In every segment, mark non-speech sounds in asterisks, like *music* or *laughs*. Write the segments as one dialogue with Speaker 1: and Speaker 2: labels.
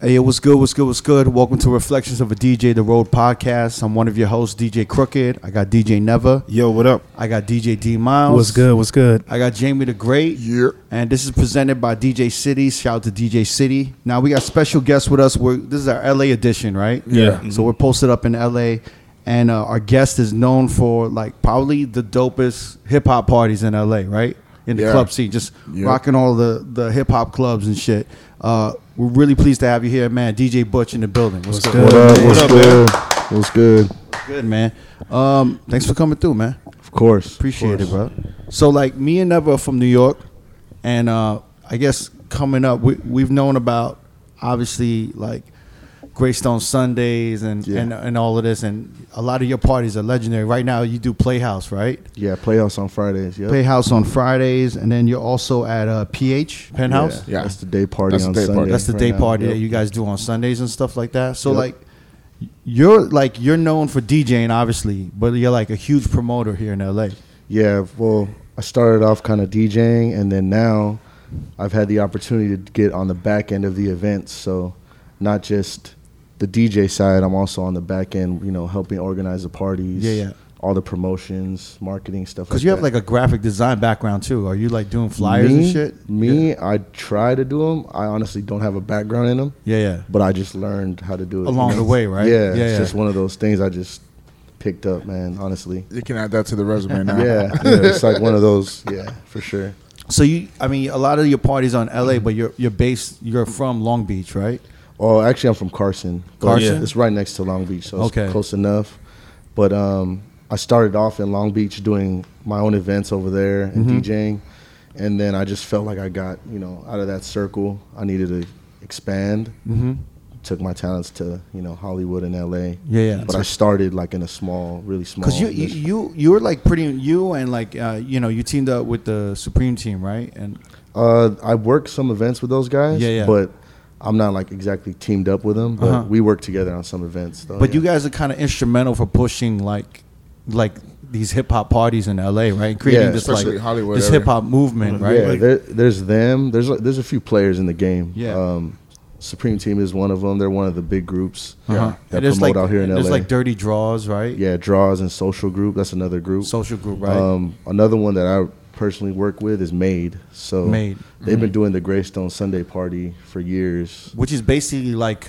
Speaker 1: Hey, yo, what's good? What's good? What's good? Welcome to Reflections of a DJ The Road podcast. I'm one of your hosts, DJ Crooked. I got DJ Never.
Speaker 2: Yo, what up?
Speaker 1: I got DJ D Miles.
Speaker 3: What's good? What's good?
Speaker 1: I got Jamie the Great.
Speaker 2: Yeah.
Speaker 1: And this is presented by DJ City. Shout out to DJ City. Now we got special guests with us. We're, this is our LA edition, right?
Speaker 2: Yeah.
Speaker 1: So we're posted up in LA, and uh, our guest is known for like probably the dopest hip hop parties in LA, right? In the
Speaker 2: Yeah.
Speaker 1: club scene, just
Speaker 2: Yep.
Speaker 1: rocking all the the hip hop clubs and shit. Uh, we're really pleased to have you here, man. DJ Butch in the building. What's, good?
Speaker 3: good?
Speaker 1: Good?
Speaker 2: What up, man?
Speaker 4: What's good?
Speaker 1: man. Um, thanks for coming through, man.
Speaker 4: Of course.
Speaker 1: Appreciate it, bro. So like me and Never are from New York, and uh, I guess coming up, we, we've known about obviously like Greystone Sundays and,
Speaker 4: Yeah.
Speaker 1: and and all of this, and a lot of your parties are legendary. Right now, you do Playhouse, right?
Speaker 4: Yeah, Playhouse on Fridays. Yep.
Speaker 1: Playhouse on Fridays, and then you're also at uh, PH Penthouse.
Speaker 4: Yeah.
Speaker 2: Yeah.
Speaker 4: That's the day party
Speaker 2: That's the
Speaker 4: on
Speaker 2: day party.
Speaker 4: Sunday.
Speaker 1: That's the
Speaker 4: right
Speaker 1: day
Speaker 4: now.
Speaker 1: party
Speaker 4: Yep.
Speaker 1: that you guys do on Sundays and stuff like that. So
Speaker 4: Yep.
Speaker 1: like you're like you're known for DJing obviously, but you're like a huge promoter here in LA.
Speaker 4: Yeah, well, I started off kind of DJing, and then now I've had the opportunity to get on the back end of the events. So, not just the DJ side, I'm also on the back end, you know, helping organize the parties.
Speaker 1: Yeah, yeah.
Speaker 4: All the promotions, marketing stuff.
Speaker 1: Because you have like a graphic design background too. Are you like doing flyers
Speaker 4: me,
Speaker 1: and shit?
Speaker 4: Me, I try to do them. I honestly don't have a background in them.
Speaker 1: Yeah, yeah.
Speaker 4: but I just learned how to do it
Speaker 1: Along the way, right?
Speaker 4: Yeah,
Speaker 1: Yeah,
Speaker 4: it's
Speaker 1: yeah.
Speaker 4: just one of those things I just picked up, man. Honestly,
Speaker 2: You can add that to the *laughs* resume now.
Speaker 4: yeah, *laughs* yeah, it's like one of those. Yeah, for sure.
Speaker 1: So you, I mean, a lot of your parties on LA,
Speaker 4: Mm-hmm.
Speaker 1: but you're you're based, you're from Long Beach, right?
Speaker 4: Oh, actually, I'm from Carson. but
Speaker 1: Carson?
Speaker 4: it's right next to Long Beach, so
Speaker 1: Okay.
Speaker 4: it's close enough. But um, I started off in Long Beach doing my own events over there and
Speaker 1: Mm-hmm.
Speaker 4: DJing, and then I just felt like I got you know out of that circle. I needed to expand. Mm-hmm. Took my talents to you know Hollywood and L.A.
Speaker 1: Yeah, yeah.
Speaker 4: But I started like in a small, really small.
Speaker 1: Because you, you
Speaker 4: niche.
Speaker 1: you you were like pretty you and like uh, you know you teamed up with the Supreme team, right? And
Speaker 4: Uh, I work some events with those guys.
Speaker 1: Yeah, yeah.
Speaker 4: But I'm not like exactly teamed up with them. But
Speaker 1: Uh-huh.
Speaker 4: we work together on some events. Though,
Speaker 1: but you
Speaker 4: Oh, yeah.
Speaker 1: guys are kind of instrumental for pushing like like these hip hop parties in LA, right? Creating
Speaker 4: Yeah,
Speaker 1: this like
Speaker 2: especially Hollywood
Speaker 1: this
Speaker 2: area.
Speaker 1: hip hop movement, right?
Speaker 4: yeah.
Speaker 1: Like,
Speaker 4: there, there's them. There's like, there's a few players in the game.
Speaker 1: Yeah.
Speaker 4: Um, Supreme Team is one of them. They're one of the big groups
Speaker 1: uh-huh.
Speaker 4: that
Speaker 1: And there's
Speaker 4: promote
Speaker 1: like
Speaker 4: out here in
Speaker 1: there's
Speaker 4: LA.
Speaker 1: like dirty draws, right?
Speaker 4: yeah, Draws and Social Group. That's another group.
Speaker 1: Social group, right?
Speaker 4: Um, another one that I personally work with is Made. So
Speaker 1: Made. Mm-hmm.
Speaker 4: They've been doing the Greystone Sunday party for years.
Speaker 1: which is basically like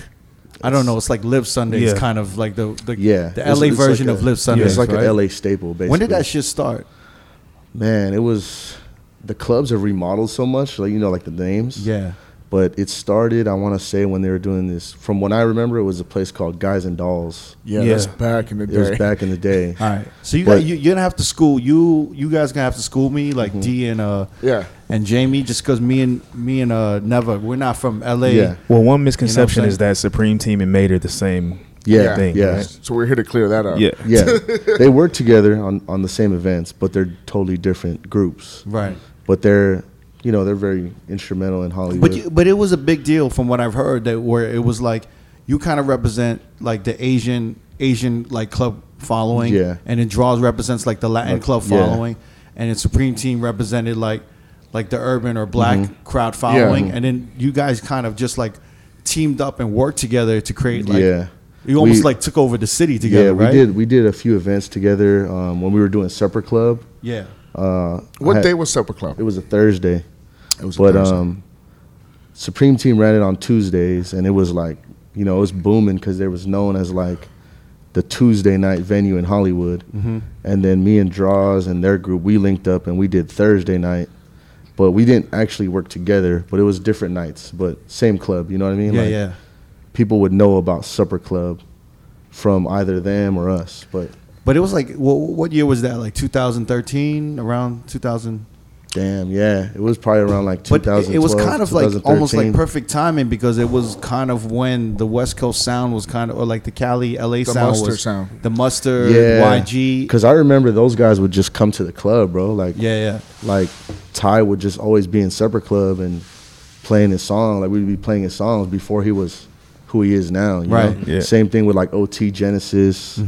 Speaker 1: I don't know, it's like Live Sundays,
Speaker 3: Yeah.
Speaker 1: kind of like the the,
Speaker 4: Yeah.
Speaker 1: the
Speaker 4: It's-
Speaker 1: LA
Speaker 4: it's like
Speaker 1: version
Speaker 4: a-
Speaker 1: of Live Sundays.
Speaker 4: It's like
Speaker 1: right?
Speaker 4: an LA staple. Basically.
Speaker 1: When did that shit start?
Speaker 4: Man, it was the clubs have remodeled so much, like you know, like the names.
Speaker 1: Yeah.
Speaker 4: But it started, I want to say, when they were doing this. From what I remember, it was a place called Guys and Dolls.
Speaker 2: Yeah,
Speaker 3: Yeah.
Speaker 2: that's back in the
Speaker 4: It was
Speaker 2: day.
Speaker 4: back in
Speaker 1: *laughs*
Speaker 4: the day.
Speaker 1: All right. So you
Speaker 4: But- Mm-hmm.
Speaker 1: got, you you're gonna have to school you you guys gonna have to school me like D and uh
Speaker 2: Yeah.
Speaker 1: and Jamie just because me and me and uh never we're not from LA.
Speaker 4: Yeah.
Speaker 3: Well, one misconception
Speaker 1: saying?
Speaker 3: is that Supreme Team and Made are the same
Speaker 4: Yeah,
Speaker 3: thing.
Speaker 4: yeah.
Speaker 3: right?
Speaker 2: So we're here to clear that up.
Speaker 3: Yeah.
Speaker 2: *laughs*
Speaker 4: Yeah, they work together on on the same events, but they're totally different groups.
Speaker 1: Right.
Speaker 4: But they're, you know, they're very instrumental in Hollywood.
Speaker 1: But you, but it was a big deal from what I've heard that where it was like you kind of represent like the Asian Asian like club following,
Speaker 4: Yeah.
Speaker 1: and then draws represents like the Latin
Speaker 4: Like,
Speaker 1: club
Speaker 4: yeah.
Speaker 1: following, and then Supreme Team represented like like the urban or black
Speaker 4: Mm-hmm.
Speaker 1: crowd following, and then you guys kind of just like teamed up and worked together to create like
Speaker 4: Yeah.
Speaker 1: you almost
Speaker 4: We-
Speaker 1: like took over the city together,
Speaker 4: yeah,
Speaker 1: right?
Speaker 4: we did we did a few events together um, when we were doing Supper Club.
Speaker 1: Yeah,
Speaker 4: Uh, I
Speaker 2: What
Speaker 4: had-
Speaker 2: day was Supper Club?
Speaker 4: It was a Thursday.
Speaker 2: It was a
Speaker 4: but
Speaker 2: Thursday.
Speaker 4: um, Supreme Team ran it on Tuesdays, and it was like you know it was booming because there was known as like the Tuesday night venue in Hollywood.
Speaker 1: Mm-hmm.
Speaker 4: And then me and Draws and their group we linked up and we did Thursday night, but we didn't actually work together. But it was different nights, but same club. You know what I mean?
Speaker 1: yeah,
Speaker 4: like,
Speaker 1: yeah.
Speaker 4: People would know about Supper Club from either them or us, but
Speaker 1: But it was like what, what year was that? Like 2013, around 2000.
Speaker 4: damn, yeah, it was probably around like
Speaker 1: But it-
Speaker 4: 2012.
Speaker 1: it was kind of like almost like
Speaker 4: 2013.
Speaker 1: perfect timing because it was kind of when the West Coast sound was kind of, or like the Cali LA sound
Speaker 2: Mustard
Speaker 1: was
Speaker 2: sound.
Speaker 1: the mustard YG.
Speaker 4: Because I remember those guys would just come to the club, bro. Like,
Speaker 1: Yeah, yeah.
Speaker 4: like Ty would just always be in supper club and playing his song. Like we'd be playing his songs before he was who he is now. you
Speaker 1: Right. Mm-hmm.
Speaker 4: know?
Speaker 3: Yeah.
Speaker 4: Same thing with like OT Genesis.
Speaker 2: Ty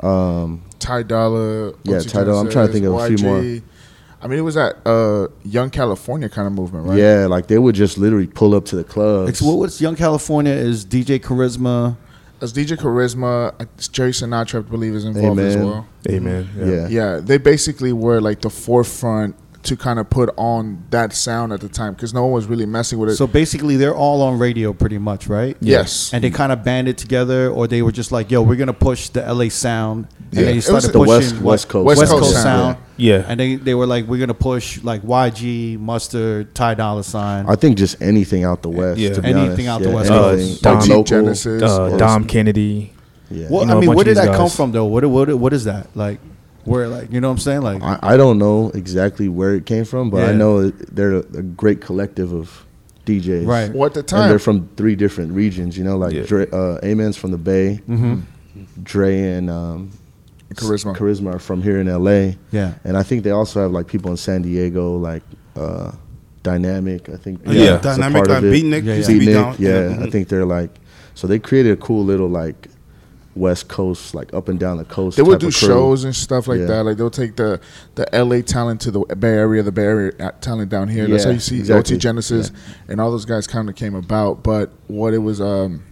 Speaker 2: Dolla.
Speaker 4: Yeah,
Speaker 2: Quincy
Speaker 4: Ty Dolla. I'm trying to think of a few
Speaker 2: YG. I mean, it was that uh, young California kind of movement, right?
Speaker 4: Yeah, like they would just literally pull up to the club.
Speaker 1: It's what what's Young California is DJ Charisma.
Speaker 2: As DJ Charisma, uh, Jerry Sinatra, I believe, is involved as
Speaker 4: Amen.
Speaker 2: well.
Speaker 3: Amen.
Speaker 4: Yeah.
Speaker 2: Yeah, they basically were like the forefront to kind of put on that sound at the time because no one was really messing with it.
Speaker 1: So basically, they're all on radio pretty much, right?
Speaker 2: yes,
Speaker 1: And they kind of banded together, or they were just like, "Yo, we're gonna push the LA sound," and
Speaker 2: Yeah.
Speaker 1: they
Speaker 2: It
Speaker 1: started
Speaker 2: was-
Speaker 4: The
Speaker 1: pushing
Speaker 4: West-
Speaker 1: what-
Speaker 4: West
Speaker 1: West
Speaker 4: Coast
Speaker 2: sound.
Speaker 1: Coast
Speaker 2: Yeah.
Speaker 1: sound.
Speaker 3: Yeah.
Speaker 1: And they they were like, "We're gonna push like YG, Mustard, Ty Dolla Sign."
Speaker 4: I think just anything out the west.
Speaker 3: Yeah.
Speaker 4: to be
Speaker 1: Anything
Speaker 4: honest.
Speaker 1: out the
Speaker 4: yeah,
Speaker 1: West
Speaker 4: anything.
Speaker 3: Coast. Uh,
Speaker 4: Like
Speaker 3: Dom-
Speaker 4: local.
Speaker 2: Genesis.
Speaker 3: Uh, Dom Kennedy.
Speaker 4: Yeah.
Speaker 1: Well,
Speaker 3: You know,
Speaker 1: I
Speaker 3: a
Speaker 1: mean,
Speaker 3: bunch
Speaker 1: where
Speaker 3: of
Speaker 1: did
Speaker 3: these
Speaker 1: that come
Speaker 3: guys.
Speaker 1: from, though? What what what is that like? Where like you know what I'm saying? Like
Speaker 4: I, I don't know exactly where it came from, but I
Speaker 1: Yeah.
Speaker 4: know it- they're a, a great collective of DJs.
Speaker 1: Right.
Speaker 2: Well, at the
Speaker 4: And
Speaker 2: time,
Speaker 4: they're from three different regions, you know, like
Speaker 3: Yeah.
Speaker 4: Dre, uh, Amen's from the Bay,
Speaker 1: Mm-hmm.
Speaker 4: Dre and um,
Speaker 2: Charisma.
Speaker 4: Charisma are from here in LA.
Speaker 1: Yeah.
Speaker 4: And I think they also have like people in San Diego, like uh, Dynamic, I think.
Speaker 3: Yeah. Yeah.
Speaker 4: is a
Speaker 5: Dynamic
Speaker 4: part of
Speaker 5: like
Speaker 4: it.
Speaker 5: Beatnik
Speaker 1: Yeah,
Speaker 5: used to be
Speaker 4: Beatnik,
Speaker 5: down.
Speaker 4: yeah,
Speaker 2: Mm-hmm.
Speaker 4: I think they're like, so they created a cool little like West Coast, like up and down the coast.
Speaker 2: they would
Speaker 4: type
Speaker 2: do
Speaker 4: of crew.
Speaker 2: shows and stuff like
Speaker 4: Yeah.
Speaker 2: that. Like they'll take the the LA talent to the Bay Area, the Bay Area uh, talent down here. That's
Speaker 4: Yeah,
Speaker 2: how you see
Speaker 4: exactly.
Speaker 2: OT Genesis and all those guys kind of came about. But what it was, um,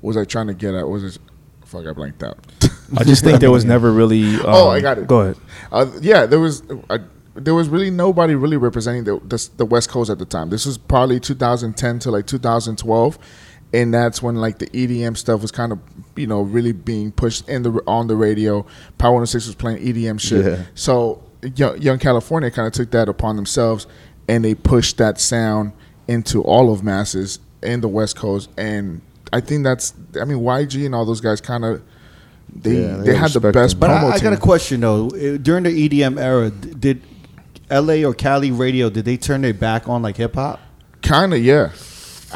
Speaker 2: what was I trying to get at? What Was it? Fuck, I blanked out.
Speaker 3: I just think there was never really.
Speaker 2: Oh,
Speaker 3: um,
Speaker 2: I got it.
Speaker 3: Go ahead.
Speaker 2: Uh, yeah, there was. Uh, there was really nobody really representing the, the the West Coast at the time. This was probably 2010 to like 2012, and that's when like the EDM stuff was kind of you know really being pushed in the on the radio. Power 106 was playing EDM shit.
Speaker 4: Yeah.
Speaker 2: So Young, Young California kind of took that upon themselves, and they pushed that sound into all of masses in the West Coast. And I think that's I mean YG and all those guys kind of they
Speaker 4: Yeah, they
Speaker 2: they, had the
Speaker 4: respect
Speaker 2: best
Speaker 4: them.
Speaker 1: But I,
Speaker 2: promo
Speaker 1: I got a
Speaker 2: team.
Speaker 1: question though. Uh, During the EDM era, d- did LA or Cali radio did they turn their back on like hip hop?
Speaker 2: Kind of, yeah.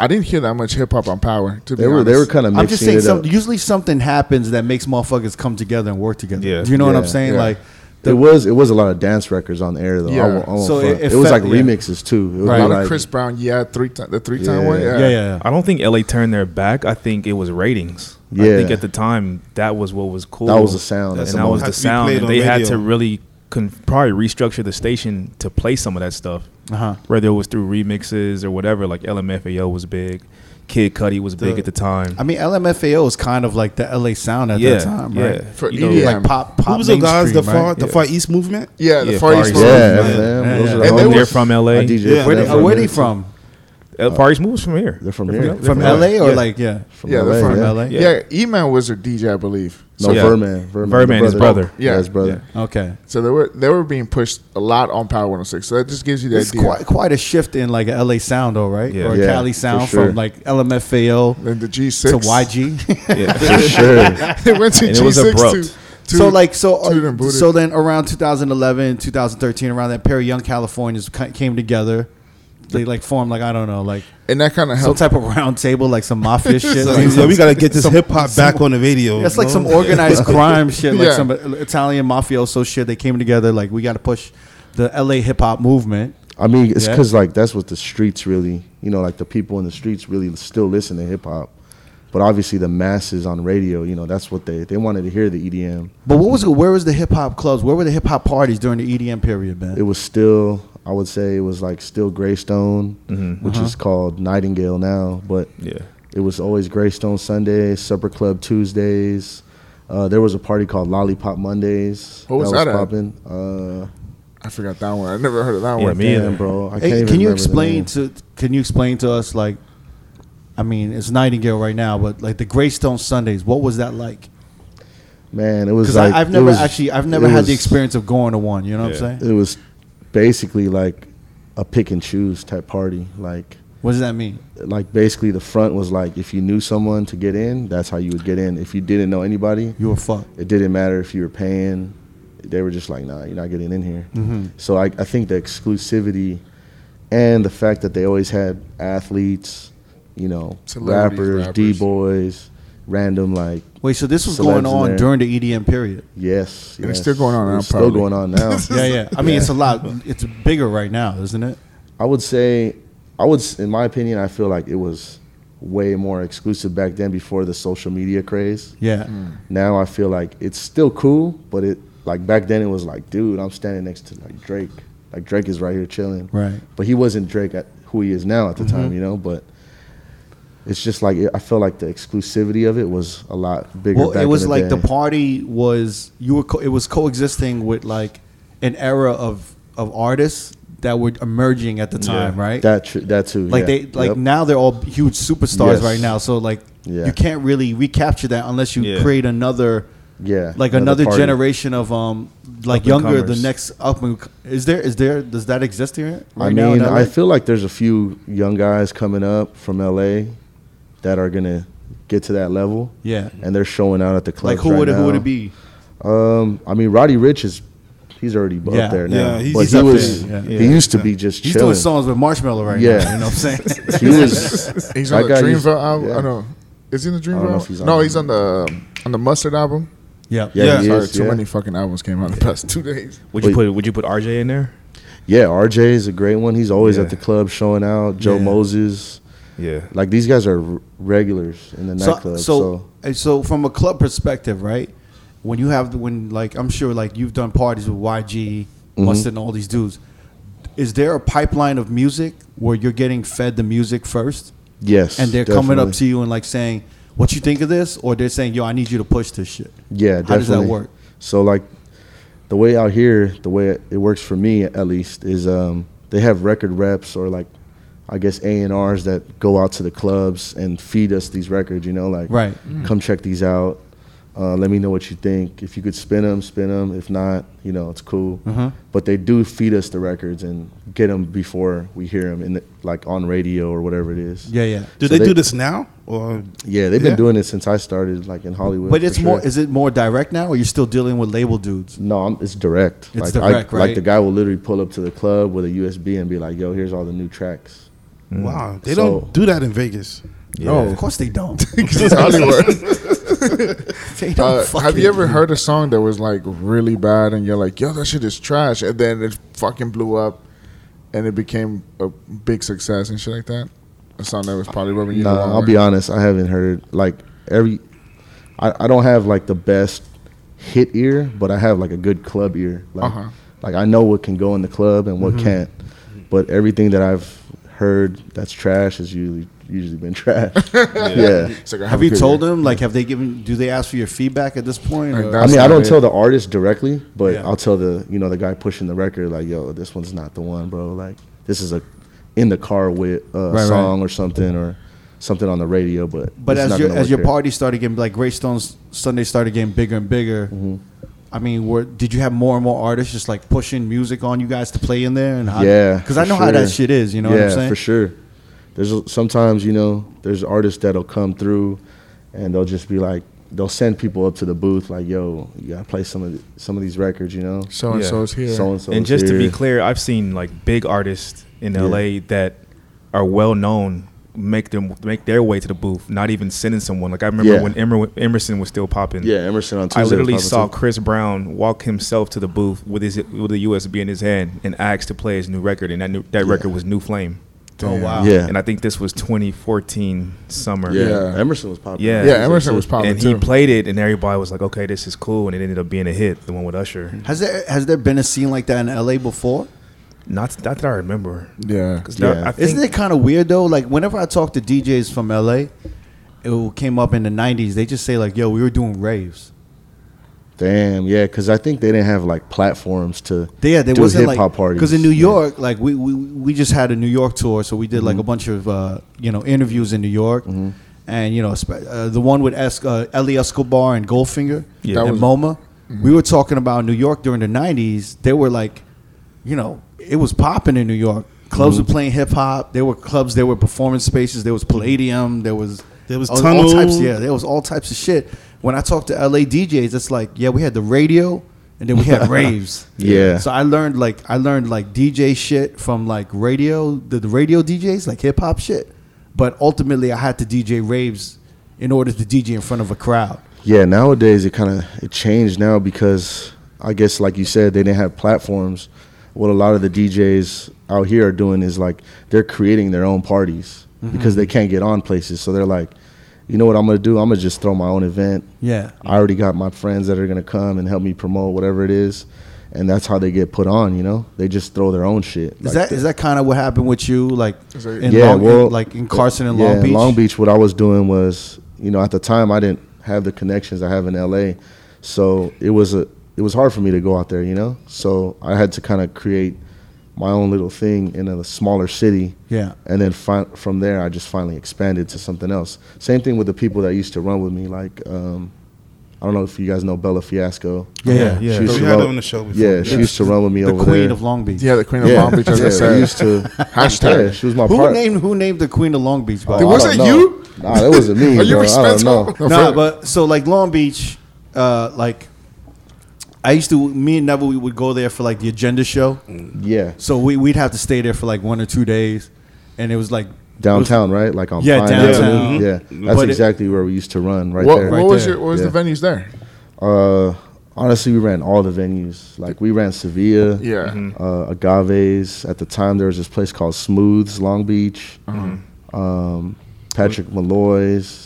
Speaker 2: I didn't hear that much hip hop on Power. To
Speaker 4: They
Speaker 2: be
Speaker 4: were they were
Speaker 2: honest.
Speaker 4: kind of mixing
Speaker 1: I'm just saying.
Speaker 4: it
Speaker 1: Some,
Speaker 4: up.
Speaker 1: usually something happens that makes motherfuckers come together and work together.
Speaker 3: Yeah.
Speaker 1: Do you know what I'm
Speaker 4: Yeah,
Speaker 1: saying?
Speaker 2: yeah.
Speaker 1: Like,
Speaker 4: There was it was a lot of dance records on air though. I
Speaker 2: Yeah.
Speaker 4: won't- I won't
Speaker 1: So it-
Speaker 4: front.
Speaker 1: it
Speaker 4: it, was
Speaker 1: felt-
Speaker 4: like
Speaker 1: yeah.
Speaker 4: remixes too. It was
Speaker 2: a lot
Speaker 4: like,
Speaker 2: of Chris Brown. Yeah, three time the three time
Speaker 4: Yeah.
Speaker 2: one.
Speaker 1: yeah,
Speaker 2: Yeah,
Speaker 1: yeah, yeah.
Speaker 3: I don't think LA turned their back. I think it was ratings. I
Speaker 4: Yeah.
Speaker 3: think at the time that was what was cool.
Speaker 4: That was the sound.
Speaker 3: and
Speaker 4: That's
Speaker 3: that
Speaker 4: the
Speaker 3: was
Speaker 4: most-
Speaker 3: the
Speaker 5: Had to be
Speaker 3: sound.
Speaker 5: played
Speaker 3: And
Speaker 5: on
Speaker 3: they had
Speaker 5: radio.
Speaker 3: to really con- probably restructure the station to play some of that stuff.
Speaker 1: Uh-huh.
Speaker 3: Whether it was through remixes or whatever. Like LMFAO was big. Kid Cudi was big at the time.
Speaker 1: I mean, LMFAO is kind of like the LA sound at
Speaker 3: yeah,
Speaker 1: that time,
Speaker 3: yeah.
Speaker 1: right?
Speaker 2: For
Speaker 3: You know,
Speaker 2: EDM.
Speaker 1: Like pop, pop.
Speaker 5: Who was the guys that
Speaker 1: mainstream,
Speaker 5: far
Speaker 1: right?
Speaker 5: the
Speaker 3: Yeah.
Speaker 5: Far East movement?
Speaker 2: Yeah, the
Speaker 3: Yeah,
Speaker 2: Far
Speaker 3: Far
Speaker 2: East.
Speaker 3: East.
Speaker 4: yeah,
Speaker 2: Movement.
Speaker 4: yeah,
Speaker 5: Yeah.
Speaker 1: Yeah.
Speaker 4: man. Those are
Speaker 1: And
Speaker 4: the
Speaker 2: they
Speaker 4: homies.
Speaker 3: they're
Speaker 2: was-
Speaker 3: from LA.
Speaker 4: I DJ
Speaker 5: Yeah.
Speaker 1: Where they,
Speaker 4: them
Speaker 1: uh, where
Speaker 4: here,
Speaker 1: they
Speaker 4: too.
Speaker 1: from?
Speaker 3: Uh, Far East moves from here.
Speaker 4: They're from
Speaker 3: They're
Speaker 4: here.
Speaker 1: From
Speaker 4: Yeah.
Speaker 1: LA or
Speaker 3: Yeah.
Speaker 1: like yeah?
Speaker 4: From
Speaker 2: Yeah,
Speaker 4: LA,
Speaker 2: they're
Speaker 1: From
Speaker 4: yeah.
Speaker 1: LA.
Speaker 2: Yeah, E-Man was their DJ, I believe.
Speaker 4: No,
Speaker 3: Yeah.
Speaker 4: Verman. Verman,
Speaker 3: Verman,
Speaker 4: the
Speaker 3: his brother.
Speaker 4: Yeah,
Speaker 2: Yeah.
Speaker 4: his brother.
Speaker 1: Okay.
Speaker 2: So they were they were being pushed a lot on Power 106. So that just gives you the
Speaker 1: It's
Speaker 2: idea.
Speaker 1: quite quite a shift in like a LA sound, though, right?
Speaker 3: Yeah.
Speaker 1: Or a
Speaker 4: Yeah,
Speaker 1: Cali
Speaker 4: for
Speaker 1: sound
Speaker 4: sure.
Speaker 1: from like LMFAO
Speaker 2: And the G6
Speaker 1: to
Speaker 2: *laughs*
Speaker 3: *laughs*
Speaker 1: YG.
Speaker 4: *laughs* For sure.
Speaker 2: they went to
Speaker 3: And it was
Speaker 2: G6
Speaker 3: abrupt.
Speaker 2: to, to
Speaker 1: *laughs* so like so
Speaker 2: Toot and
Speaker 1: uh,
Speaker 2: Booted.
Speaker 1: so then around 2011 2013 around that pair of young californians ki- came together they like formed like i don't know like
Speaker 2: and that kind of
Speaker 1: some
Speaker 2: helped.
Speaker 1: type of *laughs* round table like some mafia shit
Speaker 5: So,
Speaker 1: like
Speaker 5: yeah,
Speaker 1: some-
Speaker 5: we gotta get this hip hop back on the radio.
Speaker 1: it's like
Speaker 5: bro.
Speaker 1: some organized crime shit like
Speaker 2: Yeah.
Speaker 1: some italian mafioso shit they came together like we gotta push the la hip-hop movement
Speaker 4: I mean, it's
Speaker 1: Yeah.
Speaker 4: because like that's what the streets really, you know, like the people in the streets really still listen to hip hop, but obviously the masses on radio, you know, that's what they they wanted to hear the E EDM.
Speaker 1: but what was where was the hip-hop clubs where were the hip-hop parties during the edm period man
Speaker 4: It was still, I would say, it was like still Greystone,
Speaker 2: Mm-hmm.
Speaker 4: which is
Speaker 1: Uh-huh.
Speaker 4: called Nightingale now, but
Speaker 3: Yeah.
Speaker 4: it was always Greystone Sundays, Supper Club Tuesdays. Uh, there was a party called Lollipop Mondays.
Speaker 2: What was that at?
Speaker 4: popping. Uh,
Speaker 2: I forgot that one. I never heard of that
Speaker 3: Yeah,
Speaker 2: one.
Speaker 3: me
Speaker 4: damn,
Speaker 3: either.
Speaker 4: bro. I can't
Speaker 1: Hey,
Speaker 4: even
Speaker 1: can you
Speaker 4: remember the name.
Speaker 1: explain to can you explain to us like I mean it's Nightingale right now, but like the Greystone Sundays, what was that like?
Speaker 4: Man, it was
Speaker 1: Because
Speaker 4: like
Speaker 1: I've
Speaker 4: it
Speaker 1: never
Speaker 4: was-
Speaker 1: actually I've
Speaker 4: it
Speaker 1: never had the
Speaker 4: was-
Speaker 1: experience of going to one. You know what
Speaker 3: Yeah.
Speaker 1: I'm saying?
Speaker 4: it was basically like a pick and choose type party. Like
Speaker 1: What does that mean?
Speaker 4: like basically the front was like if you knew someone to get in, that's how you would get in. If you didn't know anybody,
Speaker 1: You were fucked.
Speaker 4: it didn't matter if you were paying. They were just like, nah, you're not getting in here.
Speaker 2: Mm-hmm.
Speaker 4: So I, I think the exclusivity and the fact that they always had athletes, you know,
Speaker 2: Celebrities,
Speaker 4: rappers,
Speaker 2: rappers.
Speaker 4: D boys, random like
Speaker 1: Wait, so this was
Speaker 4: Celebs in
Speaker 1: going on
Speaker 4: there.
Speaker 1: during the EDM
Speaker 4: *laughs*
Speaker 1: period?
Speaker 4: yes,
Speaker 2: And it's
Speaker 4: yes.
Speaker 2: still going on now,
Speaker 4: It's still
Speaker 2: probably.
Speaker 4: going on now.
Speaker 2: *laughs*
Speaker 1: Yeah, yeah. I mean, it's a lot. It's bigger right now, isn't it?
Speaker 4: I would say, I would, s- in my opinion, I feel like it was way more exclusive back then before the social media craze.
Speaker 1: Yeah.
Speaker 4: Mm. Now I feel like it's still cool, but it like back then it was like, dude, I'm standing next to like Drake, Like Drake is right here chilling.
Speaker 1: Right. Mm-hmm.
Speaker 4: But he wasn't Drake at who he is now at the time, you know. But it's just like I feel like the exclusivity of it was a lot bigger.
Speaker 1: Well,
Speaker 4: back
Speaker 1: it was
Speaker 4: in the
Speaker 1: like
Speaker 4: day.
Speaker 1: the party was you were co- it was coexisting with like an era of of artists that were emerging at the time, right?
Speaker 4: That tr- that too.
Speaker 1: like
Speaker 4: yeah.
Speaker 1: they like
Speaker 4: Yep.
Speaker 1: now they're all huge superstars
Speaker 4: Yes.
Speaker 1: right now. So like
Speaker 4: Yeah.
Speaker 1: you can't really recapture that unless you
Speaker 3: Yeah.
Speaker 1: create another
Speaker 4: Yeah,
Speaker 1: like
Speaker 4: another
Speaker 1: another,
Speaker 4: party.
Speaker 1: generation of um like
Speaker 3: Up and
Speaker 1: younger the
Speaker 3: comers.
Speaker 1: next up and is there is there does that exist here right
Speaker 4: I
Speaker 1: now in
Speaker 4: mean, I
Speaker 1: LA?
Speaker 4: feel like there's a few young guys coming up from LA that are gonna get to that level.
Speaker 1: Yeah.
Speaker 4: and they're showing out at the clubs.
Speaker 1: like who
Speaker 4: right
Speaker 1: would it, who would
Speaker 4: now.
Speaker 1: it be?
Speaker 4: Um, I mean, Roddy Rich is he's already
Speaker 1: Yeah.
Speaker 4: up there now,
Speaker 5: Yeah, he's-
Speaker 4: but
Speaker 5: he's
Speaker 4: he
Speaker 5: up
Speaker 4: was
Speaker 1: there. Yeah.
Speaker 4: he used to be just
Speaker 1: He's
Speaker 4: chilling.
Speaker 1: doing songs with Marshmallow right now.
Speaker 4: Yeah.
Speaker 1: You know what I'm saying?
Speaker 4: *laughs* he was.
Speaker 2: *laughs* He's on
Speaker 4: that
Speaker 2: the
Speaker 4: guy
Speaker 2: Dreamville
Speaker 4: used-
Speaker 2: album.
Speaker 4: yeah.
Speaker 2: I don't know. Is he in the
Speaker 4: I
Speaker 2: Dreamville?
Speaker 4: don't know
Speaker 2: album?
Speaker 4: if he's on
Speaker 2: no,
Speaker 4: that.
Speaker 2: he's on the um, on the Mustard album.
Speaker 1: *laughs* yeah.
Speaker 4: Yeah,
Speaker 5: Yeah.
Speaker 4: he
Speaker 2: Sorry,
Speaker 4: is,
Speaker 2: too
Speaker 4: yeah.
Speaker 2: many fucking albums came out in the past two *laughs* days.
Speaker 3: Would you
Speaker 4: Wait.
Speaker 3: put Would you put RJ in there?
Speaker 4: Yeah, RJ is a great one. He's always
Speaker 3: Yeah.
Speaker 4: at the club showing out. Joe
Speaker 1: Yeah.
Speaker 4: Moses,
Speaker 3: Yeah.
Speaker 4: like these guys are r- regulars in the nightclub.
Speaker 1: So,
Speaker 4: So,
Speaker 1: so, so from a club perspective, right? When you have when like I'm sure like you've done parties with YG, Mustard, and all these dudes. Is there a pipeline of music where you're getting fed the music first,
Speaker 4: yes,
Speaker 1: and they're coming up
Speaker 4: definitely.
Speaker 1: to you and like saying, "What you think of this?" Or they're saying, "Yo, I need you to push this shit."
Speaker 4: Yeah, definitely.
Speaker 1: How does that work?
Speaker 4: So like the way out here, the way it works for me at least is um, they have record reps or like I guess A and R's that go out to the clubs and feed us these records. You know, like
Speaker 1: Right.
Speaker 4: come check these out. Uh, let me know what you think. If you could spin them, spin them. If not, you know it's cool.
Speaker 1: Uh-huh.
Speaker 4: But they do feed us the records and get them before we hear them in the, like on radio or whatever it is.
Speaker 1: Yeah, yeah.
Speaker 5: Do
Speaker 4: So
Speaker 5: they,
Speaker 4: they-
Speaker 5: do this now? Or
Speaker 4: yeah. They've been
Speaker 5: Yeah.
Speaker 4: doing it since I started, like in Hollywood.
Speaker 1: But
Speaker 4: for
Speaker 1: it's more.
Speaker 4: sure.
Speaker 1: Is it more direct now, or you're still dealing with label dudes?
Speaker 4: No, I'm, it's direct.
Speaker 1: It's
Speaker 4: like,
Speaker 1: direct,
Speaker 4: I,
Speaker 1: right?
Speaker 4: Like the guy will literally pull up to the club with a USB and be like, "Yo, here's all the new tracks."
Speaker 5: wow, they
Speaker 4: So-
Speaker 5: don't do that in Vegas.
Speaker 1: No, Oh, of course they don't. *laughs*
Speaker 2: 'Cause it's Hollywood.
Speaker 1: They don't
Speaker 2: Uh, have
Speaker 1: fucking
Speaker 2: you ever
Speaker 1: do
Speaker 2: heard a song that was like really bad and you're like, yo, that shit is trash, and then it fucking blew up, and it became a big success and shit like that? A song that was probably rubbing you.
Speaker 4: No,
Speaker 2: the wrong
Speaker 4: I'll
Speaker 2: way.
Speaker 4: be honest. I haven't heard like every. I, I don't have like the best hit ear, but I have like a good club ear. Like,
Speaker 2: Uh-huh.
Speaker 4: like I know what can go in the club and what
Speaker 1: Mm-hmm.
Speaker 4: can't. But everything that I've heard that's trash has usually usually been trash.
Speaker 1: *laughs*
Speaker 4: yeah.
Speaker 2: It's like, I
Speaker 1: Have
Speaker 2: a
Speaker 1: you
Speaker 2: good
Speaker 1: told
Speaker 2: year.
Speaker 1: them? Like, have they given? Do they ask for your feedback at this point?
Speaker 2: Like
Speaker 1: or-
Speaker 2: that?
Speaker 4: I mean, I
Speaker 2: not
Speaker 4: don't
Speaker 2: it.
Speaker 4: tell the artist directly, but
Speaker 1: Yeah.
Speaker 4: I'll tell the you know the guy pushing the record like, "Yo, this one's not the one, bro. Like, this is a in the car with uh,
Speaker 1: right.
Speaker 4: song or something or something on the radio." But
Speaker 1: But
Speaker 4: this is
Speaker 1: as
Speaker 4: not
Speaker 1: your
Speaker 4: gonna
Speaker 1: as
Speaker 4: work
Speaker 1: your
Speaker 4: here."
Speaker 1: party started getting like Greystone's Sunday started getting bigger and bigger.
Speaker 4: Mm-hmm.
Speaker 1: I mean, were, did you have more and more artists just like pushing music on you guys to play in there? And how,
Speaker 4: yeah,
Speaker 1: because I
Speaker 4: for
Speaker 1: know how that
Speaker 4: sure.
Speaker 1: shit is. You know
Speaker 4: yeah,
Speaker 1: what I'm saying?
Speaker 4: for sure. There's a- sometimes you know there's artists that'll come through, and they'll just be like they'll send people up to the booth like, "Yo, you gotta play some of th- some of these records," you know.
Speaker 2: So and so's here.
Speaker 4: So and so.
Speaker 3: and just to be clear, I've seen like big artists in LA that are well known make them make their way to the booth, not even sending someone. Like I remember
Speaker 4: Yeah.
Speaker 3: when Emer- Emerson was still popping.
Speaker 4: yeah, Emerson on Tuesday.
Speaker 3: I
Speaker 4: was
Speaker 3: literally
Speaker 4: popping
Speaker 3: saw
Speaker 4: too.
Speaker 3: Chris Brown walk himself to the booth with his with a USB in his hand and asked to play his new record, and that new, that record was New Flame,
Speaker 1: Oh wow!
Speaker 4: Yeah,
Speaker 3: and I think this was 2014 summer.
Speaker 4: yeah.
Speaker 2: Yeah.
Speaker 4: Emerson was popping.
Speaker 3: Yeah.
Speaker 2: Yeah, Emerson was popping
Speaker 3: and he
Speaker 2: too.
Speaker 3: played it, and everybody was like, "Okay, this is cool," and it ended up being a hit. The one with Usher,
Speaker 1: Has there has there been a scene like that in LA before?
Speaker 3: not not that I remember.
Speaker 2: yeah,
Speaker 3: 'Cause that-
Speaker 4: Yeah.
Speaker 3: I think-
Speaker 1: Isn't it kind of weird though? Like whenever I talk to DJs from LA, it came up in the '90s. They just say like, "Yo, we were doing raves."
Speaker 4: Damn, yeah, because I think they didn't have like platforms to
Speaker 1: Yeah, there
Speaker 4: do
Speaker 1: wasn't
Speaker 4: hip
Speaker 1: like
Speaker 4: hop parties.
Speaker 1: because in New
Speaker 4: Yeah.
Speaker 1: York, like we, we we just had a New York tour, so we did like a bunch of uh, you know interviews in New York, and you know spe- uh, the one with es- uh, Ellie Escobar and Goldfinger
Speaker 3: Yeah.
Speaker 1: and
Speaker 2: That was-
Speaker 1: MoMA. We were talking about New York during the '90s. They were like, you know, it was popping in New York. Clubs were playing hip hop. There were clubs. There were performance spaces. There was Palladium. There was
Speaker 5: There was
Speaker 1: all, all
Speaker 5: Tunnel.
Speaker 1: types. Yeah, there was all types of shit. When I talk to LA DJs, it's like, yeah, we had the radio and then we
Speaker 4: *laughs*
Speaker 1: had raves.
Speaker 4: Yeah.
Speaker 1: So I learned like I learned like DJ shit from like radio the, the radio DJs like hip hop shit, but ultimately I had to DJ raves in order to DJ in front of a crowd.
Speaker 4: Yeah, nowadays it kind of it changed now because I guess like you said they didn't have platforms. What a lot of the DJs out here are doing is like they're creating their own parties because they can't get on places. So they're like, you know what I'm gonna do? I'm gonna just throw my own event.
Speaker 1: Yeah.
Speaker 4: I already got my friends that are gonna come and help me promote whatever it is, and that's how they get put on. You know, they just throw their own shit.
Speaker 1: Is that is that kind of what happened with you, like
Speaker 2: Is that-
Speaker 1: in
Speaker 4: Yeah,
Speaker 1: Long,
Speaker 4: well-
Speaker 1: in, like in Carson and
Speaker 4: yeah,
Speaker 1: Long Beach?
Speaker 4: Long Beach. What I was doing was, you know, at the time I didn't have the connections I have in LA, so it was a it was hard for me to go out there, you know. So I had to kind of create my own little thing in a smaller city.
Speaker 1: Yeah.
Speaker 4: And then fi- from there, I just finally expanded to something else. Same thing with the people that used to run with me, like. Um, I don't know if you guys know Bella Fiasco.
Speaker 1: Yeah, yeah, yeah.
Speaker 4: She
Speaker 5: We
Speaker 4: used to
Speaker 5: had her
Speaker 4: run-
Speaker 5: on the show before.
Speaker 4: Yeah, she
Speaker 5: Yeah.
Speaker 4: used to run with me
Speaker 1: the
Speaker 4: over
Speaker 1: Queen
Speaker 4: there.
Speaker 1: of Long Beach.
Speaker 2: Yeah, the Queen of Long Beach, as
Speaker 4: *laughs*
Speaker 2: I
Speaker 4: yeah, we
Speaker 2: said.
Speaker 4: used to.
Speaker 5: *laughs*
Speaker 4: Yeah,
Speaker 2: *laughs* Hashtag.
Speaker 4: she was my
Speaker 1: Who
Speaker 4: partner.
Speaker 1: named who named the Queen of Long Beach? By
Speaker 4: Oh,
Speaker 1: the way?
Speaker 4: I
Speaker 2: was
Speaker 4: don't
Speaker 2: it
Speaker 4: know.
Speaker 2: you?
Speaker 4: Nah, that wasn't me.
Speaker 2: Are you
Speaker 4: bro. I
Speaker 2: responsible?
Speaker 4: don't know.
Speaker 2: No,
Speaker 1: *laughs* nah,
Speaker 2: for-
Speaker 1: but so like Long Beach, uh, like I used to. Me and Neville we would go there for like the agenda show.
Speaker 4: Yeah,
Speaker 1: So we we'd have to stay there for like one or two days, and it was like
Speaker 4: downtown, right? Like on
Speaker 1: Yeah,
Speaker 4: Pine
Speaker 1: downtown.
Speaker 4: Avenue.
Speaker 1: Yeah.
Speaker 4: Yeah,
Speaker 1: Mhm.
Speaker 4: that's
Speaker 1: But it-
Speaker 4: exactly where we used to run right
Speaker 2: what,
Speaker 4: there.
Speaker 2: what
Speaker 1: Right
Speaker 2: was
Speaker 1: there.
Speaker 2: your what was
Speaker 4: Yeah.
Speaker 2: the venues there?
Speaker 4: Uh, honestly, we ran all the venues. Like we ran Sevilla.
Speaker 2: Yeah.
Speaker 4: Uh, Agaves. At the time, there was this place called Smooths, Long Beach.
Speaker 1: Mm-hmm.
Speaker 4: Um, Patrick Malloy's.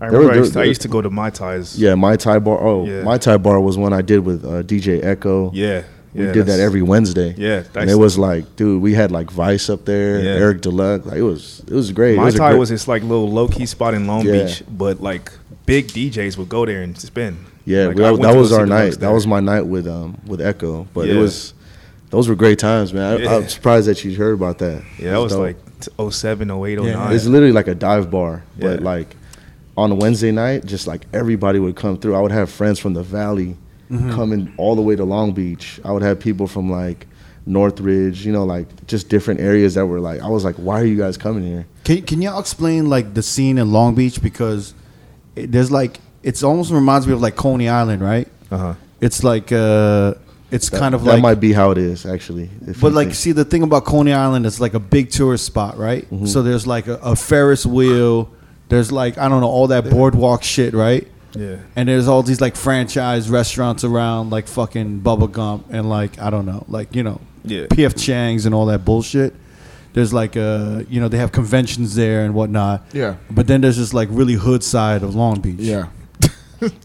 Speaker 3: I
Speaker 4: There were-
Speaker 3: remember I,
Speaker 4: there-
Speaker 3: used to, I
Speaker 4: there-
Speaker 3: used to go to my ties.
Speaker 4: Yeah, my Thai bar. Oh,
Speaker 3: Yeah.
Speaker 4: my Thai bar was one I did with uh, DJ Echo.
Speaker 3: yeah,
Speaker 4: We
Speaker 3: yeah,
Speaker 4: did that
Speaker 3: that's-
Speaker 4: every Wednesday.
Speaker 3: Yeah,
Speaker 4: and
Speaker 3: that's-
Speaker 4: it was like, dude, we had like Vice up there,
Speaker 3: Yeah.
Speaker 4: Eric Deluxe. Like, it was, it was great. it
Speaker 3: My
Speaker 4: was a
Speaker 3: Thai
Speaker 4: great-
Speaker 3: was this like little low key spot in Long
Speaker 4: Yeah.
Speaker 3: Beach, but like big DJs would go there and spin.
Speaker 4: Yeah,
Speaker 3: Like,
Speaker 4: we-
Speaker 3: I
Speaker 4: that,
Speaker 3: went to go
Speaker 4: was
Speaker 3: see
Speaker 4: our
Speaker 3: the
Speaker 4: night.
Speaker 3: Bucks
Speaker 4: That
Speaker 3: there.
Speaker 4: was my night with um with Echo. But it
Speaker 3: Yeah.
Speaker 4: was those were great times, man. I,
Speaker 3: Yeah.
Speaker 4: I'm surprised that you heard about that.
Speaker 3: Yeah, that was
Speaker 4: dope.
Speaker 3: like t- 07, 08,
Speaker 1: Yeah.
Speaker 3: 09.
Speaker 4: it's literally like a dive bar, but
Speaker 3: Yeah.
Speaker 4: like on a Wednesday night, just like everybody would come through. I would have friends from the valley
Speaker 3: Mm-hmm.
Speaker 4: coming all the way to Long Beach. I would have people from like Northridge, you know, like just different areas that were like I was like, why are you guys coming here?
Speaker 1: Can Can y'all explain like the scene in Long Beach because it, there's like it's almost reminds me of like Coney Island, right?
Speaker 3: Uh-huh.
Speaker 1: It's like uh, it's kind of
Speaker 4: that
Speaker 1: like
Speaker 4: might be how it is actually. if
Speaker 1: But
Speaker 4: you
Speaker 1: like, *laughs*
Speaker 4: think-
Speaker 1: see, the thing about Coney Island is like a big tourist spot, right? So there's like a, a Ferris wheel. There's like I don't know all that boardwalk shit, right?
Speaker 3: Yeah.
Speaker 1: And there's all these like franchise restaurants around, like fucking Bubba Gump and like I don't know, like you know,
Speaker 3: Yeah.
Speaker 1: P.F. Chang's and all that bullshit. There's like a you know they have conventions there and whatnot.
Speaker 2: Yeah.
Speaker 1: But then there's this like really hood side of Long Beach.
Speaker 2: Yeah.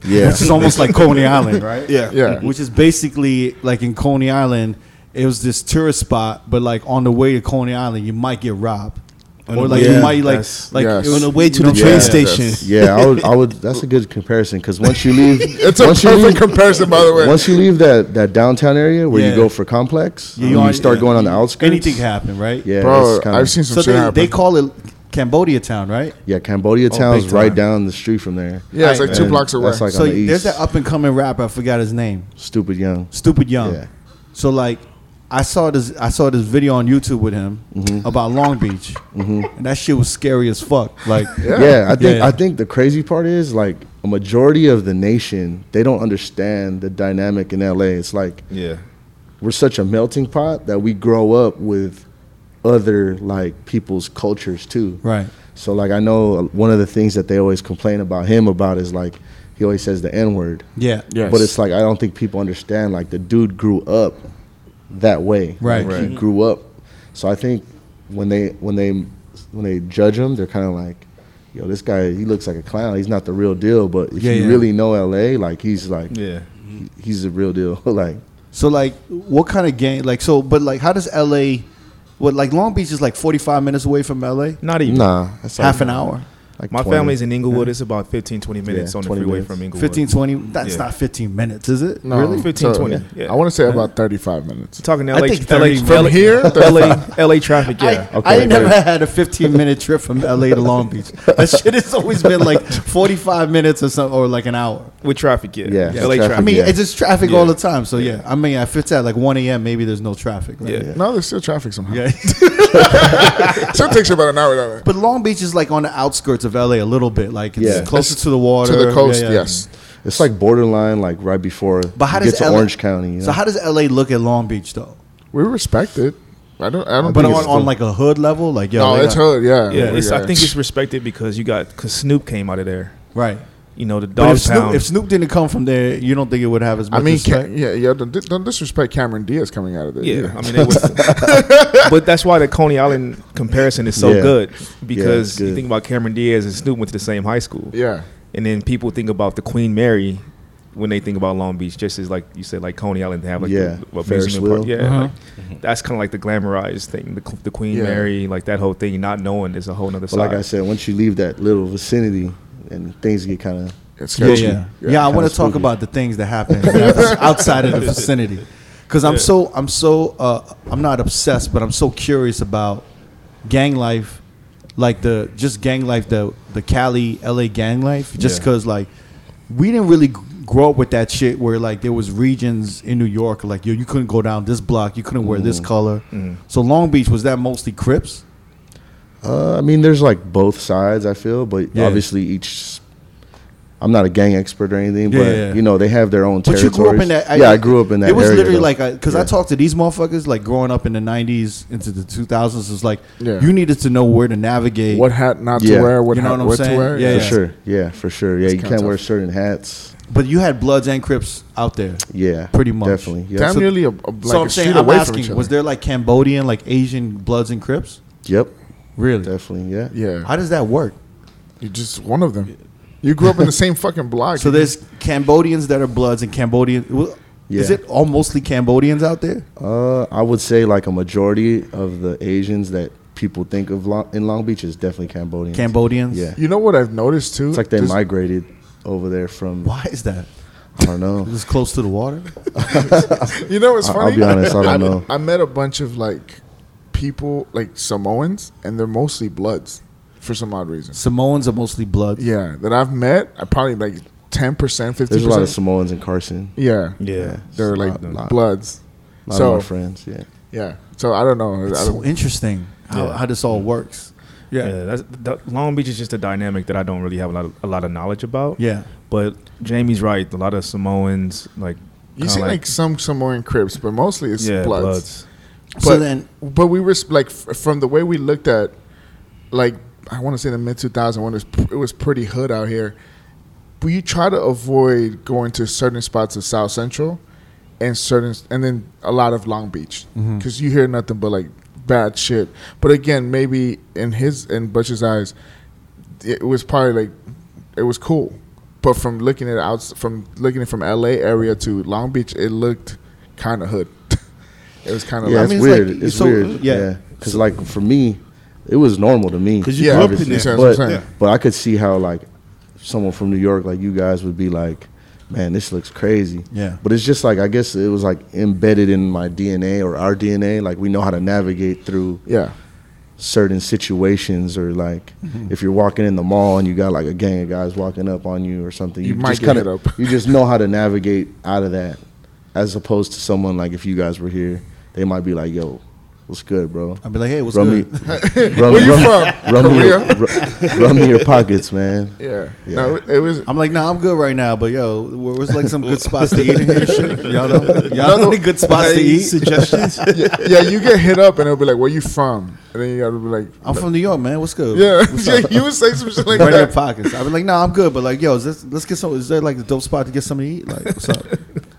Speaker 4: yeah,
Speaker 1: Which is almost like
Speaker 4: *laughs*
Speaker 1: Coney Island, right?
Speaker 5: Yeah.
Speaker 2: Yeah.
Speaker 1: Which is basically like in Coney Island, it was this tourist spot, but like on the way to Coney Island, you might get robbed. Or like you
Speaker 5: Yeah,
Speaker 1: might like
Speaker 3: that's-
Speaker 1: like
Speaker 2: yes.
Speaker 1: it was-
Speaker 5: On the way to
Speaker 1: you know what
Speaker 5: the train
Speaker 1: I'm saying?
Speaker 2: that's-
Speaker 5: station.
Speaker 4: Yeah, I would. I
Speaker 1: *laughs*
Speaker 4: would. That's a good comparison because once you leave,
Speaker 2: It's a
Speaker 4: once you
Speaker 2: perfect
Speaker 4: leave,
Speaker 2: comparison, by the way.
Speaker 4: once you leave that that downtown area where
Speaker 1: Yeah.
Speaker 4: you go for complex,
Speaker 1: Yeah,
Speaker 4: you,
Speaker 1: you are-
Speaker 4: start going on the outskirts.
Speaker 1: Anything happened, right?
Speaker 4: Yeah,
Speaker 2: Bro,
Speaker 4: it's kinda-
Speaker 2: I've seen some
Speaker 1: So
Speaker 2: shit
Speaker 1: they,
Speaker 2: happen.
Speaker 1: they call it Cambodia Town, right?
Speaker 4: Yeah,
Speaker 1: Oh,
Speaker 4: Cambodia Town's
Speaker 3: big
Speaker 4: right
Speaker 3: time.
Speaker 4: down the street from there.
Speaker 2: yeah, it's like two
Speaker 4: And
Speaker 2: blocks away.
Speaker 4: That's like
Speaker 1: so
Speaker 4: on the east.
Speaker 1: there's that up and coming rapper, I forgot his name.
Speaker 4: Stupid young.
Speaker 1: Stupid Young.
Speaker 4: Yeah.
Speaker 1: So like, I saw this. I saw this video on YouTube with him
Speaker 4: Mm-hmm.
Speaker 1: about Long Beach, and that shit was scary as fuck. Like,
Speaker 4: Yeah, I think
Speaker 1: Yeah.
Speaker 4: I think the crazy part is like a majority of the nation they don't understand the dynamic in LA. It's like
Speaker 3: Yeah.
Speaker 4: we're such a melting pot that we grow up with other like people's cultures too.
Speaker 1: right?
Speaker 4: So like I know uh, one of the things that they always complain about him about is like he always says the N word.
Speaker 1: Yeah.
Speaker 2: Yes.
Speaker 4: But it's like I don't think people understand like the dude grew up that way.
Speaker 1: Right.
Speaker 4: Like, He grew up. So I think when they when they when they judge him, they're kind of like, yo, this guy he looks like a clown. He's not the real deal. But if
Speaker 1: Yeah,
Speaker 4: you
Speaker 1: yeah.
Speaker 4: really know L.A., like he's like
Speaker 3: Yeah.
Speaker 4: he- he's the real deal. *laughs* like
Speaker 1: So like, what kind of game? Like, so but like, how does L.A. What like Long Beach is like 45 minutes away from L.A.
Speaker 3: Not even.
Speaker 4: nah, that's like-
Speaker 1: Half an hour,
Speaker 4: Like
Speaker 3: My
Speaker 4: 20.
Speaker 3: family's in Inglewood. It's about 15, 20 minutes
Speaker 4: Yeah,
Speaker 3: on the
Speaker 4: 20
Speaker 3: freeway
Speaker 4: minutes.
Speaker 3: from Inglewood.
Speaker 1: 15, 20. That's
Speaker 3: Yeah.
Speaker 1: not 15 minutes, is it?
Speaker 2: no,
Speaker 3: Really? 15,
Speaker 2: so-
Speaker 3: 20, yeah.
Speaker 2: I want to say about 35 minutes.
Speaker 3: Talking LA,
Speaker 1: I think
Speaker 3: LA,
Speaker 1: 30
Speaker 2: From
Speaker 3: LA, *laughs*
Speaker 2: here,
Speaker 3: LA,
Speaker 1: *laughs*
Speaker 3: LA traffic. Yeah.
Speaker 1: I, I ain't never had a 15 minute trip from L.A. to Long Beach. That shit has always been like 45 minutes or something, or like an hour.
Speaker 3: With traffic, yeah.
Speaker 4: Yeah,
Speaker 3: LA
Speaker 4: traffic.
Speaker 3: traffic.
Speaker 1: I mean,
Speaker 4: Yeah.
Speaker 1: it's just traffic
Speaker 3: Yeah.
Speaker 1: all the time. So yeah, I mean, if it's at like 1 a.m., maybe there's no traffic. Right?
Speaker 3: yeah.
Speaker 2: No, there's still traffic somehow.
Speaker 1: Yeah.
Speaker 2: *laughs*
Speaker 1: *laughs*
Speaker 2: Still takes you about an hour. Down there.
Speaker 1: but Long Beach is like on the outskirts of LA a little bit. Like it's
Speaker 4: Yeah.
Speaker 1: closer to the water,
Speaker 2: To the
Speaker 1: Yeah,
Speaker 2: coast,
Speaker 1: yeah.
Speaker 2: yes.
Speaker 4: It's like borderline, like right before.
Speaker 1: But how
Speaker 4: you
Speaker 1: does
Speaker 4: get to
Speaker 1: LA
Speaker 4: Orange County? You know?
Speaker 1: So how does LA look at Long Beach though?
Speaker 2: We respect it. I don't. I don't.
Speaker 1: But
Speaker 2: think
Speaker 1: on,
Speaker 2: it's-
Speaker 1: on like a hood level, like yo,
Speaker 2: no,
Speaker 1: they
Speaker 2: it's
Speaker 1: got-
Speaker 2: hood. Yeah,
Speaker 3: Yeah,
Speaker 2: We
Speaker 3: it's, I
Speaker 2: got-
Speaker 3: think it's respected because you got because Snoop came out of there.
Speaker 1: right.
Speaker 3: You know the dog
Speaker 1: But
Speaker 3: pound.
Speaker 1: if Snoop, if Snoop didn't come from there, you don't think it would have as much.
Speaker 2: I mean,
Speaker 1: respect?
Speaker 2: Ca- yeah, yeah. Don't, don't disrespect Cameron Diaz coming out of there.
Speaker 3: yeah,
Speaker 2: either.
Speaker 3: I mean, it was,
Speaker 4: *laughs*
Speaker 3: but that's why the Coney Island comparison is so
Speaker 4: Yeah.
Speaker 3: good because
Speaker 4: Yeah, it's
Speaker 3: you
Speaker 4: good.
Speaker 3: think about Cameron Diaz and Snoop went to the same high school,
Speaker 2: yeah.
Speaker 3: and then people think about the Queen Mary when they think about Long Beach, just as like you said, like Coney Island, they have like
Speaker 4: Yeah,
Speaker 3: the, a
Speaker 4: Ferris
Speaker 3: amusement park.
Speaker 4: wheel.
Speaker 3: Yeah, like, that's kind of like the glamorized thing, the, the Queen
Speaker 2: Yeah.
Speaker 3: Mary, like that whole thing. Not knowing is a whole nother
Speaker 4: But
Speaker 3: side.
Speaker 4: like I said, once you leave that little vicinity and things get kind of
Speaker 2: It's
Speaker 1: Yeah,
Speaker 2: sketchy.
Speaker 1: yeah.
Speaker 2: Yeah.
Speaker 1: yeah, I want
Speaker 4: Kinda
Speaker 1: to talk
Speaker 4: spooky.
Speaker 1: about the things that happen outside of the vicinity, because I'm so I'm so uh, I'm not obsessed, but I'm so curious about gang life, like the just gang life, the the Cali LA gang life, just
Speaker 3: Yeah.
Speaker 1: because like we didn't really g- grow up with that shit where like there was regions in New York like yo you couldn't go down this block, you couldn't wear this color. So Long Beach was that mostly Crips?
Speaker 4: Uh, I mean, there's like both sides. I feel, but
Speaker 1: Yeah.
Speaker 4: obviously each. I'm not a gang expert or anything,
Speaker 1: Yeah,
Speaker 4: but
Speaker 1: yeah.
Speaker 4: you know they have their own.
Speaker 1: But you
Speaker 4: territories.
Speaker 1: grew up in that.
Speaker 4: yeah, I grew up in that.
Speaker 1: It was
Speaker 4: area,
Speaker 1: literally
Speaker 4: though.
Speaker 1: like because I
Speaker 4: Yeah.
Speaker 1: talked to these motherfuckers like growing up in the '90s into the 2000s. It's like
Speaker 2: Yeah.
Speaker 1: you needed to know where to navigate.
Speaker 2: What hat not
Speaker 4: Yeah.
Speaker 2: to wear? What
Speaker 1: You know
Speaker 2: hat
Speaker 1: what I'm
Speaker 2: what to
Speaker 1: saying?
Speaker 2: wear?
Speaker 1: Yeah,
Speaker 4: for
Speaker 1: yeah.
Speaker 4: sure. Yeah, for sure. Yeah, you
Speaker 2: kinda
Speaker 4: can't wear
Speaker 2: tough.
Speaker 4: certain hats.
Speaker 1: But you had Bloods and Crips out there.
Speaker 4: Yeah,
Speaker 1: Pretty much.
Speaker 4: Definitely. Yeah.
Speaker 2: Damn
Speaker 1: So-
Speaker 2: nearly a, a, like
Speaker 1: so
Speaker 2: a
Speaker 1: I'm
Speaker 2: street
Speaker 1: saying, I'm
Speaker 2: away from each
Speaker 1: asking,
Speaker 2: other.
Speaker 1: was there like Cambodian, like Asian Bloods and Crips?
Speaker 4: yep.
Speaker 1: Really?
Speaker 4: Definitely. Yeah.
Speaker 2: yeah,
Speaker 1: How does that work?
Speaker 2: you're just one of them. You grew up in the same fucking block.
Speaker 1: So there's Cambodians that are Bloods and Cambodian. well, Is
Speaker 4: Yeah.
Speaker 1: it all mostly Cambodians out there?
Speaker 4: Uh, I would say like a majority of the Asians that people think of Long, in Long Beach is definitely Cambodian.
Speaker 1: Cambodians.
Speaker 4: Yeah.
Speaker 2: You know what I've noticed too?
Speaker 4: It's like they
Speaker 2: Just-
Speaker 4: migrated over there from.
Speaker 1: Why is that?
Speaker 4: I don't know.
Speaker 1: *laughs* It's close to the water.
Speaker 2: You know, it's
Speaker 4: I- I'll
Speaker 2: funny.
Speaker 4: be honest, I don't know.
Speaker 2: I met a bunch of like people, like Samoans, and they're mostly Bloods for some odd reason.
Speaker 1: Samoans are mostly Bloods.
Speaker 2: Yeah, that I've met, I probably like ten percent, fifty
Speaker 4: There's a lot of
Speaker 2: percent.
Speaker 4: Samoans in Carson.
Speaker 2: Yeah,
Speaker 3: yeah,
Speaker 2: they're like
Speaker 4: lot- lot-
Speaker 2: Bloods.
Speaker 4: A lot of
Speaker 2: So
Speaker 4: my friends. Yeah.
Speaker 2: yeah, so I don't know. I
Speaker 1: It's
Speaker 2: don't-
Speaker 1: so interesting how,
Speaker 3: Yeah.
Speaker 1: how this all works.
Speaker 3: yeah. that's, that, Long Beach is just a dynamic that I don't really have a lot of, a lot of knowledge about.
Speaker 1: Yeah.
Speaker 3: but Jamie's right. A lot of Samoans, like
Speaker 2: you
Speaker 3: kinda
Speaker 2: see like, some Samoan Crips, but mostly it's
Speaker 3: yeah,
Speaker 2: Bloods.
Speaker 3: Bloods.
Speaker 2: But,
Speaker 1: so then
Speaker 2: but we were like f- from the way we looked at, like I want to say the mid 2001 it was, p- it was pretty hood out here. We try to avoid going to certain spots of South Central, and certain and then a lot of Long Beach
Speaker 1: Mm-hmm.
Speaker 2: because you hear nothing but like bad shit. But again, maybe in his in Butch's eyes, it was probably like it was cool. But from looking at it out from looking at from LA area to Long Beach, it looked kind of hood. *laughs* it was kind of
Speaker 4: Yeah,
Speaker 2: like
Speaker 4: it's
Speaker 1: I mean, it's
Speaker 4: weird.
Speaker 1: like-
Speaker 4: it's
Speaker 1: so,
Speaker 4: weird.
Speaker 1: yeah.
Speaker 4: Yeah, because like for me, it was normal to me.
Speaker 5: 'Cause you
Speaker 2: Yeah,
Speaker 5: grew up in
Speaker 4: obviously.
Speaker 5: there.
Speaker 2: That's what I'm
Speaker 4: But
Speaker 2: saying.
Speaker 4: but I could see how like someone from New York, like you guys, would be like, man, this looks crazy.
Speaker 1: Yeah.
Speaker 4: But it's just like I guess it was like embedded in my DNA or our DNA. Like we know how to navigate through
Speaker 2: yeah.
Speaker 4: certain situations or like
Speaker 2: Mm-hmm.
Speaker 4: if you're walking in the mall and you got like a gang of guys walking up on you or something
Speaker 2: You might
Speaker 4: just
Speaker 2: get
Speaker 4: kinda-
Speaker 2: hit
Speaker 4: *laughs*
Speaker 2: up.
Speaker 4: you just know how to navigate out of that as opposed to someone like if you guys were here they might be like yo what's good bro
Speaker 1: I'd be like, hey, what's
Speaker 4: run me
Speaker 1: good?
Speaker 4: *laughs*
Speaker 2: *laughs*
Speaker 4: run,
Speaker 2: Where you
Speaker 4: run-
Speaker 2: from?
Speaker 4: run me your,
Speaker 2: Korea?
Speaker 4: ru- *laughs* run me your pockets man
Speaker 2: Yeah.
Speaker 4: Yeah.
Speaker 2: No, it was.
Speaker 1: I'm like, nah, I'm good right now, but yo, where- where's like some good spots to eat in here? Shit?
Speaker 2: *laughs*
Speaker 1: Y'all know, y'all know any good spots to eat?
Speaker 5: Suggestions?
Speaker 2: *laughs* yeah, yeah, you get hit up and it'll be like, "Where you from?" And then you gotta be like,
Speaker 1: *laughs* I'm from New York, man. What's good?
Speaker 2: "Yeah, *laughs*
Speaker 1: What's
Speaker 2: yeah."
Speaker 1: up?
Speaker 2: You would say some shit like
Speaker 1: right in your
Speaker 2: that.
Speaker 1: pockets. I'd be like, nah, I'm good, but like, yo, is this, let's get some. Is there like a dope spot to get something to eat? Like, what's up?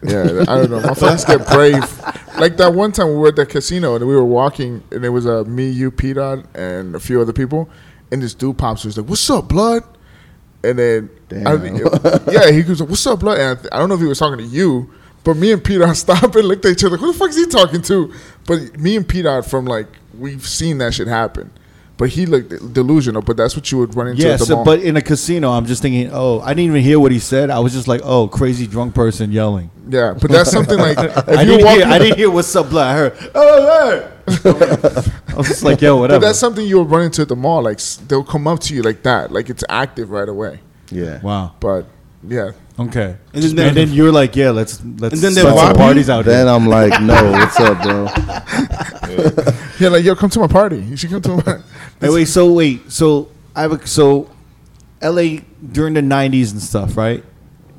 Speaker 2: Yeah, I don't know. My friends get brave. Like that one time we were at the casino and we were walking and it was uh, me, you, P Dot, and a few other people, and this dude pops. He's like, "What's up, blood?" And then, I
Speaker 4: Damn.
Speaker 2: think it- yeah, he goes, "What's up, blood?" And I, th- I don't know if he was talking to you, but me and P *laughs* Dot stopped and looked at each other. Who the fuck is he talking to? But me and P Dot from like we've seen that shit happen. But he looked delusional. But that's what you would run into.
Speaker 1: yeah,
Speaker 2: at the
Speaker 1: so,
Speaker 2: mall.
Speaker 1: but in a casino, I'm just thinking, oh, I didn't even hear what he said. I was just like, oh, crazy drunk person yelling.
Speaker 2: yeah, but that's something like
Speaker 1: *laughs*
Speaker 2: if
Speaker 1: I
Speaker 2: you
Speaker 1: didn't,
Speaker 2: walk.
Speaker 1: hear, I didn't hear what's up, blood. I
Speaker 2: *laughs*
Speaker 1: heard, *laughs* oh, hey. I was just like, yo,
Speaker 2: But
Speaker 1: whatever.
Speaker 2: that's something you'll run into at the mall. Like s- they'll come up to you like that, like it's active right away.
Speaker 4: yeah
Speaker 1: wow.
Speaker 2: But yeah,
Speaker 1: Okay.
Speaker 5: And
Speaker 1: And
Speaker 5: then
Speaker 1: then,
Speaker 5: they-
Speaker 1: you're like, yeah, let's let's
Speaker 5: And then they
Speaker 1: start
Speaker 5: rob
Speaker 1: some
Speaker 5: you?
Speaker 1: parties out
Speaker 4: then
Speaker 1: there.
Speaker 4: i'm like no what's up bro
Speaker 2: yeah, like yo, come to my party. You should come to my. *laughs*
Speaker 1: Hey, wait, so wait, so I have a, so L.A. during the '90s and stuff, right?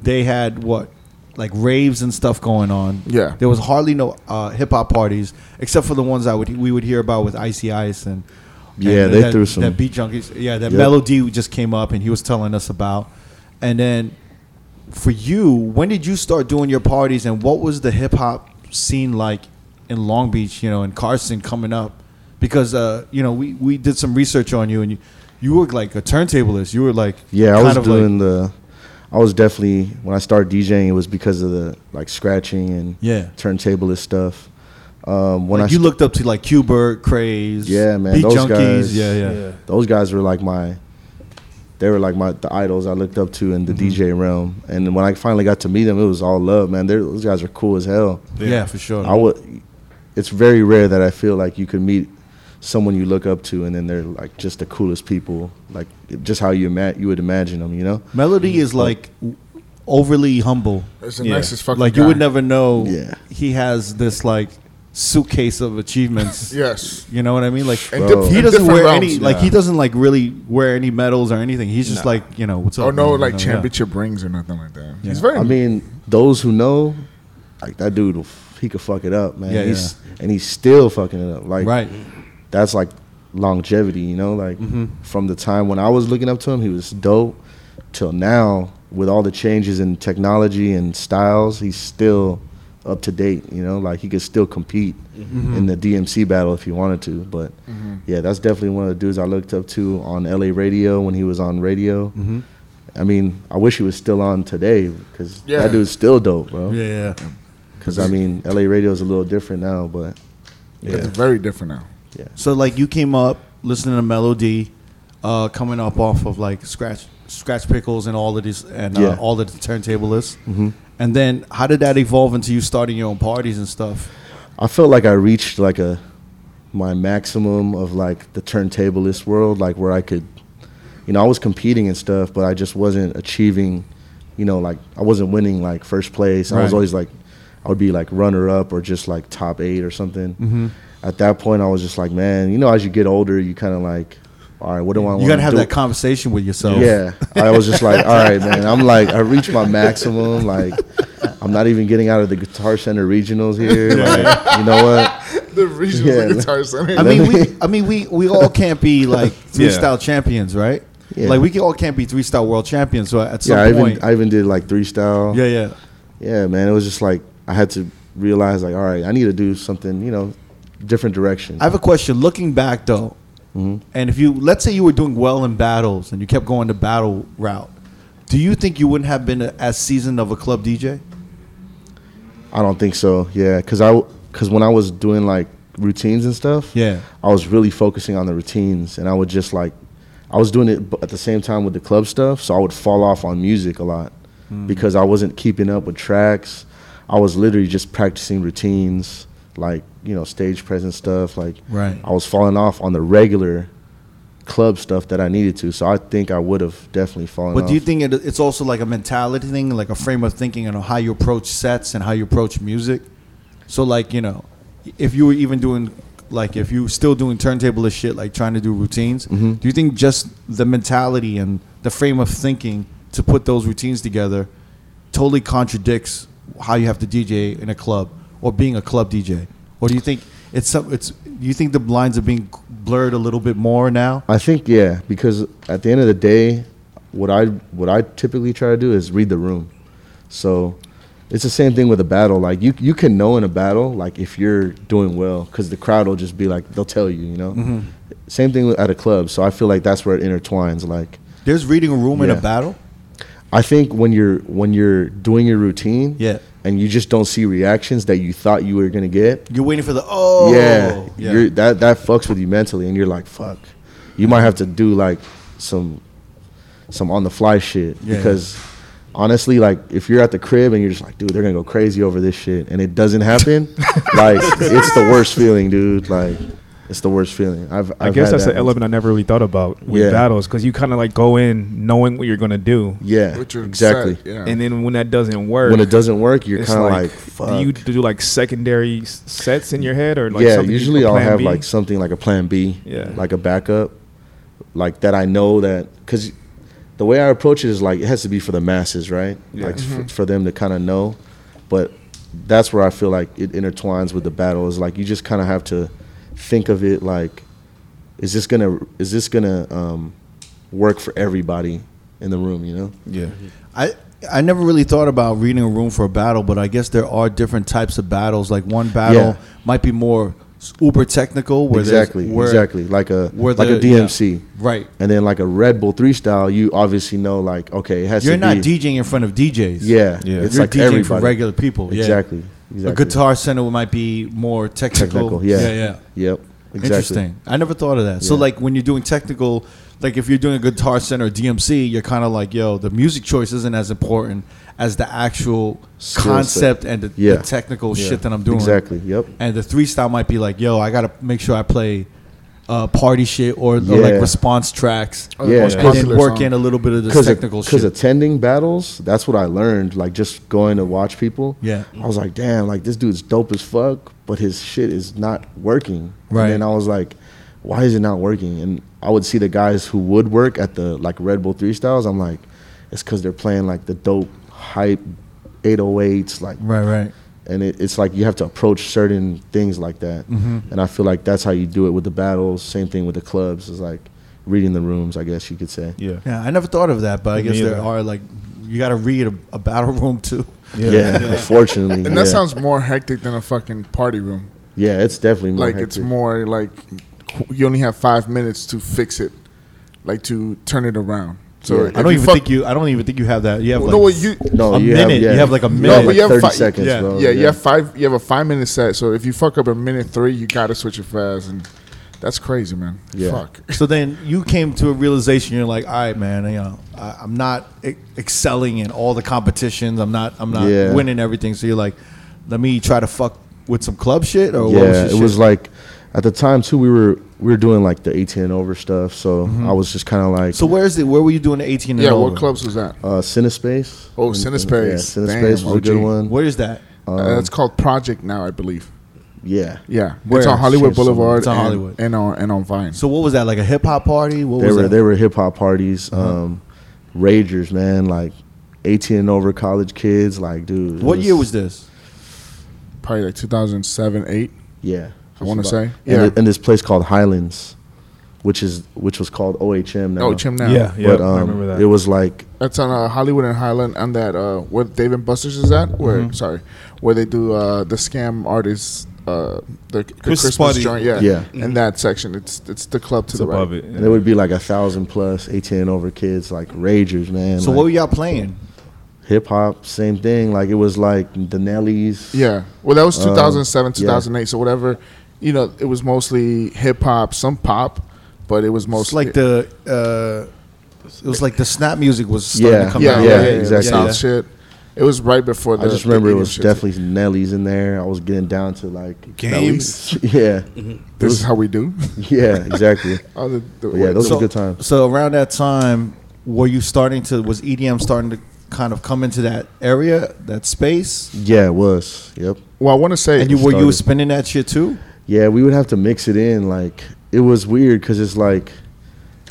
Speaker 1: They had what like raves and stuff going on.
Speaker 2: Yeah.
Speaker 1: there was hardly no uh, hip hop parties except for the ones I would we would hear about with Icy Ice and.
Speaker 4: Yeah,
Speaker 1: and
Speaker 4: they
Speaker 1: that-
Speaker 4: threw some-
Speaker 1: that beat junkies. Yeah, that
Speaker 4: Yep.
Speaker 1: melody just came up, and he was telling us about. And then for you, when did you start doing your parties, and what was the hip hop scene like in Long Beach, you know, and Carson coming up? Because uh, you know, we, we did some research on you, and you you were like a turntablist. You were like
Speaker 4: Yeah, I
Speaker 1: kind
Speaker 4: was
Speaker 1: of
Speaker 4: doing
Speaker 1: like,
Speaker 4: the. I was definitely when I started DJing, it was because of the like scratching and
Speaker 1: Yeah.
Speaker 4: turntablist stuff. Um, when
Speaker 1: Like,
Speaker 4: I
Speaker 1: you
Speaker 4: st-
Speaker 1: looked up to like Qbert, Craze,
Speaker 4: Yeah, man,
Speaker 1: Beat
Speaker 4: those
Speaker 1: Junkies,
Speaker 4: guys-
Speaker 1: yeah, yeah,
Speaker 3: Yeah.
Speaker 4: those guys were like my they were like my the idols I looked up to in
Speaker 1: Mm-hmm.
Speaker 4: the DJ realm. And then when I finally got to meet them, it was all love, man. They're, those guys are cool as hell.
Speaker 1: yeah, for sure.
Speaker 4: I would. It's very rare that I feel like you could meet someone you look up to, and then they're like just the coolest people, like just how you ima- you would imagine them, you know?
Speaker 1: Melody
Speaker 4: Oh.
Speaker 1: is like overly humble.
Speaker 2: It's the
Speaker 3: Yeah.
Speaker 2: nicest fucking
Speaker 1: Like you would
Speaker 2: guy.
Speaker 1: never know.
Speaker 4: Yeah.
Speaker 1: he has this like suitcase of
Speaker 2: *laughs*
Speaker 1: achievements.
Speaker 2: Yes.
Speaker 1: You know what I mean? Like
Speaker 2: And
Speaker 4: Bro.
Speaker 2: dif-
Speaker 1: he
Speaker 2: and
Speaker 1: doesn't
Speaker 2: different
Speaker 1: wear
Speaker 2: realms.
Speaker 1: any like he
Speaker 4: Yeah.
Speaker 1: doesn't like really wear any medals or anything. He's just like you know what's up.
Speaker 2: Oh no,
Speaker 1: man? You
Speaker 2: like
Speaker 1: know, yeah.
Speaker 2: championship rings or nothing like that.
Speaker 1: Yeah.
Speaker 2: He's very.
Speaker 4: I mean, those who know, like that dude, will f- he could fuck it up, man.
Speaker 1: Yeah,
Speaker 4: he's and he's still fucking it up. Like
Speaker 1: Right.
Speaker 4: that's like longevity, you know? Like from the time when I was looking up to him, he was dope till now with all the changes in technology and styles, he's still up to date, you know? Like he could still compete in the DMC battle if he wanted to, but yeah, that's definitely one of the dudes I looked up to on LA radio when he was on radio. I mean, I wish he was still on today because
Speaker 2: Yeah.
Speaker 4: that dude's still dope, bro.
Speaker 1: Yeah, yeah, yeah.
Speaker 4: Because I mean, LA radio is a little different now, but
Speaker 2: It's very different now. *laughs*
Speaker 1: So like you came up listening to Melody, uh, coming up off of like scratch scratch pickles and all of these and uh,
Speaker 4: Yeah.
Speaker 1: all of the turntable lists. Mm-hmm. And then how did that evolve into you starting your own parties and stuff?
Speaker 4: I felt like I reached like a my maximum of like the turntablist world, like where I could, you know, I was competing and stuff, but I just wasn't achieving, you know, like I wasn't winning like first place. I was
Speaker 1: Right.
Speaker 4: always like, I would be like runner up or just like top eight or something.
Speaker 1: Mm-hmm.
Speaker 4: At that point, I was just like, man, you know, as you get older, you kind of like, all right, what do I want?
Speaker 1: You got to have
Speaker 4: do?
Speaker 1: that conversation with yourself.
Speaker 4: Yeah, *laughs* I was just like, all right, man. I'm like, I reached my maximum. Like, I'm not even getting out of the Guitar Center regionals here. Like, you know what?
Speaker 2: The regional
Speaker 4: Yeah.
Speaker 2: guitar center.
Speaker 1: I mean,
Speaker 4: *laughs*
Speaker 1: we, I mean, we, we all can't be like three style champions, right?
Speaker 4: Yeah.
Speaker 1: Like we can, all can't be three style world champions. So at some
Speaker 4: yeah, I
Speaker 1: point,
Speaker 4: even I even did like three style.
Speaker 1: yeah, yeah,
Speaker 4: yeah, man. It was just like I had to realize, like, all right, I need to do something, you know, different direction.
Speaker 1: I have a question. Looking back though, and if you let's say you were doing well in battles and you kept going the battle route, do you think you wouldn't have been a, as seasoned of a club DJ?
Speaker 4: I don't think so. Yeah, because I because when I was doing like routines and stuff,
Speaker 1: Yeah.
Speaker 4: I was really focusing on the routines, and I would just like I was doing it b- at the same time with the club stuff, so I would fall off on music a lot
Speaker 1: Mm.
Speaker 4: because I wasn't keeping up with tracks. I was literally just practicing routines, like you know, stage presence stuff. Like
Speaker 1: Right.
Speaker 4: I was falling off on the regular club stuff that I needed to. So I think I would have definitely fallen.
Speaker 1: But do you
Speaker 4: off.
Speaker 1: think it, it's also like a mentality thing, like a frame of thinking and how you approach sets and how you approach music? So like you know, if you were even doing like if you were still doing turntable of shit, like trying to do routines, do you think just the mentality and the frame of thinking to put those routines together totally contradicts how you have to DJ in a club or being a club DJ? Or do you think it's some it's do you think the lines are being blurred a little bit more now?
Speaker 4: I think yeah, because at the end of the day, what I what I typically try to do is read the room. So it's the same thing with a battle. Like you you can know in a battle like if you're doing well because the crowd will just be like they'll tell you. You know. Same thing with- at a club. So I feel like that's where it intertwines. Like
Speaker 1: There's reading a room in
Speaker 4: Yeah.
Speaker 1: a battle.
Speaker 4: I think when you're when you're doing your routine,
Speaker 1: Yeah.
Speaker 4: and you just don't see reactions that you thought you were gonna get,
Speaker 1: You're waiting for the oh
Speaker 4: yeah, You're, that that fucks with you mentally, and you're like, fuck. You might have to do like some some on the fly shit
Speaker 1: Yeah,
Speaker 4: because honestly, like if you're at the crib and you're just like, dude, they're gonna go crazy over this shit, and it doesn't happen, like it's the worst feeling, dude. Like it's the worst feeling. I've,
Speaker 3: I
Speaker 4: I've
Speaker 3: guess
Speaker 4: had
Speaker 3: that's
Speaker 4: that
Speaker 3: an element I never really thought about with
Speaker 4: Yeah.
Speaker 3: battles because you kind of like go in knowing what you're gonna do,
Speaker 4: Yeah,
Speaker 2: Which are
Speaker 4: exactly.
Speaker 2: set, yeah.
Speaker 3: and then when that doesn't work,
Speaker 4: When it doesn't work, you're
Speaker 3: it's
Speaker 4: kind of like,
Speaker 3: do
Speaker 4: fuck.
Speaker 3: you do like secondary s- sets in your head or like
Speaker 4: yeah,
Speaker 3: something you-
Speaker 4: usually
Speaker 3: a
Speaker 4: I'll
Speaker 3: plan
Speaker 4: have
Speaker 3: B?
Speaker 4: like something like a plan B,
Speaker 3: Yeah.
Speaker 4: like a backup, like that I know that because the way I approach it is like it has to be for the masses, right?
Speaker 3: Yeah.
Speaker 4: Like f- for them to kind of know, but that's where I feel like it intertwines with the battle. Is like you just kind of have to think of it like, is this gonna is this gonna um, work for everybody in the room? You know?
Speaker 3: yeah,
Speaker 1: I I never really thought about reading a room for a battle, but I guess there are different types of battles. Like one battle
Speaker 4: Yeah.
Speaker 1: might be more uber technical. Where there's-
Speaker 4: exactly,
Speaker 1: where-
Speaker 4: exactly. Like a
Speaker 1: where
Speaker 4: like
Speaker 1: the-
Speaker 4: a DMC,
Speaker 1: Right.
Speaker 4: and then like a Red Bull three style. You obviously know, like okay, it has
Speaker 1: You're
Speaker 4: to
Speaker 1: not
Speaker 4: be.
Speaker 1: DJing in front of DJs.
Speaker 4: yeah,
Speaker 5: Yeah.
Speaker 4: it's
Speaker 1: You're
Speaker 4: like
Speaker 1: DJing
Speaker 4: everybody.
Speaker 1: for regular people. yeah.
Speaker 4: Exactly, exactly.
Speaker 1: A guitar center might be more technical.
Speaker 4: technical. Yeah,
Speaker 1: Yeah. yeah.
Speaker 4: yep. Exactly.
Speaker 1: Interesting. I never thought of that. So
Speaker 4: Yeah.
Speaker 1: like when you're doing technical, like if you're doing a guitar center or DMC, you're kind of like, yo, the music choice isn't as important as the actual
Speaker 4: Skill set.
Speaker 1: concept and the,
Speaker 4: Yeah.
Speaker 1: the technical
Speaker 4: Yeah.
Speaker 1: shit that I'm doing.
Speaker 4: Exactly. Yep.
Speaker 1: And the three style might be like, yo, I gotta make sure I play uh, party shit or, or like
Speaker 4: Yeah.
Speaker 1: response tracks.
Speaker 2: Oh, the
Speaker 4: Yeah.
Speaker 2: most
Speaker 4: And
Speaker 1: And
Speaker 2: popular
Speaker 1: then work
Speaker 2: song.
Speaker 1: in a little bit of the
Speaker 4: Because
Speaker 1: technical
Speaker 4: because
Speaker 1: shit.
Speaker 4: attending battles, that's what I learned. Like just going to watch people.
Speaker 1: Yeah.
Speaker 4: I was like, damn, like this dude's dope as fuck, but his shit is not working.
Speaker 1: Right.
Speaker 4: And then I was like, why is it not working? And I would see the guys who would work at the like Red Bull Three Styles. I'm like, it's because they're playing like the dope hype 808s, like
Speaker 1: right, right.
Speaker 4: and it, it's like you have to approach certain things like that
Speaker 1: Mm-hmm.
Speaker 4: and i feel like that's how you do it with the battles same thing with the clubs is like reading the rooms i guess you could say
Speaker 3: Yeah.
Speaker 1: Yeah, I never thought of that, but I
Speaker 3: Me
Speaker 1: guess there
Speaker 3: either.
Speaker 1: are like you gotta read a, a battle room too.
Speaker 4: yeah, unfortunately
Speaker 2: And that
Speaker 4: yeah.
Speaker 2: sounds more hectic than a fucking party room.
Speaker 4: yeah it's definitely more
Speaker 2: like it's
Speaker 4: hectic.
Speaker 2: more like qu- you only have five minutes to fix it, like to turn it around. So
Speaker 4: Yeah.
Speaker 2: if
Speaker 1: I don't
Speaker 2: you
Speaker 1: even
Speaker 2: fuck-
Speaker 1: think you. I don't even think you have that. You have
Speaker 2: No,
Speaker 1: like
Speaker 2: well, you-
Speaker 4: no
Speaker 1: a
Speaker 4: you
Speaker 1: minute.
Speaker 4: have, yeah,
Speaker 1: You have like a
Speaker 4: you
Speaker 1: minute.
Speaker 4: have
Speaker 2: No, but
Speaker 4: like
Speaker 2: you have
Speaker 4: 30
Speaker 2: fi-
Speaker 4: seconds
Speaker 1: yeah.
Speaker 4: bro.
Speaker 2: yeah, you have five. You have a five minute set. So if you fuck up a minute three, you gotta switch it fast, and that's crazy, man.
Speaker 4: Yeah.
Speaker 2: Fuck.
Speaker 1: So then you came to a realization. You're like, all right, man. You know, I, I'm not e- excelling in all the competitions. I'm not. I'm not
Speaker 4: Yeah.
Speaker 1: winning everything. So you're like, let me try to fuck with some club shit. Or what was
Speaker 4: yeah,
Speaker 1: your
Speaker 4: it was
Speaker 1: shit?
Speaker 4: like at the time too. We were we were doing like the eighteen and over stuff, so
Speaker 2: Mm-hmm.
Speaker 4: I was just kind of like
Speaker 1: So where is it? Where were you doing the 18? And
Speaker 2: Yeah,
Speaker 1: over?
Speaker 2: what clubs was that?
Speaker 4: uh, Cinespace.
Speaker 2: Oh,
Speaker 4: And- and-
Speaker 2: Cinespace.
Speaker 4: Yeah, Cinespace
Speaker 2: Damn,
Speaker 4: was a good
Speaker 2: OG.
Speaker 4: one.
Speaker 1: Where is that?
Speaker 2: Uh, That's called Project now, I believe.
Speaker 4: Yeah,
Speaker 2: Yeah,
Speaker 1: Where?
Speaker 2: it's on Hollywood
Speaker 4: Shit, so-
Speaker 2: Boulevard.
Speaker 1: It's on
Speaker 2: and-
Speaker 1: Hollywood.
Speaker 2: and on and on Vine.
Speaker 1: So what was that? Like a hip hop party? What
Speaker 4: They
Speaker 1: was
Speaker 4: were
Speaker 1: that?
Speaker 4: they were hip hop parties,
Speaker 2: Uh-huh.
Speaker 4: um, ragers, man, like eighteen and over college kids, like dude. it
Speaker 1: what year was this?
Speaker 2: probably like 2007, eight.
Speaker 4: Yeah,
Speaker 2: I want to say.
Speaker 4: yeah.
Speaker 2: Yeah.
Speaker 4: And, this place called Highlands, which is which was called OHM now.
Speaker 2: Oh, Chim now.
Speaker 3: Yeah.
Speaker 4: but um,
Speaker 3: I remember that.
Speaker 4: it was like
Speaker 2: That's on uh, Hollywood and Highland and that uh, where Dave and Buster's is at. Where
Speaker 1: Mm-hmm.
Speaker 2: sorry, where they do uh, the scam artists. Uh, the, the
Speaker 5: Christmas
Speaker 2: Christmas,
Speaker 5: party.
Speaker 2: joint, yeah,
Speaker 4: Yeah.
Speaker 1: Mm-hmm.
Speaker 2: In that section, it's it's the club to
Speaker 3: It's
Speaker 2: the
Speaker 3: above
Speaker 2: right.
Speaker 3: it.
Speaker 4: and there would be like a thousand plus eighteen and over kids, like ragers, man.
Speaker 1: So what were y'all playing?
Speaker 4: hip hop, same thing. Like it was like the Nellies.
Speaker 2: Yeah, well, that was
Speaker 4: Um,
Speaker 2: 2007,
Speaker 4: yeah.
Speaker 2: 2008. So whatever, you know, it was mostly hip hop, some pop, but it was
Speaker 1: It's
Speaker 2: mostly
Speaker 1: like the. Uh, it was like the snap music was starting
Speaker 4: Yeah.
Speaker 1: to come
Speaker 2: yeah,
Speaker 1: out.
Speaker 2: yeah, yeah,
Speaker 4: exactly.
Speaker 2: South
Speaker 1: yeah.
Speaker 2: shit. It was right before. The,
Speaker 4: I just remember it
Speaker 2: the Indian
Speaker 4: was
Speaker 2: shit.
Speaker 4: definitely Nellies in there. I was getting down to like
Speaker 5: Games.
Speaker 4: Nellies. *laughs* yeah,
Speaker 1: Mm-hmm.
Speaker 2: This is how
Speaker 4: *laughs*
Speaker 2: we do.
Speaker 4: yeah,
Speaker 2: *laughs*
Speaker 4: exactly.
Speaker 2: Oh, the- the-
Speaker 4: Yeah, those
Speaker 1: So-
Speaker 4: were good times.
Speaker 1: So around that time, were you starting to was EDM starting to kind of come into that area, that space?
Speaker 4: Yeah, it was. Yep.
Speaker 2: Well, I want to say
Speaker 1: And you were you
Speaker 4: started.
Speaker 1: spinning that shit too?
Speaker 4: Yeah, we would have to mix it in. Like it was weird because it's like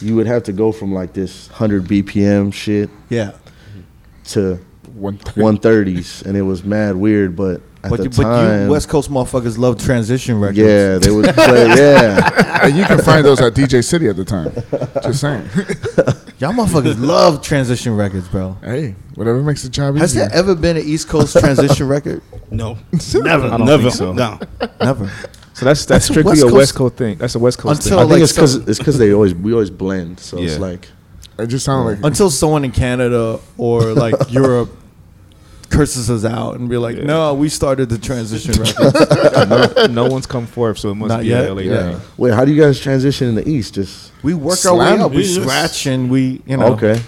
Speaker 4: you would have to go from like this hundred BPM shit
Speaker 1: Yeah.
Speaker 4: to *laughs*
Speaker 2: *laughs* one thing.
Speaker 4: one thirties, and it was mad weird. But at
Speaker 1: But
Speaker 4: the
Speaker 1: you, but
Speaker 4: time,
Speaker 1: you West Coast motherfuckers love transition records.
Speaker 4: yeah, they would *laughs* play. Yeah,
Speaker 2: and you can find those at DJ City at the time. Just saying. *laughs*
Speaker 1: Y'all
Speaker 4: *laughs*
Speaker 1: motherfuckers love transition records, bro.
Speaker 2: hey, whatever makes the job
Speaker 1: Has
Speaker 2: easier.
Speaker 1: there ever been an East Coast transition record?
Speaker 5: *laughs* No,
Speaker 3: Never. I don't
Speaker 5: never.
Speaker 3: think so.
Speaker 5: No,
Speaker 1: Never.
Speaker 3: So that's that's
Speaker 4: *laughs*
Speaker 1: a
Speaker 3: strictly
Speaker 1: West
Speaker 3: a
Speaker 1: Coast-
Speaker 3: West Coast thing. That's a West Coast
Speaker 1: Until-
Speaker 4: I
Speaker 1: So,
Speaker 3: thing.
Speaker 4: think
Speaker 1: like,
Speaker 4: it's because
Speaker 1: some-
Speaker 4: it's because they always we always blend. So
Speaker 3: Yeah.
Speaker 4: it's like
Speaker 2: it just sounded like
Speaker 1: Until someone in Canada or
Speaker 4: *laughs*
Speaker 1: like Europe curses us out and be like,
Speaker 3: Yeah.
Speaker 1: "No, we started the transition record."
Speaker 4: *laughs*
Speaker 3: no, no one's come forth, so it must
Speaker 1: Not
Speaker 3: be
Speaker 1: yet?
Speaker 3: a LA
Speaker 1: Yeah.
Speaker 3: thing.
Speaker 4: wait, how do you guys transition in the East? Just
Speaker 1: We work our way
Speaker 2: Slam
Speaker 1: up. We
Speaker 5: it.
Speaker 1: scratch and we, you know.
Speaker 4: okay,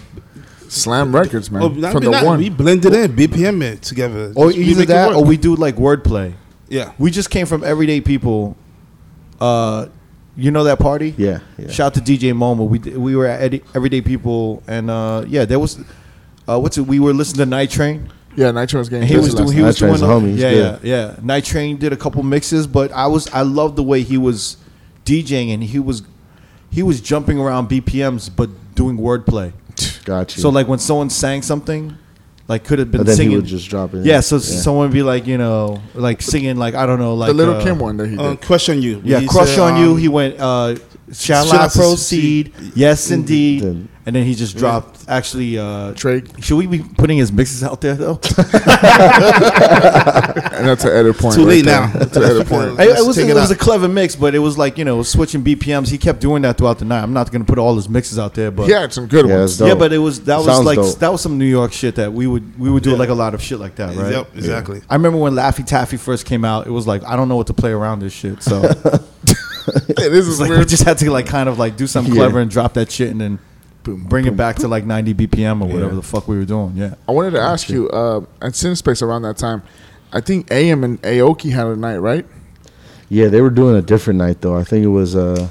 Speaker 2: Slam Records, man.
Speaker 5: *laughs* oh,
Speaker 2: From
Speaker 5: not,
Speaker 2: the
Speaker 5: not-
Speaker 2: one.
Speaker 5: we blended in BPM it together.
Speaker 1: Or
Speaker 5: Just- we
Speaker 1: Oh, either
Speaker 5: make it
Speaker 1: that,
Speaker 5: work.
Speaker 1: or we do like wordplay.
Speaker 5: yeah.
Speaker 1: We just came from everyday people. Uh, you know that party?
Speaker 4: yeah, yeah.
Speaker 1: Shout to DJ Momo. We d- we were at Eddie- everyday people, and uh, yeah, there was. Uh, what's it? We were listening to Night Train.
Speaker 2: yeah, Nitro was getting
Speaker 1: And he
Speaker 2: busy
Speaker 1: was
Speaker 2: last
Speaker 1: doing. He
Speaker 2: night.
Speaker 1: was
Speaker 4: Night
Speaker 1: doing.
Speaker 4: Train's
Speaker 1: the-
Speaker 4: a homie, he's
Speaker 1: yeah, yeah,
Speaker 4: good.
Speaker 1: yeah. Night Train did a couple mixes, but I was I loved the way he was DJing, and he was he was jumping around BPMs, but doing wordplay.
Speaker 4: Got you.
Speaker 1: So like when someone sang something, like could have been
Speaker 4: and then
Speaker 1: singing.
Speaker 4: he would just drop it.
Speaker 1: yeah, so someone would be like, you know, like singing, like I don't know, like
Speaker 2: the Little
Speaker 1: uh,
Speaker 2: Kim one that he did.
Speaker 5: Uh, crush on you.
Speaker 1: Yeah,
Speaker 5: He
Speaker 1: crush
Speaker 5: said,
Speaker 1: on you.
Speaker 5: um,
Speaker 1: He went. Uh, Shall,
Speaker 5: Shall
Speaker 1: I
Speaker 5: I
Speaker 1: proceed? Yes, indeed.
Speaker 4: Then-
Speaker 1: and then he just dropped. Actually, uh,
Speaker 2: Drake.
Speaker 1: Should we be putting his mixes out there
Speaker 4: *laughs*
Speaker 1: though?
Speaker 2: And that's an edit point.
Speaker 5: Too
Speaker 2: right
Speaker 5: late
Speaker 2: there.
Speaker 5: now. *laughs*
Speaker 2: That's an edit point.
Speaker 1: It, it
Speaker 5: Let's
Speaker 1: was
Speaker 5: take
Speaker 1: it,
Speaker 5: it
Speaker 1: was a
Speaker 5: out.
Speaker 1: clever mix, but it was like you know switching BPMs. He kept doing that throughout the night. I'm not going to put all his mixes out there, but
Speaker 2: Yeah, it's some good
Speaker 4: Yeah,
Speaker 2: ones.
Speaker 4: it's dope.
Speaker 1: yeah, but it was that was
Speaker 4: Sounds
Speaker 1: like
Speaker 4: dope.
Speaker 1: that was some New York shit that we would we would do like a lot of shit like that, right?
Speaker 5: Yep, exactly.
Speaker 1: I remember when Laffy Taffy first came out, it was like I don't know what to play around this shit, *laughs* so
Speaker 2: Yeah, this is
Speaker 1: it's like *laughs* we
Speaker 2: weird.
Speaker 1: just had to like kind of like do something
Speaker 4: Yeah.
Speaker 1: clever and drop that shit and then bring it back to like 90 BPM or whatever the fuck we were doing. Yeah,
Speaker 2: I wanted to ask you, uh, at Cinespace around that time, I think AM and Aoki had a night, right?
Speaker 4: Yeah, they were doing a different night though. I think it was uh,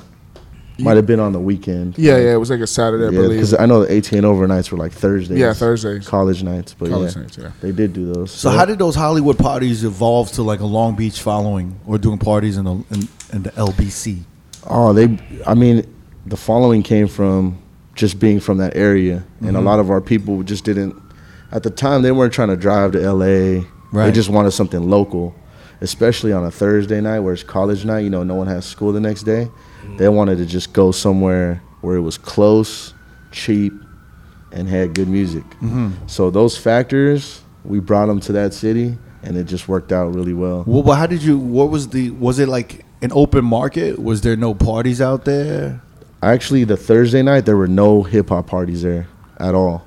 Speaker 4: might have been on the weekend.
Speaker 2: Yeah, yeah. It was like a Saturday, I
Speaker 4: yeah,
Speaker 2: believe.
Speaker 4: because I know the eighteen overnights were like Thursdays.
Speaker 2: Yeah, Thursdays.
Speaker 4: College nights, but
Speaker 2: College
Speaker 4: yeah,
Speaker 2: nights, yeah.
Speaker 4: they did do those.
Speaker 1: So how did those Hollywood parties evolve to like a Long Beach following or doing parties in the in, in the LBC?
Speaker 4: Oh, they. I mean, the following came from just being from that area, and a lot of our people just didn't. At the time, they weren't trying to drive to L.A. They
Speaker 1: Right.
Speaker 4: just wanted something local, especially on a Thursday night where it's college night. You know, no one has school the next day. They wanted to just go somewhere where it was close, cheap, and had good music. So those factors, we brought them to that city, and it just worked out really well.
Speaker 1: Well, but how did you? What was the? Was it like an open market? Was there no parties out there?
Speaker 4: Actually, the Thursday night there were no hip hop parties there at all.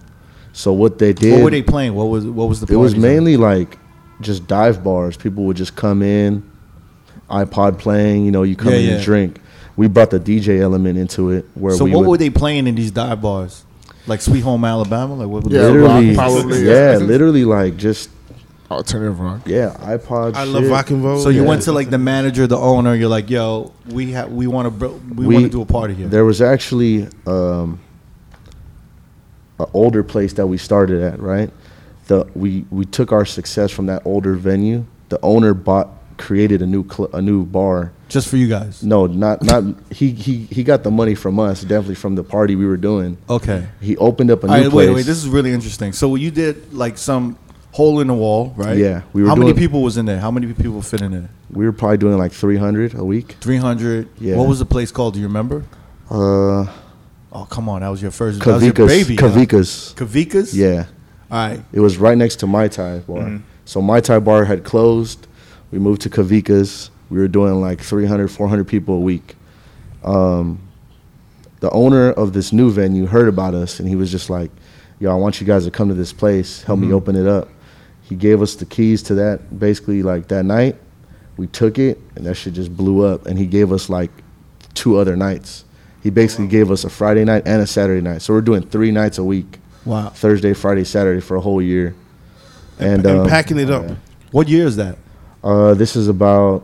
Speaker 4: So what they did,
Speaker 1: What were they playing? What was what was the?
Speaker 4: it was
Speaker 1: parties
Speaker 4: mainly like just dive bars. People would just come in, iPod playing. You know, you come
Speaker 1: Yeah,
Speaker 4: in
Speaker 1: yeah.
Speaker 4: and drink. We brought the DJ element into it, where
Speaker 1: on? So
Speaker 4: we
Speaker 1: what
Speaker 4: would,
Speaker 1: were they playing in these dive bars? Like Sweet Home Alabama? Like what?
Speaker 2: Yeah,
Speaker 1: they,
Speaker 4: literally,
Speaker 2: rock probably, yeah.
Speaker 4: *laughs* yeah, literally like just
Speaker 2: Oh, Alternative rock.
Speaker 4: yeah, iPod.
Speaker 5: I love
Speaker 4: shit.
Speaker 5: rock and roll.
Speaker 1: so you
Speaker 5: Yeah.
Speaker 1: went to like the manager, the owner. You're like, yo, we have we want to bro- we, want to do a party here.
Speaker 4: There was actually um, an older place that we started at, right? The we we took our success from that older venue. The owner bought created a new cl- a new bar.
Speaker 1: just for you guys.
Speaker 4: No, not
Speaker 1: *laughs*
Speaker 4: not he he he got the money from us, definitely from the party we were doing.
Speaker 1: Okay.
Speaker 4: He opened up a new
Speaker 1: All right,
Speaker 4: place.
Speaker 1: wait, wait. This is really interesting. So you did like some hole in the wall, right?
Speaker 4: Yeah, we were
Speaker 1: How many
Speaker 4: doing-
Speaker 1: people was in there? How many people fit in there?
Speaker 4: we were probably doing like 300 a week.
Speaker 1: Three hundred.
Speaker 4: Yeah.
Speaker 1: What was the place called? Do you remember?
Speaker 4: Uh
Speaker 1: Oh, come on, that was your first. That was your
Speaker 4: Kavikas.
Speaker 1: baby. huh?
Speaker 4: Kavikas.
Speaker 1: Kavikas.
Speaker 4: Yeah.
Speaker 1: All right.
Speaker 4: It was right next to my Thai bar. So my Thai bar had closed. We moved to Kavika's. We were doing like 300, 400 people a week. Um, the owner of this new venue heard about us and he was just like, yo, I want you guys to come to this place. Help me open it up. He gave us the keys to that basically like that night. We took it and that shit just blew up. And he gave us like two other nights. He basically gave us a Friday night and a Saturday night. So we're doing three nights a week.
Speaker 1: Wow.
Speaker 4: Thursday, Friday, Saturday for a whole year. And,
Speaker 5: and
Speaker 4: um,
Speaker 5: packing it up.
Speaker 1: What year is that?
Speaker 4: uh, this is about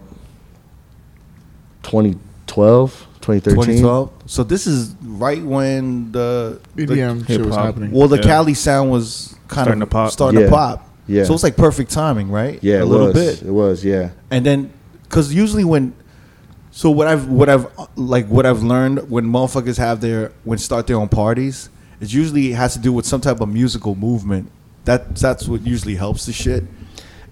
Speaker 4: 2012, 2013.
Speaker 1: 2012. So this is right when the
Speaker 2: BDM shit was
Speaker 3: hip-hop.
Speaker 2: happening.
Speaker 1: well the
Speaker 3: Yeah.
Speaker 1: Cali sound was kind
Speaker 3: Starting
Speaker 1: of
Speaker 3: to pop.
Speaker 1: starting
Speaker 4: Yeah.
Speaker 1: to pop.
Speaker 4: Yeah.
Speaker 1: So it's like perfect timing, right?
Speaker 4: Yeah,
Speaker 1: a
Speaker 4: it
Speaker 1: little
Speaker 4: was.
Speaker 1: bit.
Speaker 4: It was, yeah.
Speaker 1: and then because usually when so what i've what i've uh, like what i've learned when motherfuckers have their when start their own parties it usually has to do with some type of musical movement that that's what usually helps the shit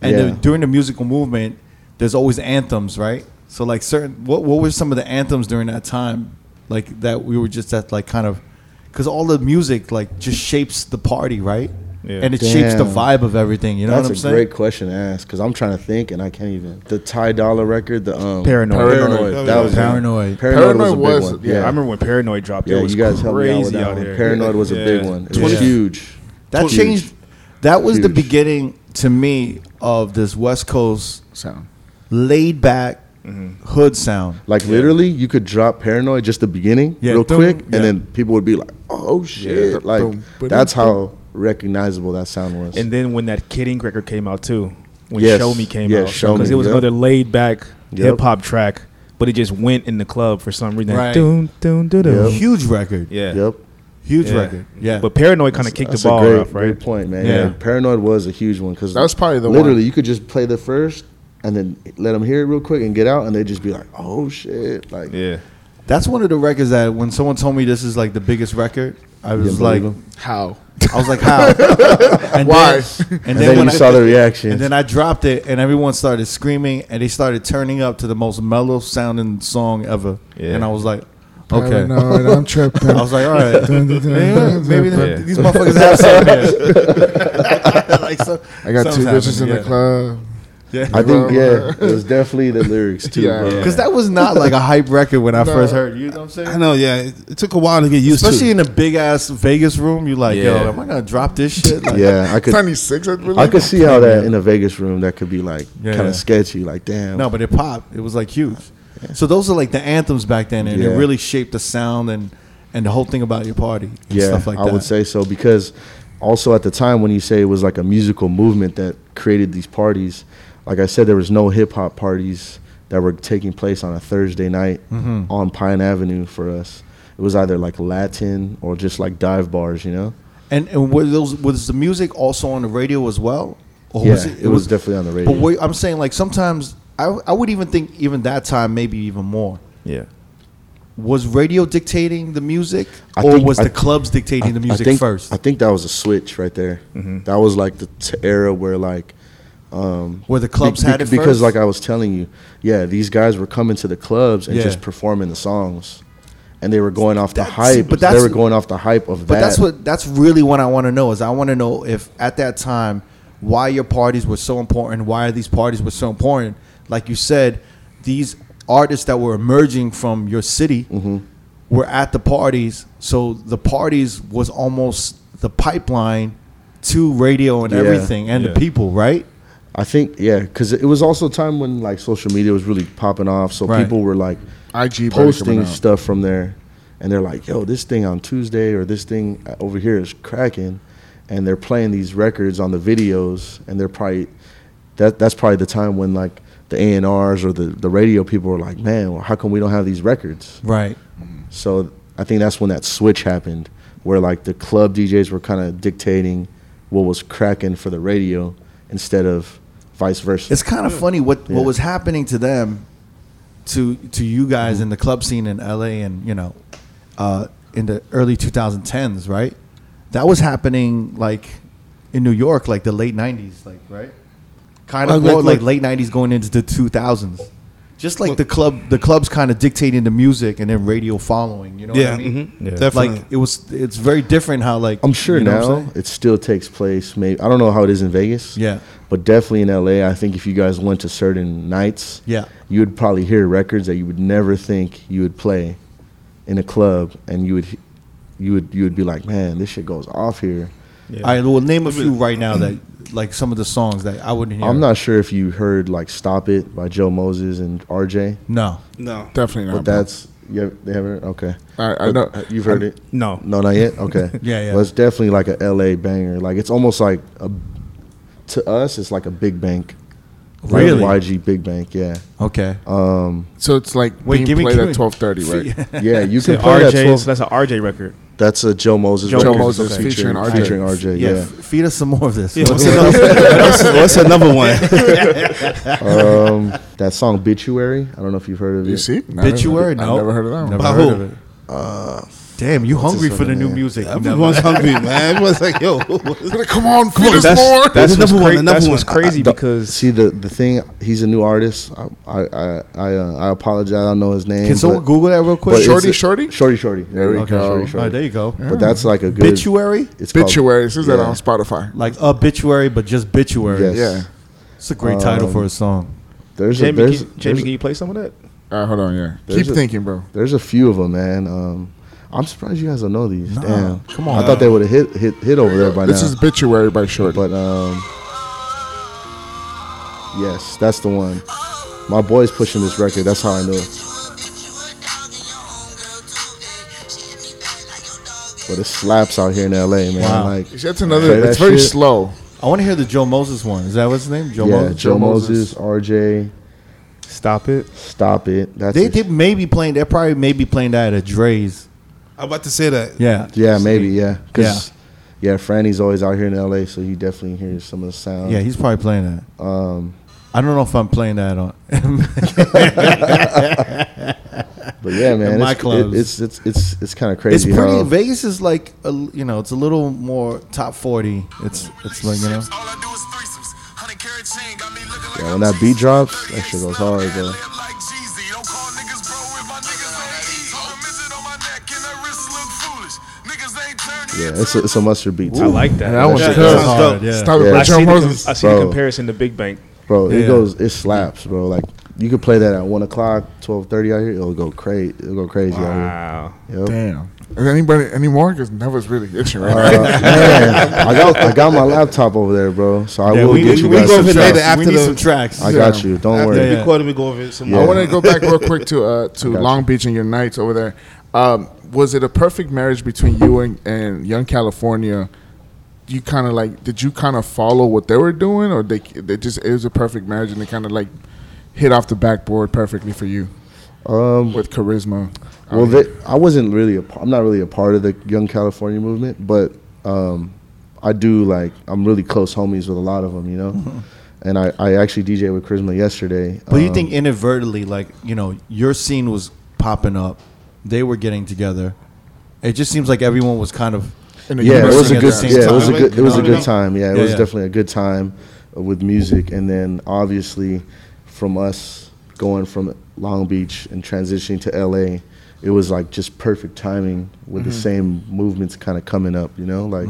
Speaker 1: and
Speaker 4: Yeah.
Speaker 1: then during the musical movement there's always anthems right so like certain what what were some of the anthems during that time like that we were just at like kind of because all the music like just shapes the party right
Speaker 3: Yeah.
Speaker 1: and it shapes the
Speaker 4: Damn.
Speaker 1: vibe of everything you know
Speaker 4: That's
Speaker 1: what i'm
Speaker 4: a
Speaker 1: saying
Speaker 4: great question to ask because I'm trying to think and I can't even. The Ty Dollar record, the um,
Speaker 3: Paranoid.
Speaker 4: Paranoid. That was
Speaker 1: Oh, Paranoid.
Speaker 4: Paranoid. Paranoid was a big
Speaker 2: Paranoid was-
Speaker 4: one.
Speaker 2: yeah,
Speaker 4: Yeah,
Speaker 3: I remember when Paranoid dropped.
Speaker 4: Yeah,
Speaker 3: it was
Speaker 4: you guys helped me out with
Speaker 3: crazy
Speaker 4: that
Speaker 3: out,
Speaker 4: one.
Speaker 3: there.
Speaker 4: Paranoid was
Speaker 3: Yeah.
Speaker 4: a big one. It was
Speaker 1: Yeah.
Speaker 4: huge.
Speaker 1: That
Speaker 4: Huge.
Speaker 1: changed. That was the
Speaker 4: Huge.
Speaker 1: beginning to me of this West Coast
Speaker 2: sound.
Speaker 1: laid back
Speaker 4: Mm-hmm.
Speaker 1: hood sound.
Speaker 4: Like literally, you could drop Paranoid just the beginning
Speaker 1: Yeah,
Speaker 4: real
Speaker 1: dum,
Speaker 4: quick,
Speaker 1: yeah.
Speaker 4: and then people would be like, "Oh shit!"
Speaker 2: Yeah,
Speaker 4: like
Speaker 2: dum, ba-dum,
Speaker 4: that's how recognizable that sound was.
Speaker 3: And then when that Kid Ink record came out too, when
Speaker 4: Yes.
Speaker 3: Show Me came
Speaker 4: Yeah,
Speaker 3: out,
Speaker 4: Show
Speaker 3: because
Speaker 4: Me,
Speaker 3: it was
Speaker 4: yep.
Speaker 3: another laid back
Speaker 4: Yep.
Speaker 3: hip hop track, but it just went in the club for some reason.
Speaker 1: Right.
Speaker 3: Doom, doom, doo, doo.
Speaker 1: Huge record.
Speaker 3: Yeah.
Speaker 4: yep,
Speaker 1: Huge
Speaker 3: Yeah.
Speaker 1: record. Yeah.
Speaker 3: But Paranoid kind of kicked the ball
Speaker 4: a great,
Speaker 3: off, right?
Speaker 4: Great point, man.
Speaker 1: Yeah.
Speaker 4: Yeah. Paranoid was a huge one because
Speaker 2: That was probably the
Speaker 4: literally
Speaker 2: one.
Speaker 4: you could just play the first and then let them hear it real quick and get out, and they'd just be like, "Oh shit!" Like
Speaker 3: Yeah.
Speaker 1: that's one of the records that when someone told me this is like the biggest record, I was
Speaker 4: believe
Speaker 1: like,
Speaker 4: him.
Speaker 2: How?
Speaker 1: I was like,
Speaker 4: *laughs*
Speaker 1: how?
Speaker 2: *laughs*
Speaker 1: and
Speaker 2: *laughs* Why?
Speaker 1: Then, and,
Speaker 4: And,
Speaker 1: then,
Speaker 4: then,
Speaker 1: when
Speaker 4: you
Speaker 1: I, *laughs*
Speaker 4: saw the reaction.
Speaker 1: And then I dropped it, and everyone started screaming, and they started turning up to the most mellow sounding song ever.
Speaker 3: Yeah.
Speaker 1: And I was like, Okay.
Speaker 2: paranoid. I'm tripping.
Speaker 1: I was like, all right.
Speaker 2: Dun, dun, dun,
Speaker 1: Maybe,
Speaker 2: dun,
Speaker 1: maybe
Speaker 2: dun.
Speaker 3: Yeah.
Speaker 1: these motherfuckers have something. *laughs* like so,
Speaker 2: I got two
Speaker 1: something's
Speaker 2: bitches in the
Speaker 1: happening,
Speaker 2: club.
Speaker 1: yeah.
Speaker 4: I think
Speaker 2: *laughs*
Speaker 4: yeah, it was definitely the lyrics too.
Speaker 2: Yeah. *laughs*
Speaker 4: bro.
Speaker 1: Because that was not like a hype record when I
Speaker 2: No.
Speaker 1: first heard. it, You know what I'm
Speaker 5: I
Speaker 1: saying?
Speaker 5: know. Yeah, it, it took a while to get used
Speaker 1: Especially
Speaker 5: to.
Speaker 1: in a big ass Vegas room, you like,
Speaker 3: Yeah.
Speaker 1: yo, am I gonna drop this shit? Like, *laughs*
Speaker 4: Yeah, I could
Speaker 2: 26, I believe.
Speaker 4: I
Speaker 2: *laughs*
Speaker 4: could see how that in a Vegas room that could be like
Speaker 1: Yeah,
Speaker 4: kind
Speaker 1: yeah.
Speaker 4: of sketchy. Like damn,
Speaker 1: No, but it popped. It was like huge. So those are like the anthems back then, and
Speaker 4: Yeah.
Speaker 1: it really shaped the sound and and the whole thing about your party and
Speaker 4: yeah,
Speaker 1: stuff like
Speaker 4: I
Speaker 1: that.
Speaker 4: would say so because also at the time when you say it was like a musical movement that created these parties, like I said, there was no hip hop parties that were taking place on a Thursday night
Speaker 1: Mm-hmm.
Speaker 4: on Pine Avenue for us. It was either like Latin or just like dive bars, you know.
Speaker 1: And and were those was the music also on the radio as well? Or
Speaker 4: yeah, it, was definitely on the radio.
Speaker 1: But wait, I'm saying like sometimes I I would even think even that time maybe even more
Speaker 3: Yeah.
Speaker 1: was radio dictating the music
Speaker 4: I
Speaker 1: or
Speaker 4: think-
Speaker 1: was
Speaker 4: I-
Speaker 1: the clubs dictating the music
Speaker 4: I think,
Speaker 1: first? Mm-hmm.
Speaker 4: I think that was a switch right there. That was like the t- era where like
Speaker 1: where the clubs
Speaker 4: Be-
Speaker 1: had
Speaker 4: be-
Speaker 1: it
Speaker 4: because,
Speaker 1: first?
Speaker 4: like I was telling you, yeah, these guys were coming to the clubs and
Speaker 1: Yeah.
Speaker 4: just performing the songs, and they were going off the
Speaker 1: That- see,
Speaker 4: hype.
Speaker 1: but
Speaker 4: but
Speaker 1: that's-
Speaker 4: they were going off the hype of
Speaker 1: But
Speaker 4: that.
Speaker 1: that's what that's really what I want to know is I want to know if at that time why your parties were so important, why these parties were so important. Like you said, these artists that were emerging from your city were at the parties, so the parties was almost the pipeline to radio and
Speaker 4: Yeah.
Speaker 1: everything and
Speaker 3: Yeah.
Speaker 1: the people, right?
Speaker 4: I think. Yeah, because it was also a time when like social media was really popping off, so
Speaker 1: Right.
Speaker 4: people were like
Speaker 2: IG buddy coming
Speaker 4: posting
Speaker 2: out.
Speaker 4: stuff from there, and they're like, "Yo, this thing on Tuesday or this thing over here is cracking," and they're playing these records on the videos, and they're probably that that's probably the time when like the A and R's or the the radio people were like, "Man, well, how come we don't have these records?"
Speaker 1: Right.
Speaker 4: So I think that's when that switch happened, where like the club DJs were kind of dictating what was cracking for the radio instead of vice versa.
Speaker 1: It's kind of funny what
Speaker 4: Yeah.
Speaker 1: what was happening to them, to to you guys in the club scene in LA and you know, uh, in the early 2010s, right? That was happening like in New York, like the late 90s, like right, kind of
Speaker 5: Like-
Speaker 1: more
Speaker 5: like-
Speaker 1: like,
Speaker 5: like-
Speaker 1: late 90s going into the 2000s. Just like the club, the clubs kind of dictating the music and then radio following. You know what
Speaker 5: yeah,
Speaker 1: I mean?
Speaker 5: mhm,
Speaker 3: Yeah.
Speaker 5: definitely.
Speaker 1: Like it was, it's very different how like
Speaker 4: I'm sure
Speaker 1: you know what I'm
Speaker 4: now
Speaker 1: saying?
Speaker 4: it still takes place. Maybe I don't know how it is in Vegas.
Speaker 1: Yeah.
Speaker 4: but definitely in LA, I think if you guys went to certain nights,
Speaker 1: Yeah.
Speaker 4: you would probably hear records that you would never think you would play in a club, and you would he- you would you would be like, man, this shit goes off here.
Speaker 3: Yeah.
Speaker 1: I will name a few right now that like some of the songs that I wouldn't hear.
Speaker 4: I'm not sure if you heard like "Stop It" by Joe Moses and RJ.
Speaker 1: no.
Speaker 5: no.
Speaker 2: Definitely
Speaker 4: But
Speaker 2: not.
Speaker 4: that's you have, they haven't okay.
Speaker 2: I- I
Speaker 4: But uh,
Speaker 2: know-
Speaker 4: you've heard it.
Speaker 3: no.
Speaker 4: no, not yet. Okay,
Speaker 1: Yeah, yeah.
Speaker 4: Well, it's definitely like a LA banger. Like it's almost like a to us, it's like a big bank. Like
Speaker 1: Really?
Speaker 4: YG Big Bank, yeah,
Speaker 1: Okay.
Speaker 2: so it's like
Speaker 1: Wait,
Speaker 2: being
Speaker 1: give me-
Speaker 2: played
Speaker 1: give
Speaker 2: at
Speaker 1: me-
Speaker 2: twelve
Speaker 1: *laughs*
Speaker 2: thirty, right?
Speaker 4: yeah. You
Speaker 3: So
Speaker 4: can play that.
Speaker 3: RJ,
Speaker 4: 12,
Speaker 3: so that's an RJ record.
Speaker 4: that's a Joe Moses.
Speaker 3: Joe
Speaker 4: record
Speaker 2: Moses featuring RJ.
Speaker 4: Featuring RJ,
Speaker 1: Yeah, *laughs*
Speaker 4: yeah.
Speaker 1: f- feed us some more of this.
Speaker 5: *laughs* What's *laughs* another,
Speaker 1: *laughs*
Speaker 5: what's, what's another one?
Speaker 4: Um, that song "Bituary." I don't know if you've heard of it.
Speaker 2: You see, Never heard
Speaker 1: Obituary?
Speaker 2: it.
Speaker 1: No,
Speaker 2: I've never heard of that. One.
Speaker 1: Never
Speaker 5: By
Speaker 1: heard
Speaker 5: who?
Speaker 1: of it. Damn, you hungry for the new music? You never-
Speaker 5: Everyone's hungry,
Speaker 1: *laughs*
Speaker 5: man. Everyone's like, yo, *laughs*
Speaker 2: Like, Come on, feed us
Speaker 3: That's,
Speaker 2: *laughs* more.
Speaker 3: that's what's,
Speaker 5: Another one,
Speaker 3: cra-
Speaker 5: another
Speaker 3: that's what's
Speaker 5: one.
Speaker 3: crazy
Speaker 4: The-
Speaker 3: because
Speaker 4: see the the thing. He's a new artist. I I I I, uh, I apologize. I don't know his name.
Speaker 1: Can someone
Speaker 4: but-
Speaker 1: Google that real
Speaker 4: but
Speaker 1: quick?
Speaker 4: it's
Speaker 2: Shorty
Speaker 4: a-
Speaker 2: Shorty?
Speaker 4: Shorty Shorty. There we
Speaker 2: Okay.
Speaker 4: go. Shorty
Speaker 1: All right, there
Speaker 4: Shorty.
Speaker 1: you go. Mm.
Speaker 4: But that's like a good.
Speaker 1: Obituary,
Speaker 4: It's called-
Speaker 2: Obituary. It says that
Speaker 4: yeah.
Speaker 2: on Spotify.
Speaker 1: like obituary, but just bituary.
Speaker 4: Yes.
Speaker 2: Yeah.
Speaker 1: It's a great title for a song.
Speaker 4: There's a,
Speaker 3: Jamie,
Speaker 4: there's,
Speaker 3: can, Jamie,
Speaker 4: there's,
Speaker 3: can you play some of that?
Speaker 2: All right, hold on, yeah.
Speaker 4: There's
Speaker 2: Keep
Speaker 4: a-
Speaker 2: thinking, bro.
Speaker 4: there's a few of them, man. Um, I'm surprised you guys don't know these.
Speaker 1: Nah,
Speaker 4: Damn,
Speaker 1: come on.
Speaker 4: I thought they would have hit hit hit over there by
Speaker 2: This
Speaker 4: now.
Speaker 2: is Obituary by Shorty.
Speaker 4: but um, yes, that's the one. My boy's pushing this record. That's how I know it. But it slaps out here in LA, man.
Speaker 1: Wow.
Speaker 4: Like
Speaker 2: that's
Speaker 4: Play
Speaker 2: another.
Speaker 4: that
Speaker 2: It's very
Speaker 4: shit.
Speaker 2: slow.
Speaker 1: I want to hear the Joe Moses one. Is that what's his name? Joe
Speaker 4: yeah,
Speaker 1: Moses.
Speaker 4: Joe,
Speaker 2: Joe
Speaker 4: Moses,
Speaker 2: Moses.
Speaker 4: RJ,
Speaker 3: Stop it.
Speaker 4: stop it. That's
Speaker 1: They,
Speaker 4: his-
Speaker 1: they may be playing. They're probably maybe playing that at Dre's.
Speaker 5: I'm about to say that.
Speaker 1: Yeah.
Speaker 4: Yeah, maybe. Yeah, 'Cause, yeah, Franny's always out here in LA, so he definitely hears some of the sound.
Speaker 1: Yeah, he's probably playing that. Um, I don't know if I'm playing that on. *laughs*
Speaker 4: but yeah, man,
Speaker 1: my
Speaker 4: it's,
Speaker 1: clubs.
Speaker 4: It, it's it's it's it's kind of
Speaker 1: it's
Speaker 4: crazy.
Speaker 1: pretty.
Speaker 4: how-
Speaker 1: Vegas is like a, l- you know, it's a little more top forty. It's it's like you know.
Speaker 4: Yeah, when that beat drops, that shit goes hard, bro. Yeah, it's a, it's a mustard beat
Speaker 3: I
Speaker 4: too,
Speaker 3: like that.
Speaker 2: that one's
Speaker 5: Yeah,
Speaker 2: good.
Speaker 5: sounds dope.
Speaker 1: yeah.
Speaker 2: Stop
Speaker 4: Yeah.
Speaker 2: it,
Speaker 3: I
Speaker 2: with
Speaker 3: see,
Speaker 2: Joe
Speaker 3: the, I
Speaker 2: Moses.
Speaker 3: see the
Speaker 4: Bro.
Speaker 3: comparison to Big Bank.
Speaker 4: bro. It
Speaker 1: Yeah.
Speaker 4: goes, it slaps, bro. Like you could play that at one o'clock, twelve thirty out here. It'll go crazy. It'll go crazy out
Speaker 3: Wow.
Speaker 4: here. Yep.
Speaker 2: Damn. Is anybody anymore? Because Neva's really itching right
Speaker 4: Uh, man, I got I got my laptop over there, bro. So I
Speaker 1: Yeah,
Speaker 4: will
Speaker 1: we
Speaker 4: get
Speaker 1: need-
Speaker 4: you
Speaker 1: we
Speaker 4: guys
Speaker 5: go
Speaker 4: some
Speaker 5: over
Speaker 4: tracks.
Speaker 5: later after
Speaker 1: we need
Speaker 5: the-
Speaker 1: some tracks.
Speaker 4: I got you. Don't
Speaker 5: After
Speaker 4: worry.
Speaker 5: the
Speaker 1: Yeah.
Speaker 5: recording, we go over it some
Speaker 4: Yeah.
Speaker 2: I
Speaker 5: more.
Speaker 2: want to go back real quick to
Speaker 4: *laughs*
Speaker 2: uh, to
Speaker 4: Gotcha.
Speaker 2: Long Beach and your nights over there. Um, was it a perfect marriage between you and, and Young California? You kind of like did you kind of follow what they were doing, or they they just it was a perfect marriage and they kind of like hit off the backboard perfectly for you
Speaker 4: Um,
Speaker 2: with charisma.
Speaker 4: Well,
Speaker 2: Um,
Speaker 4: they, I wasn't really a. par- I'm not really a part of the Young California movement, but um, I do like. I'm really close homies with a lot of them, you know. And I, I actually DJ with Charisma yesterday.
Speaker 1: Mm-hmm. But you
Speaker 4: Um,
Speaker 1: think inadvertently, like you know, your scene was popping up, they were getting together. It just seems like everyone was kind of
Speaker 2: in a
Speaker 4: yeah, it
Speaker 1: University
Speaker 4: was a
Speaker 1: at
Speaker 4: good.
Speaker 1: the same
Speaker 4: Yeah, it was a
Speaker 1: time.
Speaker 4: good. It was a
Speaker 1: You know?
Speaker 4: good time. Yeah, it
Speaker 1: Yeah,
Speaker 4: was
Speaker 1: yeah.
Speaker 4: definitely a good time uh, with music, and then obviously from us going from Long Beach and transitioning to LA, it was like just perfect timing with
Speaker 1: Mm-hmm.
Speaker 4: the same movements kind of coming up. You know, like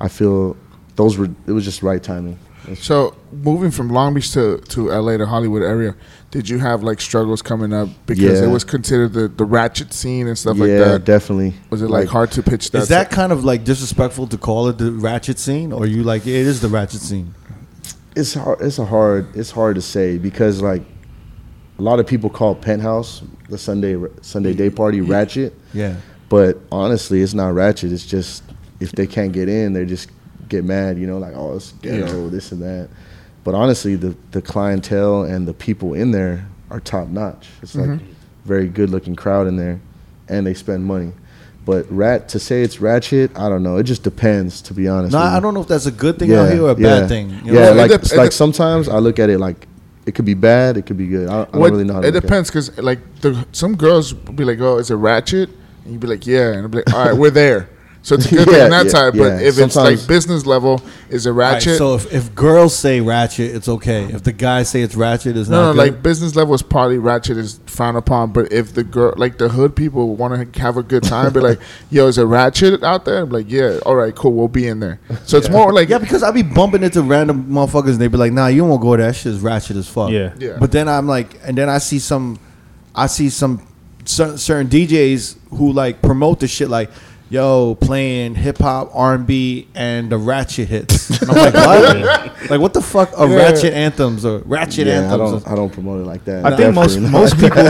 Speaker 4: I feel those were. It was just right timing.
Speaker 2: So moving from Long Beach to, to LA to Hollywood area, did you have like struggles coming up because
Speaker 4: Yeah.
Speaker 2: it was considered the, the ratchet scene and stuff
Speaker 4: yeah,
Speaker 2: like that?
Speaker 4: definitely.
Speaker 2: Was it like, hard to pitch that?
Speaker 1: Is that kind of like disrespectful to call it the ratchet scene, or you like it is the ratchet scene?
Speaker 4: It's hard. It's a hard. It's hard to say because like a lot of people call Penthouse the Sunday Sunday day party ratchet,
Speaker 1: Yeah,
Speaker 4: but honestly, it's not ratchet. It's just if they can't get in, they just get mad. You know, like oh, it's ghetto, this and that. But honestly, the the clientele and the people in there are top notch. It's
Speaker 1: Mm-hmm.
Speaker 4: like very good looking crowd in there, and they spend money. But rat to say it's ratchet, I don't know. It just depends, to be honest.
Speaker 1: no,
Speaker 4: with you.
Speaker 1: I don't know if that's a good thing out here or a bad thing. you know?
Speaker 4: yeah,
Speaker 2: Well, it
Speaker 4: like
Speaker 2: dep-
Speaker 4: it's
Speaker 2: it
Speaker 4: like
Speaker 2: dep-
Speaker 4: sometimes I look at it like it could be bad, it could be good. I, I don't
Speaker 2: What-
Speaker 4: really know. How to
Speaker 2: it
Speaker 4: look at
Speaker 2: depends because like the, some girls be like, "Oh, is it ratchet?" And you'd be like, "Yeah," and I'd be like, "All right, we're there."
Speaker 4: *laughs*
Speaker 2: So it's a good thing
Speaker 4: Yeah,
Speaker 2: on that
Speaker 4: yeah,
Speaker 2: side, but
Speaker 4: yeah.
Speaker 2: if it's
Speaker 4: Sometimes-
Speaker 2: like business level, is it
Speaker 1: All right,
Speaker 2: ratchet?
Speaker 1: so if, if girls say ratchet, it's okay. If the guys say it's ratchet, it's
Speaker 2: no, no,
Speaker 1: not good?
Speaker 2: like business level is probably ratchet is frowned upon, but if the girl, like the hood people, want to have a good time, be like, "Yo, is it ratchet out there?" I'm like, "Yeah, all right, cool, we'll be in there." So it's more like
Speaker 1: Yeah, because I be bumping into random motherfuckers and they be like, "Nah, you won't go there. That shit is ratchet as fuck."
Speaker 3: Yeah.
Speaker 2: Yeah.
Speaker 1: But then I'm like, and then I see some, I see some certain, certain DJs who like promote the shit like, "Yo, playing hip hop, R and B, and the ratchet hits." And I'm like, what? like what the fuck are ratchet anthems or ratchet
Speaker 4: it. Yeah, I
Speaker 1: anthems?
Speaker 4: don't. I don't promote it like that.
Speaker 3: I think most
Speaker 4: Definitely not.
Speaker 3: most people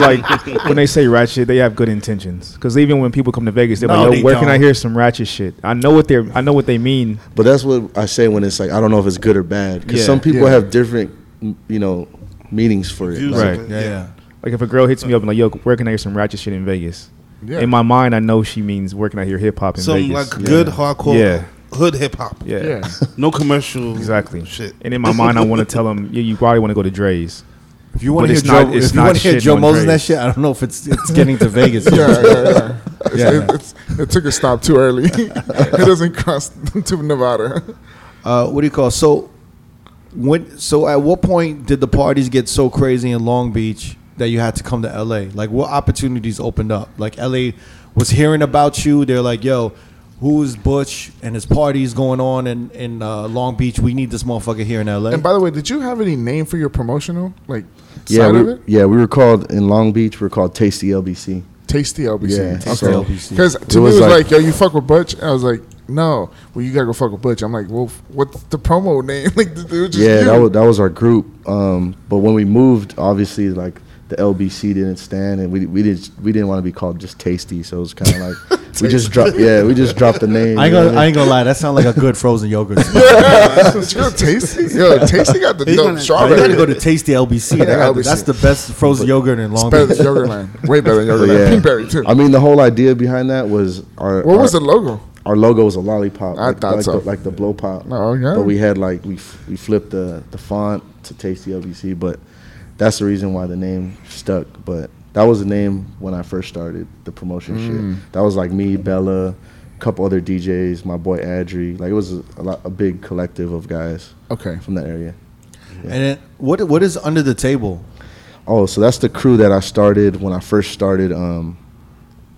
Speaker 3: like when they say ratchet, they have good intentions. Because even when people come to Vegas, they're
Speaker 1: No,
Speaker 3: like,
Speaker 1: they
Speaker 3: Yo, "Where can I
Speaker 1: don't.
Speaker 3: hear some ratchet shit?" I know what they're. I know what they mean.
Speaker 4: But that's what I say when it's like I don't know if it's good or bad because
Speaker 3: Yeah.
Speaker 4: some people
Speaker 2: Yeah.
Speaker 4: have different, m- you know, meanings for it.
Speaker 5: Views
Speaker 4: Like,
Speaker 5: of
Speaker 3: Right.
Speaker 5: it.
Speaker 1: yeah, yeah.
Speaker 3: Like if a girl hits me up and like, "Yo, where can I hear some ratchet shit in Vegas?"
Speaker 2: Yeah.
Speaker 3: In my mind, I know she means where can I hear hip hop in
Speaker 5: Some
Speaker 3: Vegas?
Speaker 5: like good hardcore
Speaker 3: Yeah.
Speaker 5: hood hip hop.
Speaker 3: yeah. *laughs*
Speaker 2: *laughs* yeah.
Speaker 5: No commercial.
Speaker 3: Exactly.
Speaker 5: Shit.
Speaker 3: And in my mind, I want to tell them, yeah, you probably want to go to Dre's.
Speaker 1: If you want
Speaker 3: But
Speaker 1: to hear
Speaker 3: it's not-
Speaker 1: Joe,
Speaker 3: it's
Speaker 1: if you
Speaker 3: not
Speaker 1: want to hear
Speaker 3: shit
Speaker 1: Joe
Speaker 3: on
Speaker 1: Moses
Speaker 3: Drake.
Speaker 1: that shit, I don't know if it's it's getting to Vegas.
Speaker 2: yeah, yeah, yeah. It's,
Speaker 1: Yeah.
Speaker 2: It, it's, it took a stop too early. *laughs* it doesn't cross *laughs* to Nevada.
Speaker 1: uh, what do you call it? so when so at what point did the parties get so crazy in Long Beach that you had to come to LA? Like what opportunities opened up? Like LA was hearing about you, they're like, yo, who's Butch and his parties going on in, in uh, Long Beach? We need this motherfucker here in LA.
Speaker 2: And by the way, did you have any name for your promotional like
Speaker 4: yeah,
Speaker 2: side of
Speaker 4: we,
Speaker 2: it?
Speaker 4: yeah, we were called in Long Beach. We were called Tasty LBC.
Speaker 2: Tasty
Speaker 4: Yeah,
Speaker 2: LBC.
Speaker 4: Tasty
Speaker 2: okay.
Speaker 1: LBC.
Speaker 2: Because to
Speaker 4: It
Speaker 2: me,
Speaker 4: was
Speaker 2: it was like,
Speaker 4: like-
Speaker 2: yo, you fuck with Butch. I was like, no. Well, you gotta go fuck with Butch. I'm like, well, f- what's the promo name? *laughs* like, it was just
Speaker 4: yeah,
Speaker 2: you.
Speaker 4: that was that was our group. Um, but when we moved, obviously, like the LBC didn't stand, and we we didn't we didn't want to be called just Tasty, so it was kind of
Speaker 2: *laughs*
Speaker 4: like we just dropped. Yeah, we just dropped the name.
Speaker 1: I ain't
Speaker 4: you know
Speaker 1: gonna
Speaker 4: what
Speaker 1: I
Speaker 4: I
Speaker 1: ain't gonna lie, that sounds like a good frozen
Speaker 2: *laughs*
Speaker 1: yogurt. spot.
Speaker 2: *laughs* yo, Tasty. Yo, Tasty got the
Speaker 5: He's
Speaker 2: dope
Speaker 5: gonna-
Speaker 1: I gotta
Speaker 2: strawberry.
Speaker 1: go to Tasty
Speaker 2: *laughs*
Speaker 1: LBC. They got-
Speaker 2: LBC.
Speaker 1: That's the best frozen yogurt in Long
Speaker 2: It's better
Speaker 1: Beach.
Speaker 2: than Yogurtland. Way better than
Speaker 4: mean?
Speaker 2: Yogurtland.
Speaker 4: But yeah.
Speaker 2: Pinkberry too.
Speaker 4: I mean, the whole idea behind that was our
Speaker 2: what
Speaker 4: our,
Speaker 2: was the logo?
Speaker 4: our logo was a lollipop.
Speaker 2: I
Speaker 4: like,
Speaker 2: thought
Speaker 4: like
Speaker 2: so.
Speaker 4: the, like the blow pop.
Speaker 2: Oh, yeah.
Speaker 4: But we had like we f- we flipped the the font to Tasty LBC, but that's the reason why the name stuck. But that was the name when I first started the promotion
Speaker 2: Mm.
Speaker 4: shit. That was like me, Bella, a couple other DJs, my boy Adri. Like it was a, a lot a big collective of guys
Speaker 2: Okay.
Speaker 4: from that area.
Speaker 1: And then what what is under the table?
Speaker 4: Oh, so that's the crew that I started when I first started um,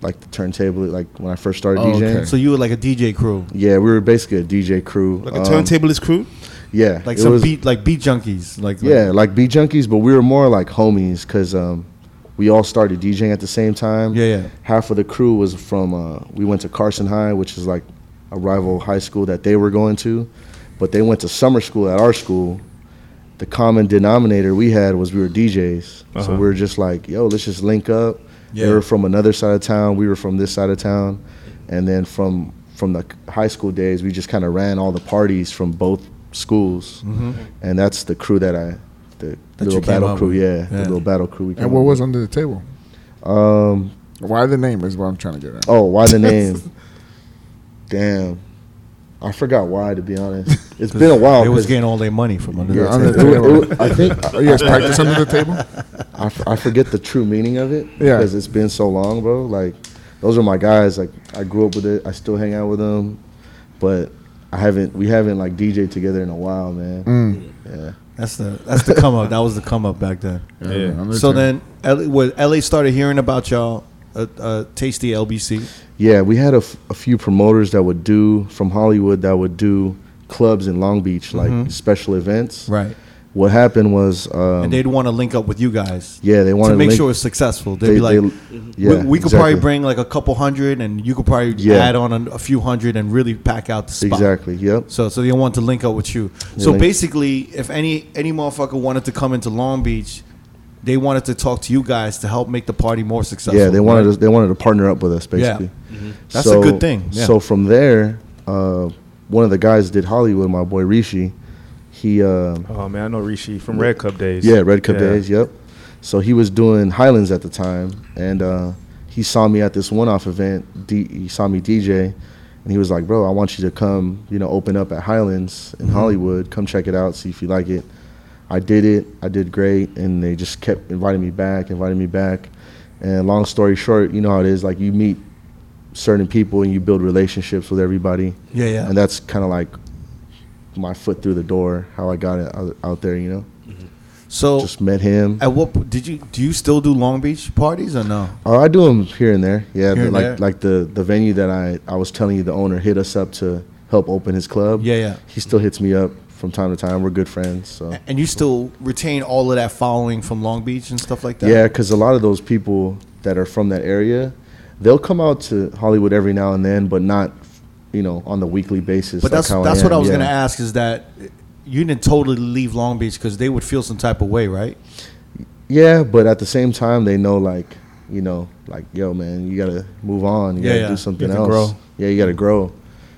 Speaker 4: like the turntable, like when I first started
Speaker 2: Oh,
Speaker 4: DJing.
Speaker 2: okay.
Speaker 1: So you were like a DJ crew,
Speaker 4: Yeah, we were basically a DJ crew.
Speaker 5: Like
Speaker 4: Um,
Speaker 5: a turntablist crew?
Speaker 4: Yeah,
Speaker 1: like
Speaker 4: it
Speaker 1: some
Speaker 4: was-
Speaker 1: beat, like beat junkies, like like-
Speaker 4: Yeah, like beat junkies, but we were more like homies because um, we all started DJing at the same time.
Speaker 1: Yeah, yeah.
Speaker 4: Half of the crew was from. Uh, we went to Carson High, which is like a rival high school that they were going to, but they went to summer school at our school. The common denominator we had was we were DJs, so
Speaker 3: Uh-huh.
Speaker 4: we were just like, yo, let's just link up. They
Speaker 1: Yeah.
Speaker 4: were from another side of town. We were from this side of town, and then from from the high school days, we just kind of ran all the parties from both schools, and that's the crew that I, the
Speaker 1: That you
Speaker 4: little
Speaker 1: came
Speaker 4: battle
Speaker 1: up
Speaker 4: crew,
Speaker 1: with.
Speaker 4: yeah, the
Speaker 1: Yeah.
Speaker 4: little battle crew. We
Speaker 2: And
Speaker 4: came
Speaker 2: what
Speaker 4: up
Speaker 2: was
Speaker 4: with.
Speaker 2: under the table?
Speaker 4: um?
Speaker 2: Why the name is what I'm trying to get at.
Speaker 4: Oh, why the name? Damn, I forgot why. To be honest, it's been a while.
Speaker 1: They was
Speaker 4: 'cause-
Speaker 1: getting all their money from under
Speaker 4: yeah,
Speaker 1: the
Speaker 2: on the
Speaker 4: it-
Speaker 1: table.
Speaker 4: it-
Speaker 2: table.
Speaker 4: it- I think
Speaker 2: Oh, you guys practice under the table?
Speaker 4: I,
Speaker 2: *laughs*
Speaker 4: f- I forget the true meaning of it
Speaker 2: Yeah.
Speaker 4: because it's been so long, bro. Like, those are my guys. Like, I grew up with it. I still hang out with them, but I haven't. We haven't like DJ together in a while, man.
Speaker 1: Mm.
Speaker 4: Yeah.
Speaker 1: That's the that's the come up. That was the come up back then.
Speaker 2: Yeah.
Speaker 3: Yeah.
Speaker 2: under
Speaker 1: So
Speaker 2: the table.
Speaker 1: then, LA, when LA started hearing about y'all, uh, uh, Tasty LBC.
Speaker 4: Yeah, we had a, f- a few promoters that would do from Hollywood that would do clubs in Long Beach, like special events.
Speaker 1: Mm-hmm. Right.
Speaker 4: What happened was, um,
Speaker 1: and they'd want to link up with you guys.
Speaker 4: yeah, they wanted
Speaker 1: to make
Speaker 4: link-
Speaker 1: sure it's successful. They'd
Speaker 4: they-
Speaker 1: be like,
Speaker 4: they- yeah,
Speaker 1: we, we could
Speaker 4: exactly.
Speaker 1: probably bring like a couple hundred, and you could probably
Speaker 4: Yeah.
Speaker 1: add on a, a few hundred and really pack out the spot.
Speaker 4: exactly. Yep.
Speaker 1: So, so they want to link up with you. So
Speaker 4: link-
Speaker 1: basically, if any any motherfucker wanted to come into Long Beach, they wanted to talk to you guys to help make the party more successful. Mm-hmm.
Speaker 4: yeah, they wanted to, they wanted to partner up with us basically.
Speaker 1: That's a good thing, yeah.
Speaker 4: So from there, uh, one of the guys did Hollywood. My boy Rishi, he uh,
Speaker 3: Oh man, I know Rishi from Red Cup days.
Speaker 4: yeah, Red Cup
Speaker 3: Yeah.
Speaker 4: Days. Yep. So he was doing Highlands at the time, and uh, he saw me at this one-off event. D- he saw me DJ, and he was like, "Bro, I want you to come, you know, open up at Highlands
Speaker 1: Mm-hmm.
Speaker 4: in Hollywood. Come check it out, see if you like it." I did it. I did great, and they just kept inviting me back, inviting me back. And long story short, you know how it is. Like you meet certain people and you build relationships with everybody.
Speaker 1: Yeah, yeah.
Speaker 4: And that's kind of like my foot through the door, how I got it out, out there, you know.
Speaker 1: So
Speaker 4: Just met him.
Speaker 1: Oh. At what po- did you do? You still do Long Beach parties or no?
Speaker 4: Oh, I do them here and there.
Speaker 1: Here
Speaker 4: Yeah, the-
Speaker 1: and
Speaker 4: like
Speaker 1: there.
Speaker 4: like the the venue that I I was telling you, the owner hit us up to help open his club.
Speaker 1: Yeah, yeah.
Speaker 4: He still hits me up from time to time. We're good friends. So
Speaker 1: And you still retain all of that following from Long Beach and stuff like that.
Speaker 4: yeah, because a lot of those people that are from that area, they'll come out to Hollywood every now and then, but not you know on the weekly basis.
Speaker 1: but
Speaker 4: like
Speaker 1: that's
Speaker 4: how
Speaker 1: that's what
Speaker 4: am,
Speaker 1: I was
Speaker 4: yeah.
Speaker 1: gonna ask is that you didn't totally leave Long Beach because they would feel some type of way, right?
Speaker 4: Yeah, but at the same time, they know like you know like yo man, you gotta move on. You
Speaker 1: Yeah,
Speaker 4: gotta
Speaker 1: yeah.
Speaker 4: do something
Speaker 3: You have
Speaker 4: else.
Speaker 3: to grow.
Speaker 4: Yeah, you gotta grow.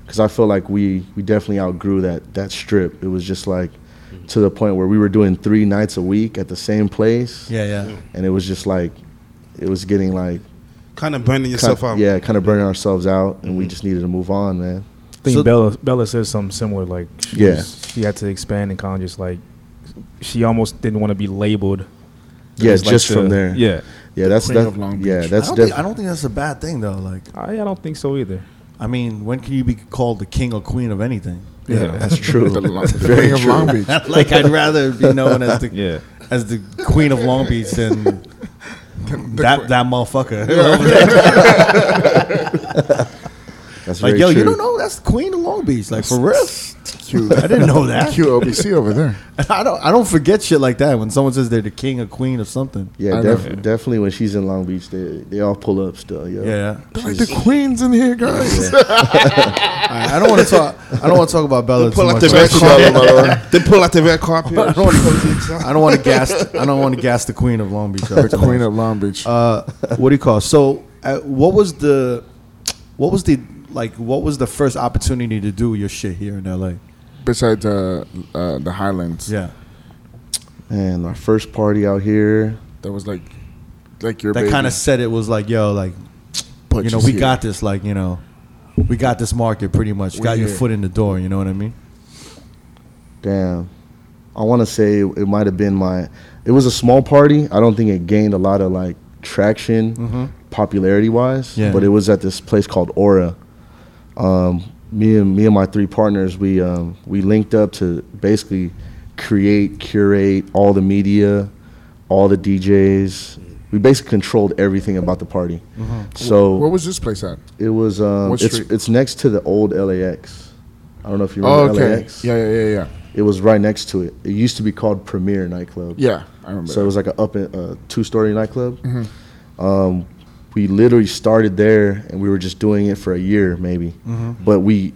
Speaker 4: Because I feel like we we definitely outgrew that that strip. It was just like to the point where we were doing three nights a week at the same place,
Speaker 1: Yeah, yeah.
Speaker 4: and it was just like it was getting like
Speaker 5: Kind of burning
Speaker 4: kind,
Speaker 5: yourself out.
Speaker 4: um, yeah, kind of burning ourselves out, and
Speaker 1: Mm-hmm.
Speaker 4: we just needed to move on, man.
Speaker 3: I think
Speaker 1: So-
Speaker 3: Bella Bella says something similar. Like she
Speaker 4: Yeah.
Speaker 3: was- she had to expand and kind of just like she almost didn't want to be labeled.
Speaker 4: Yeah,
Speaker 3: as, like,
Speaker 4: just from
Speaker 3: the-
Speaker 4: there.
Speaker 3: Yeah,
Speaker 4: Yeah, that's
Speaker 2: Queen
Speaker 4: that.
Speaker 2: of Long
Speaker 4: Yeah,
Speaker 2: Beach.
Speaker 1: I
Speaker 4: that's
Speaker 1: don't,
Speaker 4: definitely.
Speaker 1: think, I don't think that's a bad thing though. Like,
Speaker 3: I, I don't think so either.
Speaker 1: I mean, when can you be called the king or queen of anything?
Speaker 3: Yeah,
Speaker 4: That's *laughs* true.
Speaker 2: The lo- the
Speaker 4: Very
Speaker 2: Queen of Long Beach.
Speaker 1: like, I'd rather *laughs* be known as the
Speaker 3: Yeah.
Speaker 1: as the queen of Long Beach *laughs* than that that motherfucker.
Speaker 4: That's
Speaker 1: like,
Speaker 4: very
Speaker 1: yo, you
Speaker 4: true.
Speaker 1: don't know that's the queen of Long Beach. Like, for real. I didn't know that.
Speaker 2: QOBC
Speaker 4: *laughs*
Speaker 2: over there.
Speaker 1: *laughs* I don't I don't forget shit like that when someone says they're the king or queen or something.
Speaker 4: Yeah,
Speaker 2: I know.
Speaker 4: def- definitely when she's in Long Beach, they they all pull up still. Yo.
Speaker 1: Yeah.
Speaker 2: Like the queens in here, guys.
Speaker 1: *laughs* I, I don't want to talk I don't want to talk about Bella too
Speaker 5: Pull out
Speaker 1: much.
Speaker 5: the
Speaker 1: right?
Speaker 5: red carpet. *laughs* They pull out the red carpet.
Speaker 1: I don't
Speaker 2: *laughs*
Speaker 1: wanna- I don't want to gas I don't want to gas the queen of *laughs* Long Beach.
Speaker 2: the queen of Long Beach.
Speaker 1: Uh, what do you call? it? So, uh, what was the what was the like what was the first opportunity to do your shit here in LA?
Speaker 2: Besides uh, uh, the Highlands,
Speaker 1: Yeah.
Speaker 4: Man, my first party out here.
Speaker 2: that was like, like your
Speaker 1: That
Speaker 2: baby.
Speaker 1: kind of said it was like, yo, like
Speaker 2: But
Speaker 1: you know,
Speaker 2: she's
Speaker 1: we
Speaker 2: here.
Speaker 1: got this like, you know, we got this market pretty much.
Speaker 2: We
Speaker 1: got your
Speaker 2: here.
Speaker 1: foot in the door, you know what I mean?
Speaker 4: Damn. I want to say it, it might have been my. It was a small party. I don't think it gained a lot of like traction, popularity wise.
Speaker 1: Yeah.
Speaker 4: But it was at this place called Aura. Um, me and me and my three partners, we um, we linked up to basically create, curate all the media, all the DJs, we basically controlled everything about the party. So
Speaker 2: Where was this place at?
Speaker 4: it was um,
Speaker 2: What
Speaker 4: it's
Speaker 2: street?
Speaker 4: it's next to the old LAX. I don't know if you
Speaker 2: Oh,
Speaker 4: remember
Speaker 2: okay.
Speaker 4: LAX.
Speaker 2: Yeah, yeah, yeah, yeah.
Speaker 4: It was right next to it. It used to be called Premier Nightclub.
Speaker 2: Yeah, I remember.
Speaker 4: So it was like a up and uh, two story nightclub. Um, we literally started there, and we were just doing it for a year, maybe. But we,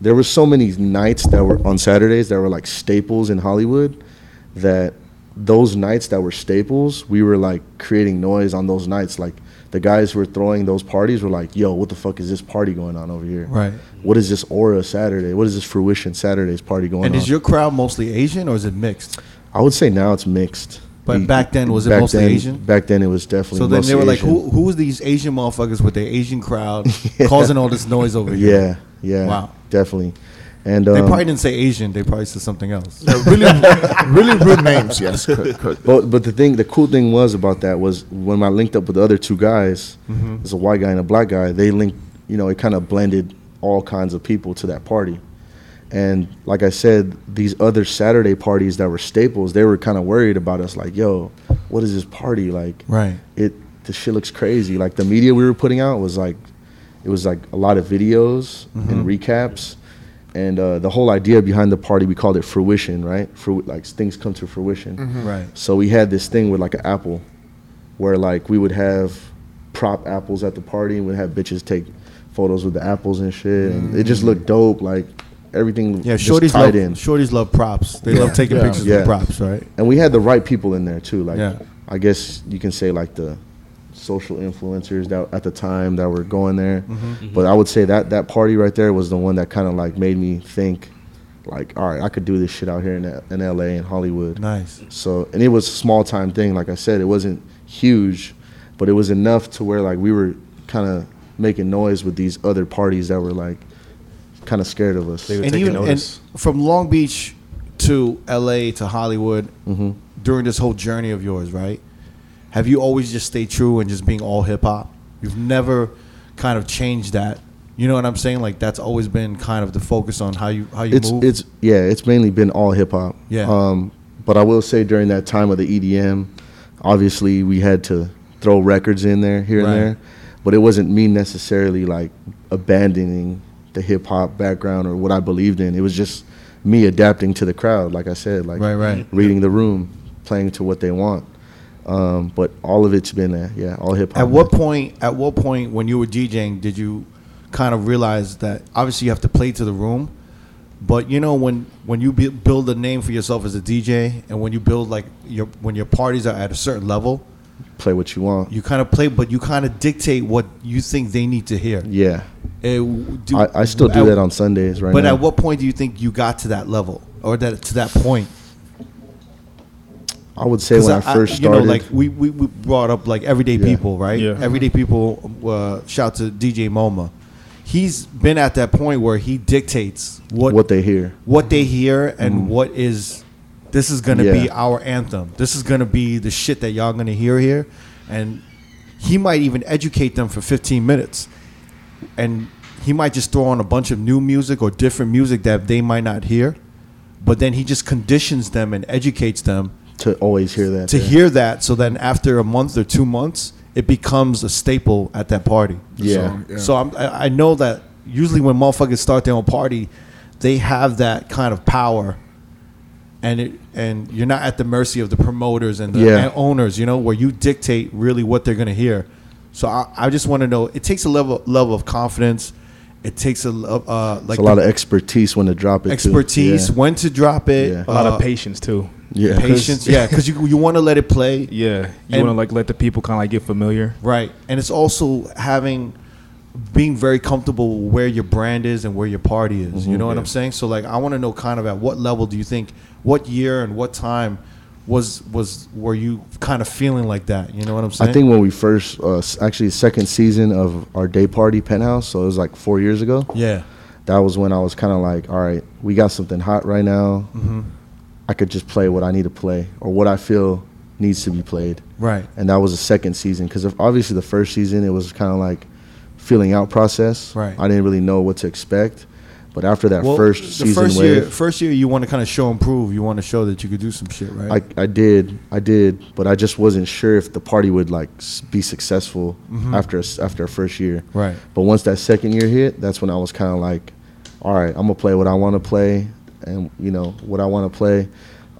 Speaker 4: there were so many nights that were on Saturdays that were like staples in Hollywood, that those nights that were staples, we were like creating noise on those nights. Like the guys who were throwing those parties were like, "Yo, what the fuck is this party going on over here?
Speaker 1: Right.
Speaker 4: What is this aura Saturday? What is this fruition Saturday's party going
Speaker 1: And
Speaker 4: on?"
Speaker 1: is your crowd mostly Asian or is it mixed?
Speaker 4: I would say now it's mixed.
Speaker 1: But
Speaker 4: We-
Speaker 1: back then, was it
Speaker 4: back
Speaker 1: mostly
Speaker 4: then-
Speaker 1: Asian?
Speaker 4: Back then, it was definitely.
Speaker 1: So then they
Speaker 4: mostly
Speaker 1: were like,
Speaker 4: Asian.
Speaker 1: who who's these Asian motherfuckers with their Asian crowd causing all this noise over here?
Speaker 4: Yeah, yeah.
Speaker 1: Wow.
Speaker 4: Definitely. And
Speaker 1: They
Speaker 4: um,
Speaker 1: probably didn't say Asian. They probably said something else.
Speaker 2: Yeah, really,
Speaker 4: *laughs*
Speaker 2: really rude names. Yes, could, could.
Speaker 4: But but the thing, the cool thing was about that was when I linked up with the other two guys,
Speaker 1: Mm-hmm.
Speaker 4: there's a white guy and a black guy. They linked, you know, it kind of blended all kinds of people to that party. And like I said, these other Saturday parties that were staples, they were kind of worried about us. Like, yo, what is this party like?
Speaker 1: Right.
Speaker 4: It the shit looks crazy. Like the media we were putting out was like, it was like a lot of videos and recaps. And uh, the whole idea behind the party, we called it fruition, right? Fru- like things come to fruition.
Speaker 1: Right.
Speaker 4: So we had this thing with like an apple, where like we would have prop apples at the party and we'd have bitches take photos with the apples and shit, and it just looked dope. Like everything,
Speaker 1: Yeah,
Speaker 4: just
Speaker 1: shorties
Speaker 4: tied
Speaker 1: love
Speaker 4: in.
Speaker 1: shorties love props. They love taking
Speaker 2: Yeah.
Speaker 1: pictures
Speaker 4: Yeah.
Speaker 1: with props, right?
Speaker 4: and we had the right people in there too. Like
Speaker 1: Yeah.
Speaker 4: I guess you can say like the social influencers that at the time that were going there.
Speaker 1: Mm-hmm.
Speaker 4: But I would say that that party right there was the one that kind of like made me think. Like, all right, I could do this shit out here in, in LA and Hollywood.
Speaker 1: Nice.
Speaker 4: So, and it was a small time thing. Like I said, it wasn't huge, but it was enough to where like we were kind of making noise with these other parties that were like kind of scared of us.
Speaker 3: They- They're
Speaker 1: And
Speaker 3: taking
Speaker 1: even
Speaker 3: notice.
Speaker 1: and from Long Beach to L.A. to Hollywood during this whole journey of yours, right? Have you always just stayed true and just being all hip hop? You've never kind of changed that. You know what I'm saying? Like that's always been kind of the focus on how you how you
Speaker 4: It's
Speaker 1: move.
Speaker 4: it's yeah, it's mainly been all hip hop.
Speaker 1: Yeah.
Speaker 4: Um, but I will say during that time of the EDM, obviously we had to throw records in there here
Speaker 1: Right.
Speaker 4: and there, but it wasn't me necessarily like abandoning the hip hop background or what I believed in. It was just me adapting to the crowd, like I said, like
Speaker 1: Right, right.
Speaker 4: reading the room, playing to what they want. Um, but all of it's been there, yeah, all hip hop.
Speaker 1: At what point? At what point when you were DJing did you kind of realize that obviously you have to play to the room, but you know when when you bu- build a name for yourself as a DJ and when you build like your when your parties are at a certain level,
Speaker 4: play what you want?
Speaker 1: you kind of play, but you kind of dictate what you think they need to hear.
Speaker 4: yeah,
Speaker 1: Eh, w- do-
Speaker 4: I, I still do
Speaker 1: at-
Speaker 4: that on Sundays right
Speaker 1: But
Speaker 4: now.
Speaker 1: at what point do you think you got to that level or that to that point?
Speaker 4: I would say when I,
Speaker 1: Because
Speaker 4: first
Speaker 1: you
Speaker 4: started,
Speaker 1: know, like we, we, we brought up like everyday
Speaker 4: Yeah.
Speaker 1: people, right?
Speaker 3: Yeah.
Speaker 1: Everyday people. Uh, shout to DJ MoMA. He's been at that point where he dictates what
Speaker 4: what they hear. Mm-hmm.
Speaker 1: what they hear and what is this is gonna be
Speaker 4: Yeah.
Speaker 1: our anthem. This is gonna be the shit that y'all gonna hear here, and he might even educate them for 15 minutes, and he might just throw on a bunch of new music or different music that they might not hear, but then he just conditions them and educates them
Speaker 4: to always hear that.
Speaker 1: to
Speaker 4: yeah.
Speaker 1: hear that so then after a month or two months it becomes a staple at that party
Speaker 4: Yeah.
Speaker 1: so,
Speaker 2: Yeah.
Speaker 1: so I'm, I, I know that usually when motherfuckers start their own party they have that kind of power and it and you're not at the mercy of the promoters and the
Speaker 4: Yeah.
Speaker 1: and owners you know where you dictate really what they're going to hear so I, I just want to know it takes a level level of confidence it takes a lo- uh, like
Speaker 4: it's a lot of expertise when to drop it. too.
Speaker 1: expertise
Speaker 4: Yeah.
Speaker 1: when to drop it
Speaker 4: Yeah.
Speaker 3: A lot of
Speaker 1: uh,
Speaker 3: patience too.
Speaker 4: Yeah.
Speaker 1: patience yeah because you, you want to let it play
Speaker 3: Yeah, you
Speaker 1: And-
Speaker 3: want to like let the people kind of like get familiar.
Speaker 1: Right. And it's also having being very comfortable where your brand is and where your party is.
Speaker 4: Mm-hmm.
Speaker 1: you know what I'm saying? So like I want to know kind of at what level do you think what year and what time was was were you kind of feeling like that? You know what I'm saying?
Speaker 4: I think when we first, uh, s- actually, second season of our day party penthouse, so it was like four years ago.
Speaker 1: yeah.
Speaker 4: That was when I was kind of like, all right, we got something hot right now.
Speaker 1: Mm-hmm.
Speaker 4: I could just play what I need to play or what I feel needs to be played.
Speaker 1: Right.
Speaker 4: And that was the second season because obviously the first season it was kind of like feeling out process.
Speaker 1: Right.
Speaker 4: I didn't really know what to expect, But after that
Speaker 1: Well,
Speaker 4: first
Speaker 1: the
Speaker 4: season
Speaker 1: first
Speaker 4: wave,
Speaker 1: year, first year, you want to kind of show and prove. You want to show that you could do some shit, right?
Speaker 4: I, I did, I did, but I just wasn't sure if the party would like s- be successful after a s after a first year.
Speaker 1: Mm-hmm. Right.
Speaker 4: But once that second year hit, that's when I was kind of like, all right, I'm gonna play what I want to play, and you know what I want to play.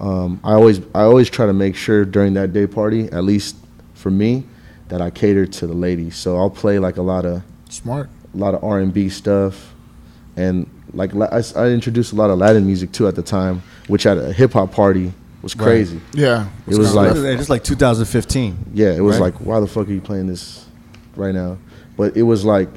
Speaker 4: Um, I always I always try to make sure during that day party, at least for me, that I cater to the ladies. So I'll play like a lot of
Speaker 2: Smart.
Speaker 4: a lot of R and B stuff, and like la- I, s- I introduced a lot of Latin music too at the time, which at a hip hop party was
Speaker 1: Right.
Speaker 4: crazy.
Speaker 2: Yeah.
Speaker 4: It
Speaker 1: It's
Speaker 4: was like
Speaker 1: it's like 2015.
Speaker 4: yeah, it was
Speaker 1: Right.
Speaker 4: like why the fuck are you playing this right now? But it was like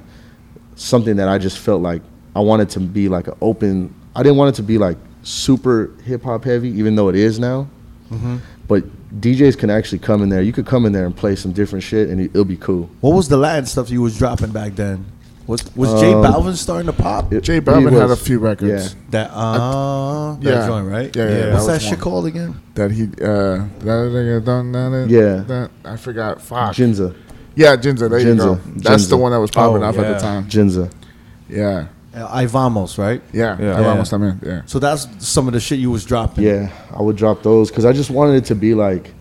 Speaker 4: something that I just felt like I wanted to be like an open. I didn't want it to be like super hip hop heavy, even though it is now.
Speaker 3: Mm-hmm.
Speaker 4: But DJs can actually come in there. You could come in there and play some different shit, and it- it'll be cool.
Speaker 1: What was the Latin stuff you was dropping back then? Was was Jay
Speaker 4: Um,
Speaker 1: Balvin starting to pop?
Speaker 4: It-
Speaker 2: Jay
Speaker 4: it
Speaker 2: Balvin had a
Speaker 4: was-
Speaker 2: few records
Speaker 1: that uh, that
Speaker 2: yeah.
Speaker 1: joint, right?
Speaker 2: Yeah, yeah, yeah,
Speaker 1: What's that,
Speaker 2: that was
Speaker 1: shit
Speaker 2: one.
Speaker 1: called again?
Speaker 2: that he. Uh, that nigga done that. that-
Speaker 4: Yeah.
Speaker 2: That I
Speaker 3: Ah.
Speaker 2: forgot.
Speaker 4: Yeah,
Speaker 2: Fuck.
Speaker 4: Jinza,
Speaker 2: yeah, Jinza. There you go.
Speaker 4: Jinza,
Speaker 2: That's the
Speaker 4: Jinza.
Speaker 2: one that was popping
Speaker 3: Oh,
Speaker 2: off at the
Speaker 3: yeah.
Speaker 2: time.
Speaker 4: Jinza.
Speaker 2: Yeah.
Speaker 1: Uh, Ivamos, right?
Speaker 2: Yeah.
Speaker 3: Yeah.
Speaker 2: I
Speaker 1: Yeah.
Speaker 2: almost I'm in. Yeah.
Speaker 1: So that's some of the shit you was dropping.
Speaker 4: Yeah, I would drop those because I just wanted it to be like.